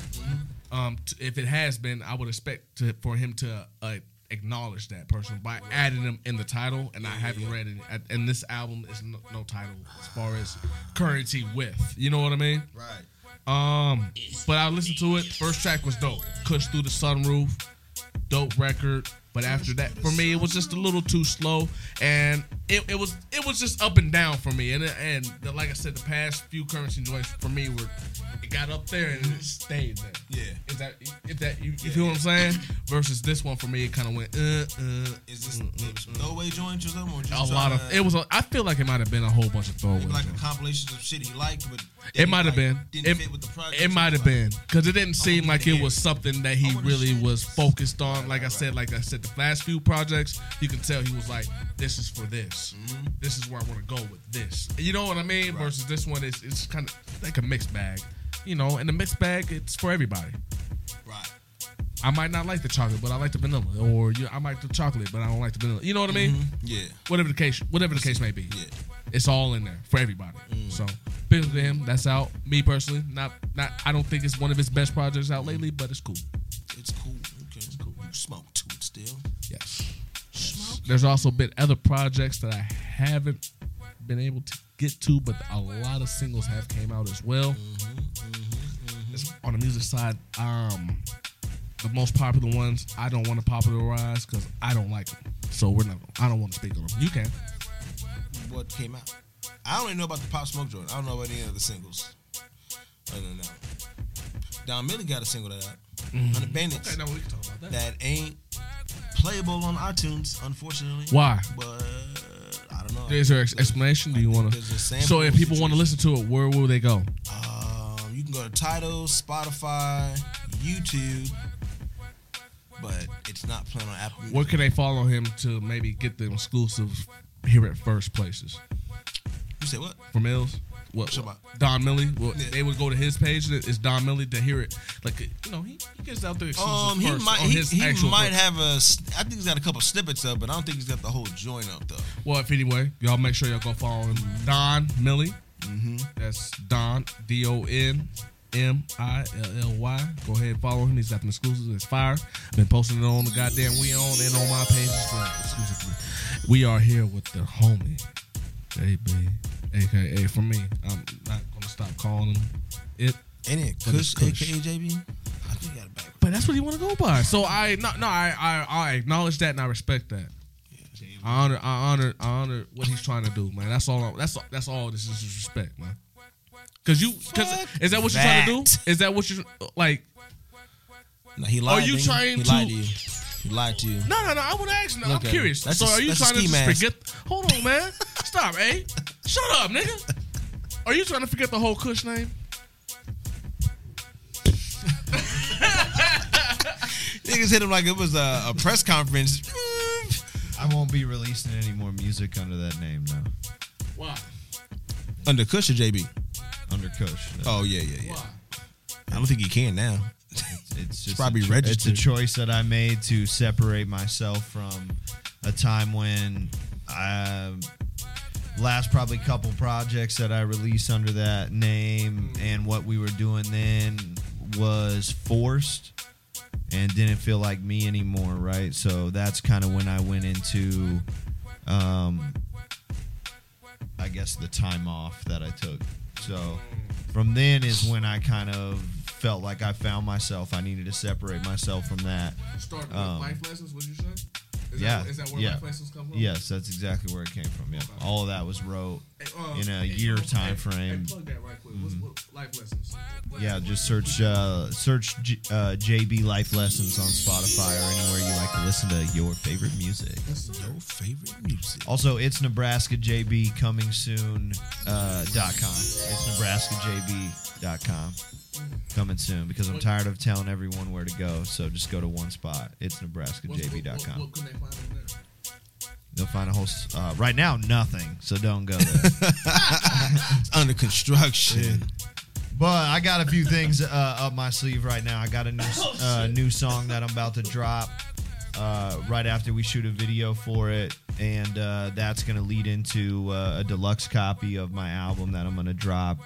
A: um, t- if it has been, I would expect to, for him to uh, acknowledge that person by adding them in the title. And I haven't read it, at- and this album is no, no title as far as currency with. You know what I mean?
B: Right.
A: Um, but I listened to it. First track was dope. Cush through the sunroof, dope record. But after that, for me, it was just a little too slow, and it, it was it was just up and down for me. And and the, like I said, the past few currency joints for me were it got up there and it stayed there.
B: Yeah.
A: Is that if that you, you feel what I'm saying? Versus this one for me, it kind of went uh uh.
B: Is this throwaway joints or something? Or just
A: A lot of
B: tryna-
A: it was. a- I feel like it might have been a whole bunch of throwaway.
B: like
A: joints.
B: a compilation of shit he liked, but that
A: It
B: he,
A: might have
B: like,
A: been.
B: Didn't
A: It-
B: fit with the project.
A: It might have been because it didn't seem
B: wanna
A: like it
B: hear
A: was
B: it.
A: something that he
B: wanna
A: really
B: hear it.
A: was focused on. Like I
B: right,
A: said, like I said, the last few projects, you can tell he was like, "This is for this. This is where I want to go with this." You know what I mean?
B: Mm-hmm. Right.
A: Versus this one is it's kind of like a mixed bag, you know. And the mixed bag, it's for everybody.
B: Right.
A: I might not like the chocolate, but I like the vanilla, or you know, I might the chocolate, but I don't like the vanilla. You know what I mean?
B: Yeah.
A: Whatever the case, whatever the case may be
B: Yeah.
A: it's all in there for everybody. So big to him. That's out. Me personally, not not. I don't think it's one of his best projects out lately, but it's cool.
B: It's cool. Okay. It's cool. You smoke to it still.
A: Yes. There's also been other projects that I haven't been able to get to, but a lot of singles have came out as well. It's- On the music side, um, the most popular ones I don't want to popularize because I don't like them. So we're not. I don't want to speak on them. You can.
B: What came out? I only know about the Pop Smoke joint. I don't know about any of the singles. Other than that, Don Millie got a single that out.
A: Mm-hmm.
B: On the Bandits.
A: now we can talk about
B: that ain't playable on iTunes, unfortunately.
A: Why?
B: But I don't know.
A: Is there ex- explanation? Do you want to?
B: there's a sample
A: So if people want to listen to it, where will they go?
B: Um, you can go to Tidal, Spotify, YouTube, but it's not playing on Apple. Music.
A: Where can they follow him to maybe get the exclusive here at first places
B: You say what?
A: from Mills? What,
B: Somebody-
A: Don Millie? Well,
B: Yeah.
A: They would go to his page. It's Don Millie to hear it. Like you know, he, he gets out there exclusive
B: Um, he
A: first
B: might
A: on
B: he,
A: his
B: he
A: actual.
B: might
A: book.
B: have a. s- I think he's got a couple snippets up, but I don't think he's got the whole joint up though.
A: well, if anyway, y'all make sure y'all go follow him. Don Millie. That's Don D O N M I L L Y. Go ahead, follow him. He's got an exclusive. It's fire. Been posting it on the goddamn We On and on my pages for exclusively. We are here with the homie, AB, aka for me. I'm not gonna stop calling him it.
B: Ain't it
A: But it's
B: Kush,
A: Kush.
B: aka JB? I think he got it back.
A: But that's what you want to go by. So I no no I, I I acknowledge that and I respect that. I honor I honor I honor what he's trying to do, man. That's all. I, that's all- that's all. This is respect, man. Cause you cause
B: Fuck
A: is that what you're trying to
B: that.
A: do? Is that what you like?
B: Nah, he lied.
A: Are you
B: nigga.
A: trying
B: he
A: to-
B: Lied to you. He lied to you.
A: No no no. I want to ask. Now. I'm
B: Look at him.
A: curious.
B: That's
A: so
B: a-
A: are you
B: that's
A: trying
B: a
A: to
B: ski
A: just
B: mask.
A: forget? Hold on, man. Stop, eh? Shut up, nigga. Are you trying to forget the whole Kush name?
B: Niggas hit him like it was a, a press conference.
D: I won't be releasing any more music under that name now.
A: Why?
B: [LAUGHS] Under Kush or JB?
D: Under Kush. No.
B: Oh yeah, yeah, yeah.
A: Why?
B: I don't think he can now.
D: It's just
B: probably
D: a cho- It's a
B: registered.
D: choice that I made to separate myself from a time when I last probably couple projects that I released under that name and what we were doing then was forced and didn't feel like me anymore, right? So that's kind of when I went into um I guess the time off that I took. So from then is when I kind of felt like I found myself. I needed to separate myself from that.
A: Starting with
D: Um,
A: life lessons. Would you say? Is
D: yeah,
A: That, is that where
D: yeah.
A: life lessons come from?
D: Yes, that's exactly where it came from. Yeah, all of that was wrote.
A: Hey, uh,
D: in a
A: hey,
D: year
A: hey,
D: time
A: hey,
D: frame.
A: plug that right quick. What's, what, life lessons. What-
D: Yeah, just search uh, search J- uh, JB Life Lessons on Spotify or anywhere you like to listen to your favorite music.
B: [LAUGHS] Your favorite music.
D: Also, it's Nebraska JB coming soon. Uh, dot com. It's NebraskaJB dot com coming soon because I'm tired of telling everyone where to go. So just go to one spot. It's
A: what's- what-
D: NebraskaJB.com.
A: What, what can they find on there?
D: They'll find a whole. s- Uh, right now, nothing. So don't go there.
B: It's under construction.
D: but I got a few things uh, up my sleeve right now. I got a new s- uh, new song that I'm about to drop uh, right after we shoot a video for it, and uh, that's gonna lead into uh, a deluxe copy of my album that I'm gonna drop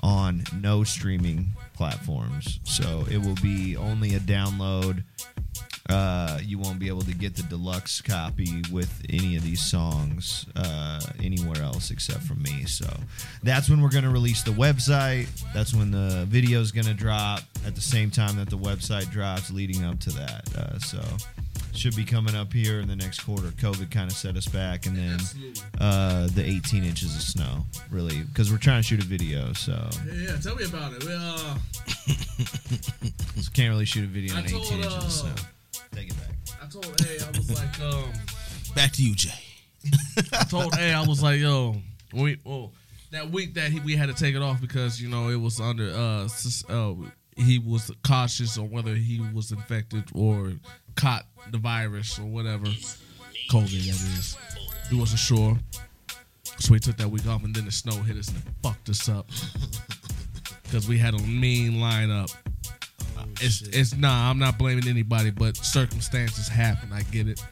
D: on no streaming platforms. So it will be only a download. uh, you won't be able to get the deluxe copy with any of these songs uh, anywhere else except from me. So that's when we're going to release the website. That's when the video is going to drop at the same time that the website drops, leading up to that. Uh, so should be coming up here in the next quarter. COVID kind of set us back, and then
A: Absolutely.
D: uh, the 18 inches of snow, really, because we're trying to shoot a video. So
A: Yeah, yeah, tell me about it. uh, Well,
D: just can't really shoot a video
A: I
D: in 18
A: told,
D: inches
A: uh,
D: of snow. Take it back.
A: uh, I told A, I was like, um,
B: Back to you, Jay.
A: I told A, I was like, yo, we, well, that week that he, we had to take it off because you know it was under uh, sus- uh he was cautious on whether he was infected or caught the virus or whatever COVID that is. He wasn't sure, so we took that week off, and then the snow hit us and it fucked us up because we had a mean lineup. It's it's nah. I'm not blaming anybody, but circumstances happen. I get it.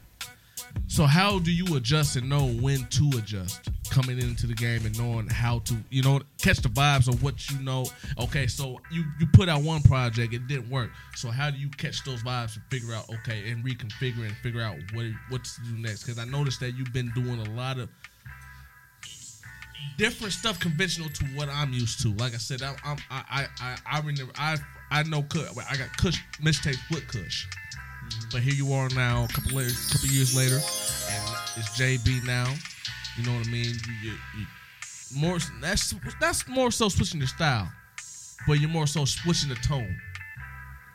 A: So how do you adjust and know when to adjust coming into the game and knowing how to you know catch the vibes of what you know? Okay, so you you put out one project, it didn't work. So how do you catch those vibes and figure out okay and reconfigure and figure out what what to do next? Because I noticed that you've been doing a lot of different stuff conventional to what I'm used to. Like I said, I, I'm, I, I, I, I remember, I, I know, Kush, I got Kush mistake with Kush, but here you are now, a couple later, couple years later, and it's JB now. You know what I mean? You, you, you, more that's that's more so switching your style, but you're more so switching the tone.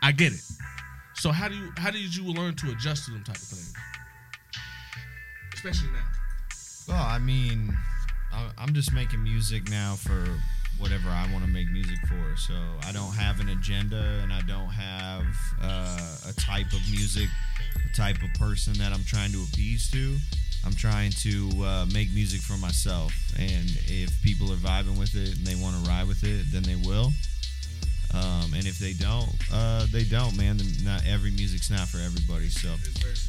A: I get it. So how do you how did you learn to adjust to them type of things, especially now?
D: Well, I mean, I- I'm just making music now for whatever I want to make music for. So I don't have an agenda, and I don't have uh, a type of music, a type of person that I'm trying to appease to. I'm trying to uh, make music for myself, and if people are vibing with it and they want to ride with it, then they will. Um, and if they don't, uh, they don't, man. Then Not every music's not for everybody. So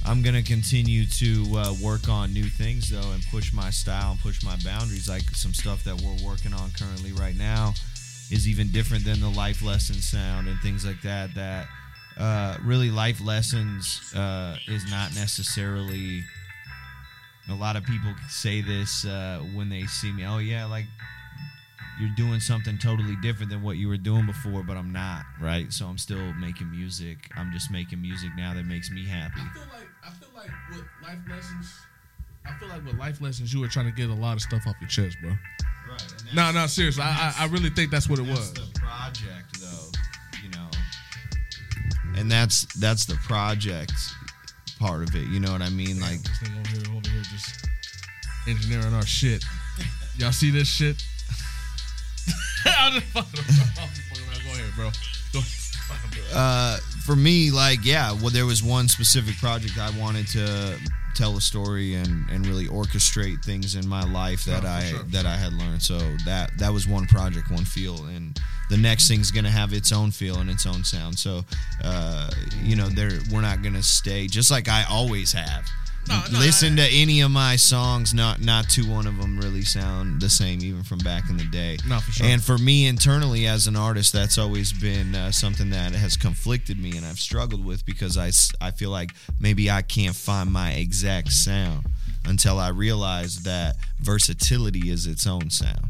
D: I'm gonna continue to uh, work on new things though, and push my style and push my boundaries. Like some stuff that we're working on currently right now is even different than the life lesson sound and things like that. That uh, really life lessons uh, is not necessarily. A lot of people say this uh, when they see me. Oh yeah, like you're doing something totally different than what you were doing before, but I'm not, right? So I'm still making music. I'm just making music now that makes me happy.
A: I feel like I feel like with life lessons, I feel like with life lessons, you were trying to get a lot of stuff off your chest, bro.
D: Right.
A: No, no, seriously, I, I I really think that's what it
D: that's
A: was.
D: the project though, you know. And that's that's the project part of it, you know what I mean? Like
A: This thing over here, over here, just engineering our shit. Y'all see this shit? [LAUGHS] I'm just fucking around. I'm just fucking around. Go ahead, bro. Go ahead.
D: uh, for me, like, yeah, well, there was one specific project I wanted to tell a story and, and really orchestrate things in my life that
A: Oh, for
D: I
A: sure, for
D: that I had learned. So that that was one project, one feel, and the next thing's gonna have its own feel and its own sound. So, uh, you know, there we're not gonna stay just like I always have.
A: No, no,
D: Listen
A: I-
D: to any of my songs, not not to one of them really sound the same, even from back in the day.
A: No, for sure.
D: And for me internally as an artist, that's always been uh, something that has conflicted me and I've struggled with because I, s- I feel like maybe I can't find my exact sound until I realize that versatility is its own sound.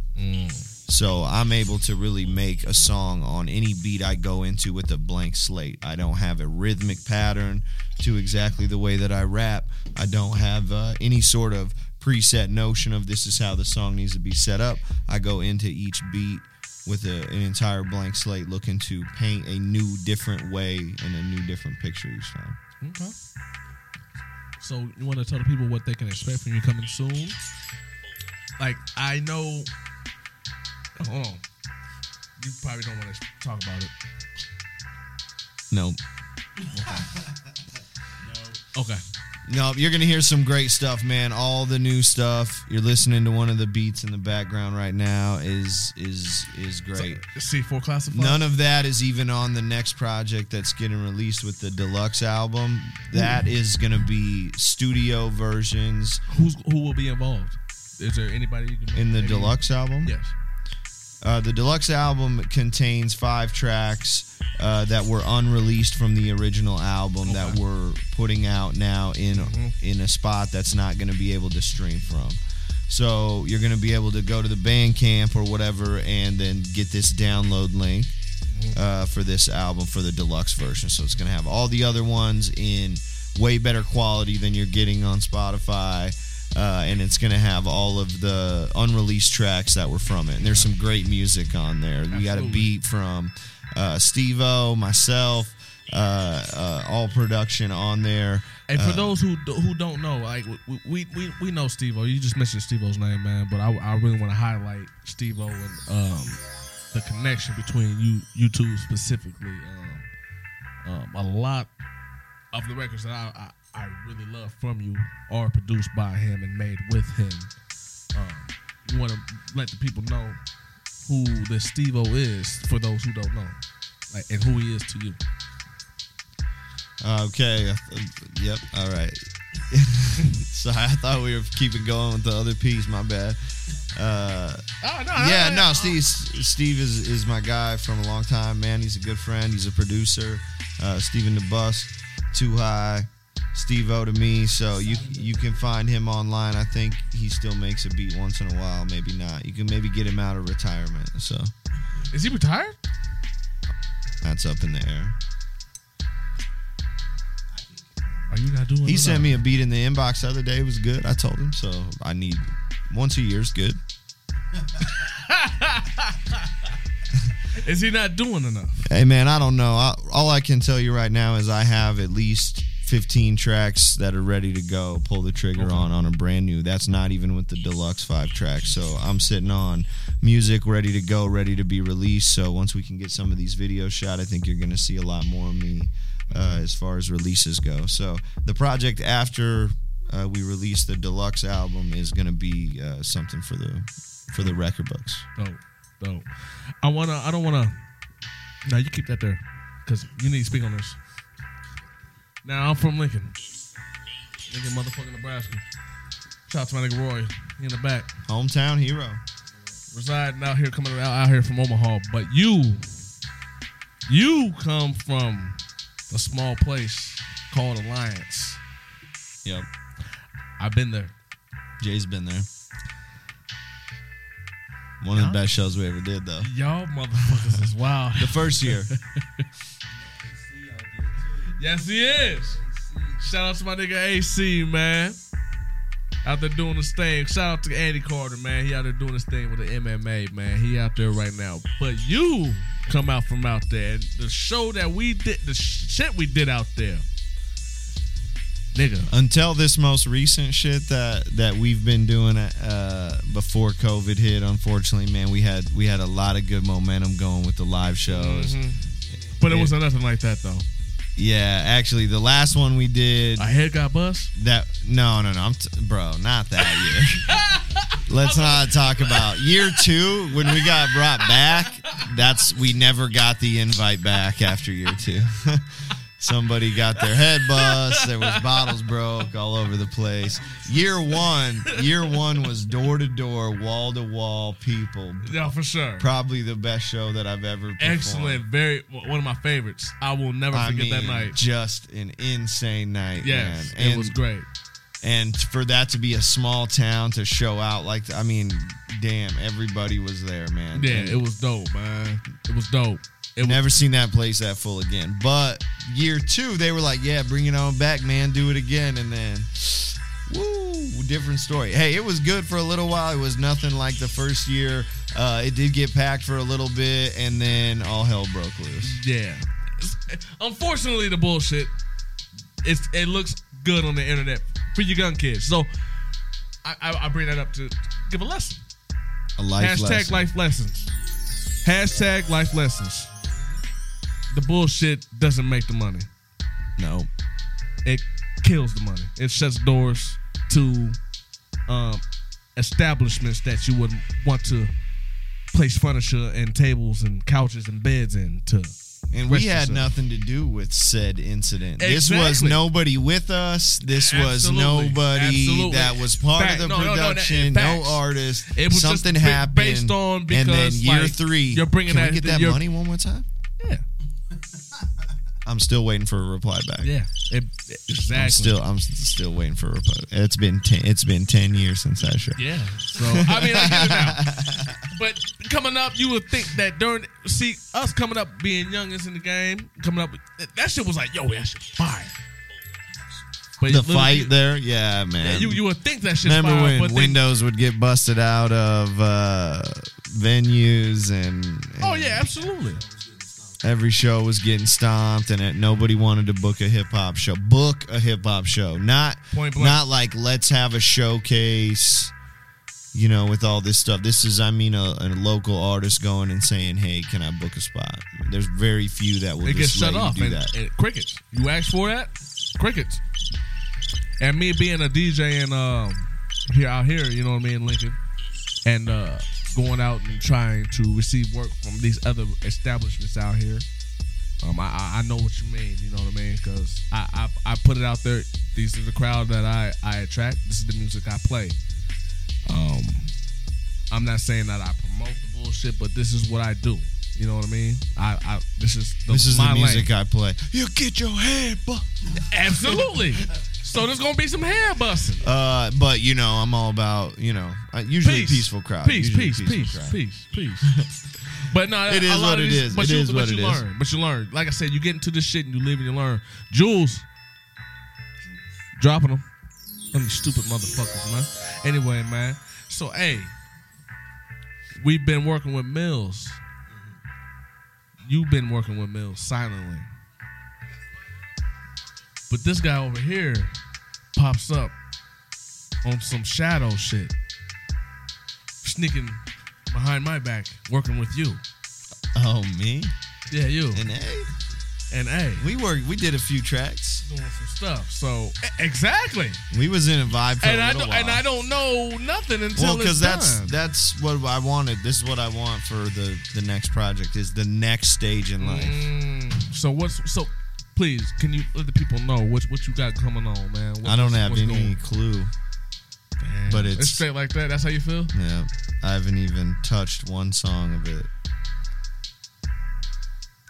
D: So I'm able to really make a song on any beat I go into with a blank slate. I don't have a rhythmic pattern to exactly the way that I rap. I don't have uh, any sort of preset notion of this is how the song needs to be set up. I go into each beat with a, an entire blank slate looking to paint a new different way and a new different picture each time.
A: Okay. So you want to tell the people what they can expect from you coming soon? Like I know. Hold on. You probably don't want to talk about it.
D: No,
A: Okay.
D: No, you're gonna hear some great stuff, man. All the new stuff. You're listening to one of the beats in the background right now is is is great.
A: C four classified.
D: None of that is even on the next project that's getting released with the deluxe album. That is gonna be studio versions
A: Who's who will be involved? Is there anybody you can
D: in the
A: maybe-
D: deluxe album.
A: Yes.
D: Uh, the deluxe album contains five tracks uh, that were unreleased from the original album that
A: Okay. Mm-hmm.
D: we're putting out now in in a spot that's not going to be able to stream from. So you're going to be able to go to the Bandcamp or whatever, and then get this download link uh, for this album for the deluxe version. So it's going to have all the other ones in way better quality than you're getting on Spotify. Uh, and it's going to have all of the unreleased tracks that were from it. And there's some great music on there. We got a
A: Absolutely.
D: beat from uh, Steve O, myself, uh, uh, all production on there.
A: And for those who do- who don't know, like we we, we, we know Steve-O. You just mentioned Steve-O's name, man. But I, I really want to highlight Steve-O and um, the connection between you you two specifically. Um, um, a lot of the records that I, I I really love from you are produced by him and made with him. Um, you want to let the people know who the Steve-O is for those who don't know, like and who he is to you.
D: Okay. Yep. All right. [LAUGHS] Sorry, I thought we were keeping going with the other piece. My bad. Uh,
A: Oh, no,
D: yeah, no, Steve. Steve is is my guy from a long time, man. He's a good friend. He's a producer. Uh, Steven the Bus, Too High, Steve O to me. So you you can find him online. I think he still makes a beat once in a while. Maybe not. You can maybe get him out of retirement. So
A: Is he retired?
D: that's up in the air.
A: Are you not doing?
D: He
A: it
D: sent
A: now?
D: me a beat in the inbox the other day. It was good. I told him so. I need once a year is good.
A: Is he not doing enough?
D: Hey man, I don't know. I, all I can tell you right now is I have at least 15 tracks that are ready to go. Pull the trigger on on a brand new. That's not even with the deluxe five tracks. So I'm sitting on music ready to go, ready to be released. So once we can get some of these videos shot, I think you're going to see a lot more of me uh, as far as releases go. So the project after uh, we release the deluxe album is going to be uh, something for the for the record books.
A: Dope, dope. I wanna. I don't wanna. Now you keep that there, cause you need to speak on this. Now I'm from Lincoln, Lincoln, motherfucking Nebraska. Shout out to my nigga Roy in the back,
D: Hometown hero.
A: residing out here, coming out, out here from Omaha. But you, you come from a small place called Alliance.
D: Yep.
A: I've been there.
D: Jay's been there. One of the best shows we ever did, though.
A: Y'all motherfuckers is wild.
D: The first year.
A: Yes, he is. Shout out to my nigga AC, man. Out there doing his thing. Shout out to Andy Carter, man. He out there doing his thing with the MMA, man. He out there right now. But you come out from out there. And the show that we did, the shit we did out there. Nigga.
D: Until this most recent shit that that we've been doing uh, before COVID hit, unfortunately, man, we had we had a lot of good momentum going with the live
A: Mm-hmm.
D: shows.
A: But it wasn't nothing like that, though.
D: Yeah, actually, the last one we did
A: A head got bust?
D: that no no no, I'm t- bro, not that
A: [LAUGHS]
D: year. Let's not talk about year two when we got brought back. That's we never got the invite back after year two. [LAUGHS] Somebody got their head bust. There was bottles broke all over the place. Year one, year one was door to door, wall to wall people.
A: Yeah, for sure.
D: Probably the best show that I've ever. Performed.
A: Excellent. Very one of my favorites. I will never
D: I
A: forget
D: mean,
A: that night.
D: just an insane night.
A: Yes,
D: man.
A: it was
D: And-
A: great.
D: and for that to be a small town to show out like i mean damn everybody was there man
A: Yeah,
D: And
A: it was dope, man. It was dope. It was,
D: never seen that place that full again but year two they were like yeah bring it on back man do it again and then Woo, different story. Hey, it was good for a little while. It was nothing like the first year. Uh, it did get packed for a little bit, and then all hell broke loose.
A: yeah. Unfortunately, the bullshit. It's it looks good on the internet for your gun kids. So I, I, I bring that up to give a lesson.
D: A life
A: Hashtag
D: lesson.
A: life lessons. Hashtag life lessons. The bullshit doesn't make the money.
D: No,
A: It kills the money. It shuts doors to um, establishments that you would want to place furniture and tables and couches and beds in to
D: And we
A: Rest
D: had
A: yourself.
D: nothing to do with said incident. This was
A: Exactly.
D: nobody with us. This was
A: Absolutely.
D: nobody
A: Absolutely.
D: that was part
A: Fact.
D: of the
A: No, no, no, that-
D: production. No,
A: facts.
D: artist.
A: It was just
D: Something
A: ba-
D: happened.
A: based on
D: and then
A: because,
D: year
A: like,
D: three.
A: you're bringing
D: can
A: that-
D: we get that
A: you're-
D: money one more time?
A: Yeah,
D: I'm still waiting for a reply back.
A: yeah, it, it- exactly.
D: I'm still I'm s- still waiting for a reply. It's been ten, it's been ten years since that show.
A: yeah. So I mean, I get it now. But coming up, you would think that during see us coming up being youngest in the game, coming up that shit was like, yo, that shit fire. But
D: The
A: little
D: fight
A: you-
D: there, yeah, man.
A: you you would think that shit
D: Remember
A: fire,
D: when
A: but then-
D: windows would get busted out of uh, venues and,
A: Oh
D: and
A: yeah, absolutely.
D: every show was getting stomped and it, nobody wanted to book a hip hop show. Book a hip hop show, not
A: Point blank.
D: not like let's have a showcase. You know, with all this stuff, this is I mean a, a local artist going and saying, "Hey, can I book a spot?" There's very few that will
A: It gets
D: just let
A: shut
D: you
A: off
D: do
A: and,
D: that.
A: and crickets. You ask for that, crickets. And me being a DJ and um here out here, you know what I mean, Lincoln, and uh going out and trying to receive work from these other establishments out here. Um, I- I, I know what you mean. You know what I mean? Because I, I I put it out there. These are the crowd that I I attract. This is the music I play. Um, I'm not saying that I promote the bullshit, but this is what I do. You know what I mean? I, I this is the,
D: this is
A: my
D: the music
A: lane.
D: I play. You get your head, but
A: Absolutely. so there's gonna be some hair busting.
D: uh, but you know, I'm all about you know, I- usually peaceful crowd,
A: Peace,
D: usually
A: peace,
D: peaceful
A: peace,
D: crowd.
A: peace, peace.
D: [LAUGHS]
A: but no,
D: It
A: a
D: is
A: lot
D: what
A: of
D: it
A: these-
D: is.
A: But
D: It
A: you,
D: is
A: but
D: what
A: you
D: it is.
A: learn. But you learn. Like I said, you get into this shit and you live and you learn. Jules, dropping them. Them stupid motherfuckers, man. Anyway, man. So, hey, we've been working with Mills. You've been working with Mills silently. But this guy over here pops up on some shadow shit, sneaking behind my back, working with you.
D: Oh me
A: Yeah, you
D: and hey,
A: and A
D: we worked. We did a few tracks.
A: doing some stuff. So E- exactly,
D: We was in a vibe for
A: and
D: a
A: I
D: little
A: don't,
D: while.
A: and I don't know nothing until
D: Well,
A: because
D: because that's that's what I wanted. This is what I want for the the next project is the next stage in life.
E: Mm.
A: Mm, so what's so. Please, can you let the people know what what you got coming on, man? What-
D: I don't
A: what's-
D: have
A: what's
D: any
A: going-
D: clue.
A: Damn.
D: but it's-
A: straight like that. That's how you feel.
D: Yeah, I haven't even touched one song of it.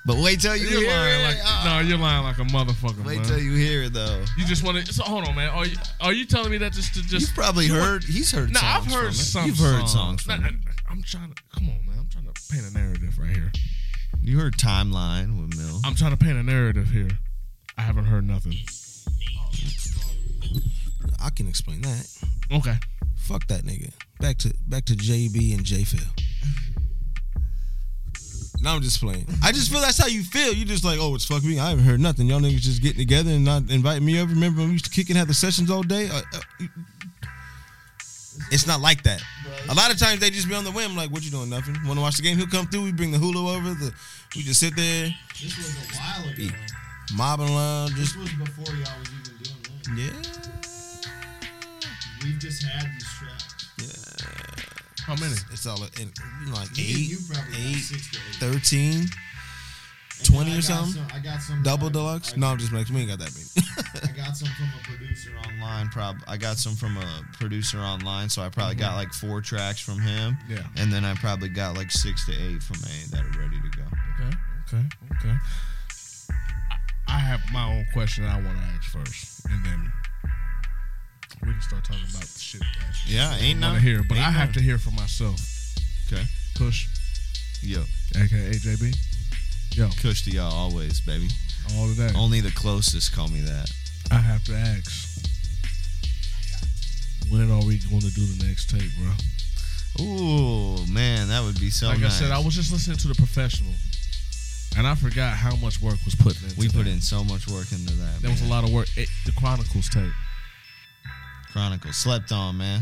D: But wait till you
A: You're
D: hear
A: lying
D: it.
A: like no, you're lying like a motherfucker,
D: wait
A: man.
D: till you hear it though.
A: You just want to. So hold on, man. Are you are you telling me that just to just?
D: You've probably heard. he's heard.
A: no,
D: songs
A: I've heard
D: from it.
A: some.
D: You've heard songs.
A: Nah,
D: From it.
A: I, am trying to. Come on, man. I'm trying to paint a narrative right here.
D: You heard Timeline with Mill.
A: I'm trying to paint a narrative here. I haven't heard nothing.
B: I can explain that.
A: Okay.
B: Fuck that nigga. Back to back to JB and J Phil. Now I'm just playing. I just feel that's how you feel. You just like, oh, it's fuck me. I haven't heard nothing. Y'all niggas just getting together and not inviting me over. Remember when we used to kick and have the sessions all day? Uh, uh, you- it's not like that. A lot of times they just be on the whim, like, what you doing? Nothing. Want to watch the game? He'll come through. We bring the hula over. The we just sit there,
E: This was a while ago.
B: mobbing around,
E: This
B: just
E: was before y'all was even doing that.
B: yeah.
E: We've just had these tracks.
A: How many?
B: It's all and, you know, like
E: You-
B: eight,
E: you probably got
B: eight,
E: six to eight.
B: 13,
E: And
B: 20
E: then I
B: or
E: got
B: something?
E: some- I got some
B: Double
E: I-
B: deluxe?
E: I-
B: No, I'm just making. We ain't got that many. [LAUGHS]
E: I got some from a producer online.
D: online prob I got some from a producer online, so I probably got like four tracks from him.
A: Yeah.
D: And then I probably got like six to eight from A that are ready to go.
A: Okay. Okay. Okay. I, I have my own question I want to ask first, and then we can start talking about the shit that
D: Yeah, ain't
A: I
D: none
A: want to hear. But
D: ain't
A: I have
D: none.
A: to hear for myself.
D: Okay.
A: Push,
D: Yo,
A: aka JB. Yo,
D: Kush to y'all always, baby.
A: all of that.
D: Only the closest call me that.
A: I have to ask. When are we going to do the next tape, bro?
D: Ooh, man, that would be so
A: like
D: nice.
A: I said, I was just listening to the professional, and I forgot how much work was put in.
D: we put in so much work into that.
A: There was a
D: man.
A: lot of work. It, the Chronicles tape.
D: Chronicle slept on, man.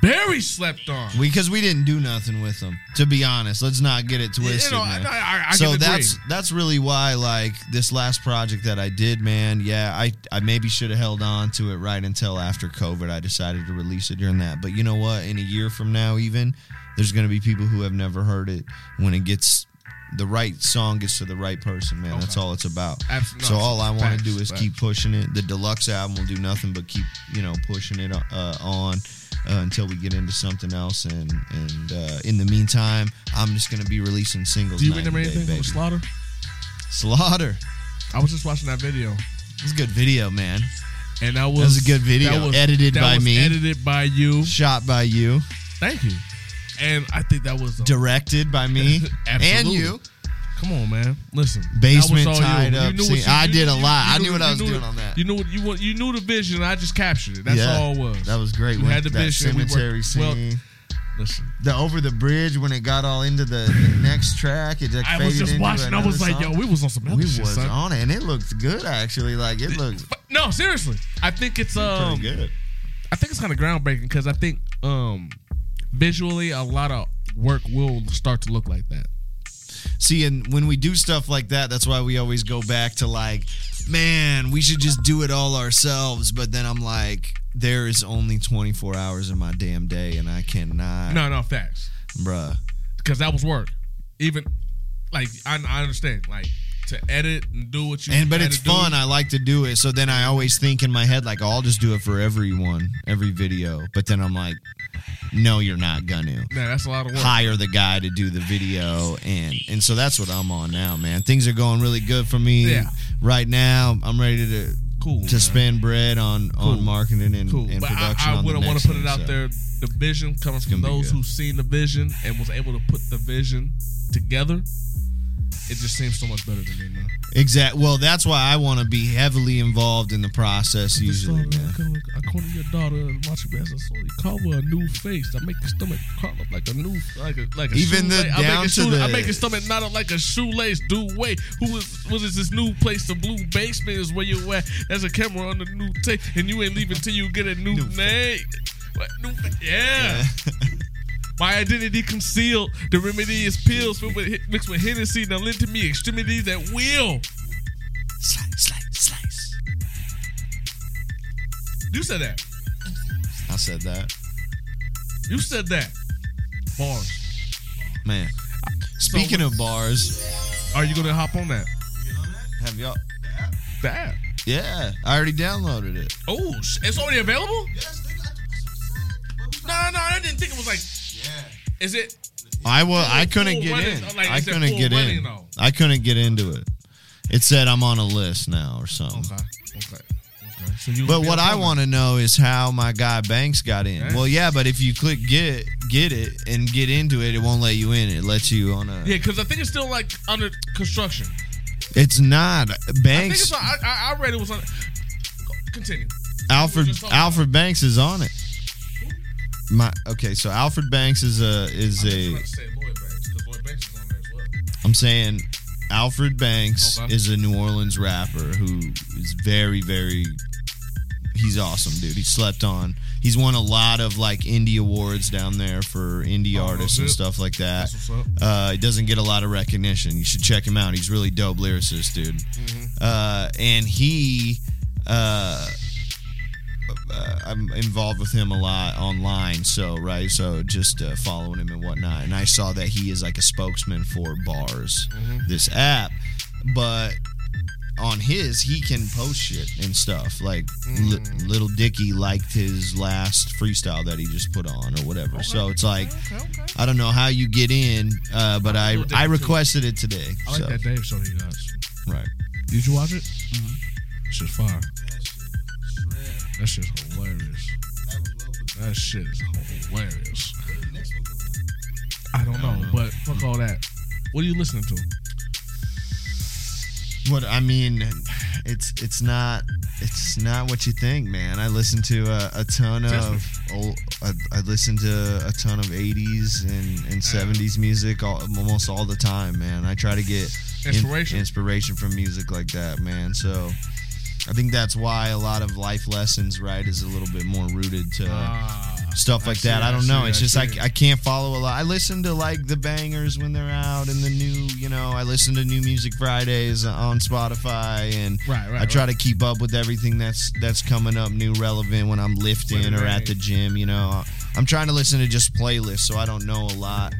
A: Barry slept on.
D: We because we didn't do nothing with them. To be honest, let's not get it twisted.
A: know,
D: man.
A: I- I- I
D: so
A: can agree.
D: that's that's really why, like this last project that I did, man. Yeah, I I maybe should have held on to it right until after COVID. I decided to release it during that. But you know what? In a year from now, even there's gonna be people who have never heard it when it gets. The right song gets to the right person, man. That's
A: Okay.
D: all it's about.
A: Absolutely.
D: So all I want
A: Facts,
D: to do is
A: facts.
D: keep pushing it. The deluxe album will do nothing but keep you know pushing it uh, on uh, until we get into something else. And and uh, in the meantime, I'm just gonna be releasing singles.
A: Do you
D: night
A: remember
D: and day,
A: anything from
D: baby.
A: Slaughter?
D: Slaughter?
A: I was just watching that video,
D: It's a good video, man.
A: and that was
D: was a good video, edited
A: that
D: by
A: was
D: me.
A: edited by you.
D: Shot by you,
A: Thank you. And I think that was a,
D: directed by me, and
A: [LAUGHS] Absolutely.
D: you.
A: Come on, man. Listen.
D: Basement
A: that was all
D: tied
A: you.
D: up.
A: You knew
D: See,
A: what you-
D: I
A: you-
D: did a
A: you-
D: lot.
A: you
D: I knew what I was
A: you
D: doing on that.
A: You knew what you want. You knew the vision. I just captured it. That's
D: Yeah,
A: all it was.
D: That was great.
A: You
D: when-
A: had the
D: that
A: vision. we worked-
D: cemetery
A: Well,
D: scene.
A: listen.
D: the over the bridge when it got all into the, the next track. It like
A: I was
D: faded
A: just
D: into
A: watching. I was
D: another
A: like, yo,
D: song.
A: we was on some other
D: we
A: shit,
D: was
A: son.
D: on it, and it looked good actually. Like
A: [LAUGHS]
D: it looked
A: But- no, seriously. I think it's um.
D: pretty good.
A: I think it's kind of groundbreaking because I think um, visually a lot of work will start to look like that.
D: See, and when we do stuff like that, that's why we always go back to like, man, we should just do it all ourselves. But then I'm like, there is only 24 hours in my damn day, and I cannot,
A: No, no facts.
D: bruh.
A: Because that was work. Even like I, I understand like to edit and do what you
D: And but
A: had
D: it's
A: to do.
D: fun. I like to do it. So then I always think in my head like, oh, I'll just do it for everyone, every video. But then I'm like, no, you're not gonna.
A: Nah, that's a lot of work.
D: hire the guy to do the video and and so that's what I'm on now, man. Things are going really good for me
A: Yeah.
D: right now. I'm ready to
A: Cool,
D: to
A: man.
D: spend bread on on marketing and,
A: cool.
D: and
A: but
D: production.
A: I, I
D: on the
A: wouldn't want
D: next
A: to put it
D: thing,
A: out
D: so.
A: there. The vision coming from
D: gonna be
A: those
D: good.
A: who've seen the vision and was able to put the vision together. it just seems so much better to me, man.
D: Exact. Well, that's why I want to be heavily involved in the process
A: Sorry,
D: usually, man.
A: I corner- I corner your daughter and watch her ass. I saw you call her a new face. I make your stomach curl up like a new, like a, like a
D: Even the
A: shoelace. I make
D: down
A: your
D: to
A: shoe- I
D: the-
A: make your stomach knot up like a shoelace. Do wait, who is what is this new place? The blue basement is where you at. There's a camera on the new tape, and you ain't leaving till you get a new, name. What new? fa- yeah. My identity concealed. The remedy is pills filled with, mixed with Hennessy. Now lend to me extremities at will.
D: Slice, slice, slice.
A: You said that.
D: [LAUGHS] I said that,
A: You said that. Bars.
D: man. Speaking of bars,
A: Are you gonna hop on that?
D: have y'all?
A: That.
D: Yeah, I already downloaded it.
A: Oh, sh- it's already available? No, no, no. I didn't think it was like. Is it?
D: I was. I
A: Like
D: couldn't
A: full
D: get
A: running,
D: in.
A: like,
D: I
A: is it
D: couldn't
A: full
D: get
A: running,
D: in.
A: though?
D: I couldn't get into it. It said I'm on a list now or something.
A: Okay. Okay. okay. So you
D: But what I want to know is how my guy Banks got in.
A: Okay.
D: Well, yeah, but if you click get get it and get into it, it won't let you in. It lets you on a.
A: Yeah, because I think it's still like under construction.
D: It's not
A: I think
D: Banks.
A: it's. I, I, I read it was on. Continue.
D: Alfred
A: we were just talking
D: Alfred Banks is on it. My okay, so Alfred Banks is a is
A: I was
D: a.
A: about to say Lloyd Banks because Lloyd Banks is on there as well.
D: I'm saying Alfred Banks
A: Okay.
D: is a New Orleans rapper who is very, very. He's awesome, dude. He slept on. He's won a lot of like indie awards down there for indie
A: Oh,
D: artists and
A: shit.
D: stuff like that.
A: That's what's up.
D: Uh, he doesn't get a lot of recognition. You should check him out. He's really dope lyricist, dude. Uh, and he, uh, uh, I'm involved with him a lot online. So right, so just uh, following him and whatnot. And I saw that he is like a spokesman for bars, this app. But on his, he can post shit and stuff. Like Li- Little Dicky liked his last freestyle that he just put on or whatever. So it's like.
A: Okay, okay.
D: I don't know how you get in, uh, but I
A: little
D: I
A: different,
D: requested it today.
A: I like
D: so-
A: that Dave show he does.
D: Right.
A: Did you watch it? Mm-hmm. Shit's fire. That shit's hilarious. That shit is hilarious. I don't
D: Uh,
A: know, but fuck all that. What are you listening to?
D: What I mean, it's it's not it's not what you think, man. I listen to a, a ton
A: Test me.
D: of old. I, I listen to a ton of '80s and, and '70s music all, almost all the time, man. I try to get in-
A: Inspiration?
D: inspiration from music like that, man. So. I think that's why a lot of life lessons, right, is a little bit more rooted to uh,
A: Uh,
D: stuff like
A: see,
D: that. I
A: I
D: don't
A: see,
D: know. It's
A: I
D: just
A: see.
D: I, I can't follow a lot. I listen to like the bangers when they're out and the new, you know, I listen to new music Fridays on Spotify and
A: Right, right,
D: I try to keep up with everything that's that's coming up new relevant when I'm lifting
A: Right,
D: or at
A: right.
D: the gym, you know. I'm trying to listen to just playlists so I don't know a lot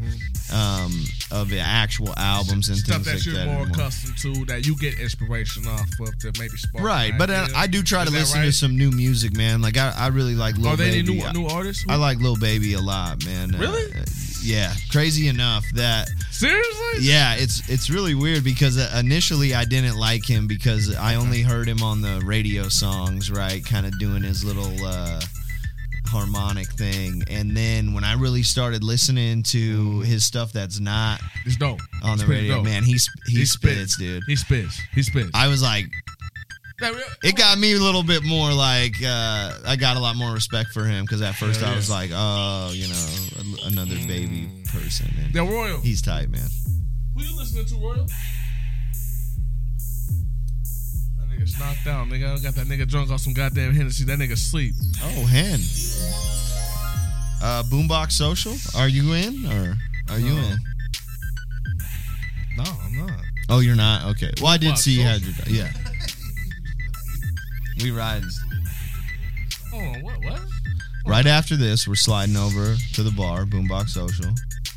D: um, of the actual albums and
A: Mm-hmm. stuff
D: things like
A: that you're
D: that.
A: more
D: anymore.
A: accustomed to that you get inspiration off of to maybe spark. an
D: Right, but I,
A: idea.
D: I do try to
A: Is that
D: listen to
A: right?
D: some new music, man. Like I, I really like Lil
A: Are they
D: Baby.
A: any new
D: I-
A: new artists?
D: uh, I like Lil Baby a lot, man. Uh,
A: Really?
D: uh, yeah. Crazy enough that
A: seriously.
D: yeah, it's it's really weird because uh, initially I didn't like him because I only heard him on the radio songs, right? Kind of doing his little uh, harmonic thing, and then when I really started listening to his stuff that's not
A: it's dope.
D: on
A: It's
D: the
A: pretty
D: radio,
A: dope.
D: man, he sp- he,
A: spits.
D: spits, dude.
A: He spits. He spits.
D: I was like,
A: Now, real-
D: it got me a little bit more like uh, I got a lot more respect for him because at first
A: Yeah,
D: I
A: yeah. Mm.
D: was like, oh, you know, a- another baby person. And
A: Now, Royal.
D: he's tight, man.
A: Who you listening to, Royal? That nigga's knocked out, nigga. I got that nigga drunk off some goddamn Hennessy. That nigga sleep.
D: Oh, Hen. Uh, Boombox Social, are you in or are you
A: No.
D: in?
A: No, I'm not.
D: Oh, you're not. Okay. Well, I did
A: Boombox
D: see you had
A: Social.
D: your yeah. We riding
A: Hold on, what? What?
D: right after this. We're sliding over to the bar, Boombox Social,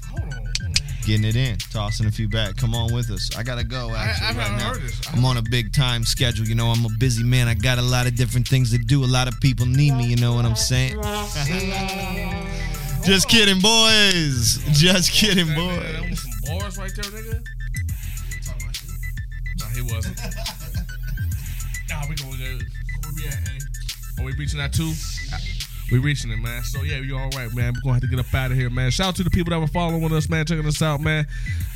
A: Hold on. hold on.
D: getting it in, tossing a few back. Come on with us. I gotta go.
A: I, I
D: Actually,
A: haven't
D: right now.
A: heard this. I
D: I'm on a big time schedule, you know. I'm a busy man. I got a lot of different things to do. A lot of people need me, you know what I'm saying? Just kidding, boys. Just kidding,
A: That nigga, that
D: boys.
A: was some bars right there, nigga. Nah, he wasn't. nah, we going good. Where we at, eh? Are we reaching that two? we reaching it, man. So yeah, you're all right, man. We're gonna have to get up out of here, man. Shout out to the people that were following us, man, checking us out, man.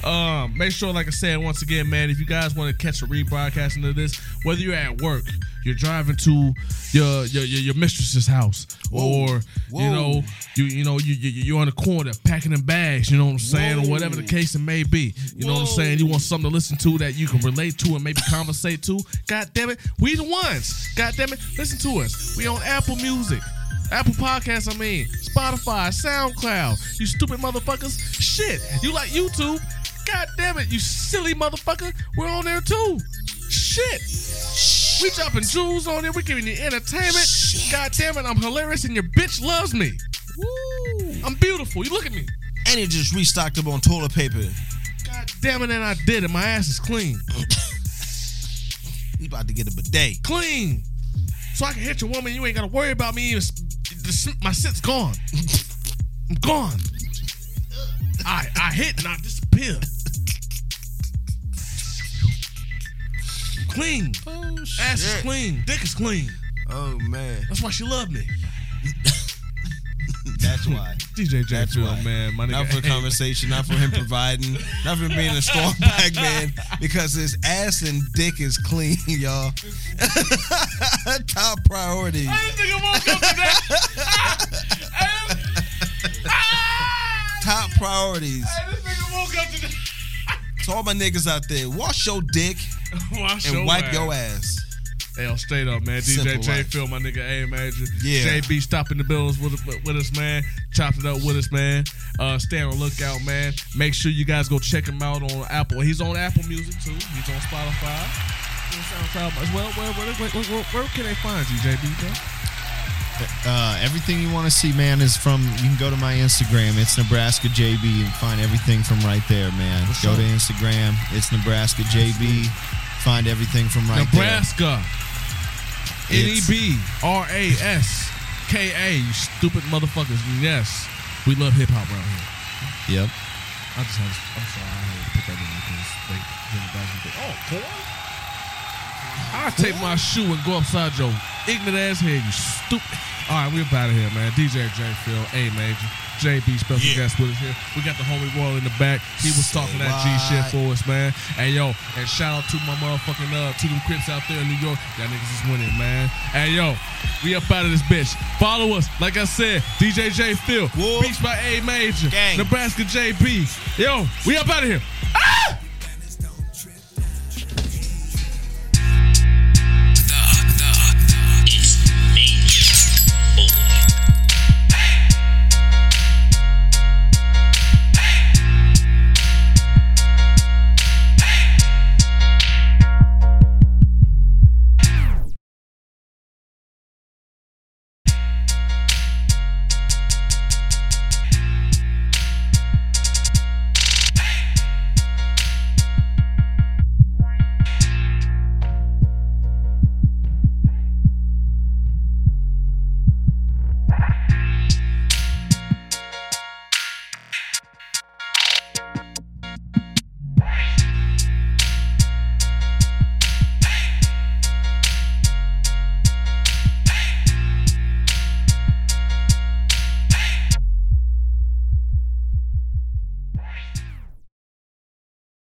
A: Um, make sure, like I said once again, man, if you guys want to catch a rebroadcasting of this, whether you're at work, you're driving to your your, your, your mistress's house, or you
B: Whoa.
A: know you you know you, you you're on the corner packing in bags, you know what I'm saying, or whatever the case it may be. You know what I'm saying? You want something to listen to that you can relate to and maybe conversate to. God damn it, we the ones. God damn it, listen to us. We on Apple Music. Apple Podcasts, I mean, Spotify, SoundCloud. You stupid motherfuckers. Shit, you like YouTube? God damn it, you silly motherfucker. We're on there too. Shit. We dropping jewels on there. We giving you entertainment. God damn it, I'm hilarious and your bitch loves me. I'm beautiful. You look at me.
B: And it just restocked up on toilet paper.
A: God damn it, and I did it. My ass is clean.
B: We about to get a bidet.
A: Clean. So I can hit your woman. You ain't got to worry about me. It's- the- my shit's gone. I'm gone. I I hit and I disappear. I'm clean.
B: Oh shit.
A: Ass is clean. Dick is clean.
B: Oh man.
A: That's why she loved me.
B: That's why.
A: DJ Jacksonville,
B: why.
A: man. My
B: Not for [LAUGHS]
A: nigga.
B: conversation, not for him providing, not for being a strong [LAUGHS] black man, because his ass and dick is clean, y'all. [LAUGHS] Top priority.
A: This nigga woke up to that. Ah!
B: Top priorities.
A: This nigga woke up to that.
B: To all my niggas out there, wash your dick [LAUGHS]
A: Wash
B: and wipe your ass.
A: Hey, yo, straight up, man.
B: Simple
A: DJ J
B: life.
A: Phil, my nigga A Major.
B: Yeah.
A: JB stopping the bills with, with, with us, man. Chopped it up with us, man. Uh, stay on the lookout, man. Make sure you guys go check him out on Apple. He's on Apple Music, too. He's on Spotify. He's on SoundCloud as well. Where, where, where, where, where, where can they find you, JB? Bro?
C: uh, everything you want to see, man, is from. You can go to my Instagram. It's Nebraska JB and find everything from right there, man. go to Instagram. It's Nebraska JB. Find everything from right
A: Nebraska. N E
C: It's-
A: B R A S K A. You stupid motherfuckers. Yes, we love hip hop around here.
C: there. Yep.
A: I just have. I'm sorry. I had to put that in because they them guys would be, Oh, porn? I take my shoe and go upside your ignorant ass head. You stupid. All right, we're out of here, man. DJ J Phil, A Major, JB special
B: Yeah.
A: guest with us here. We got the homie Royal in the back. He was
B: Say
A: talking that G
B: what?
A: shit for us, man. And yo, and shout out to my motherfucking uh, to them Crips out there in New York. Y'all niggas is winning, man. And yo, we up out of this bitch. Follow us, like I said, DJ J Phil,
B: Whoop.
A: Beats by A Major,
B: Gang.
A: Nebraska JB. Yo, we up out of here.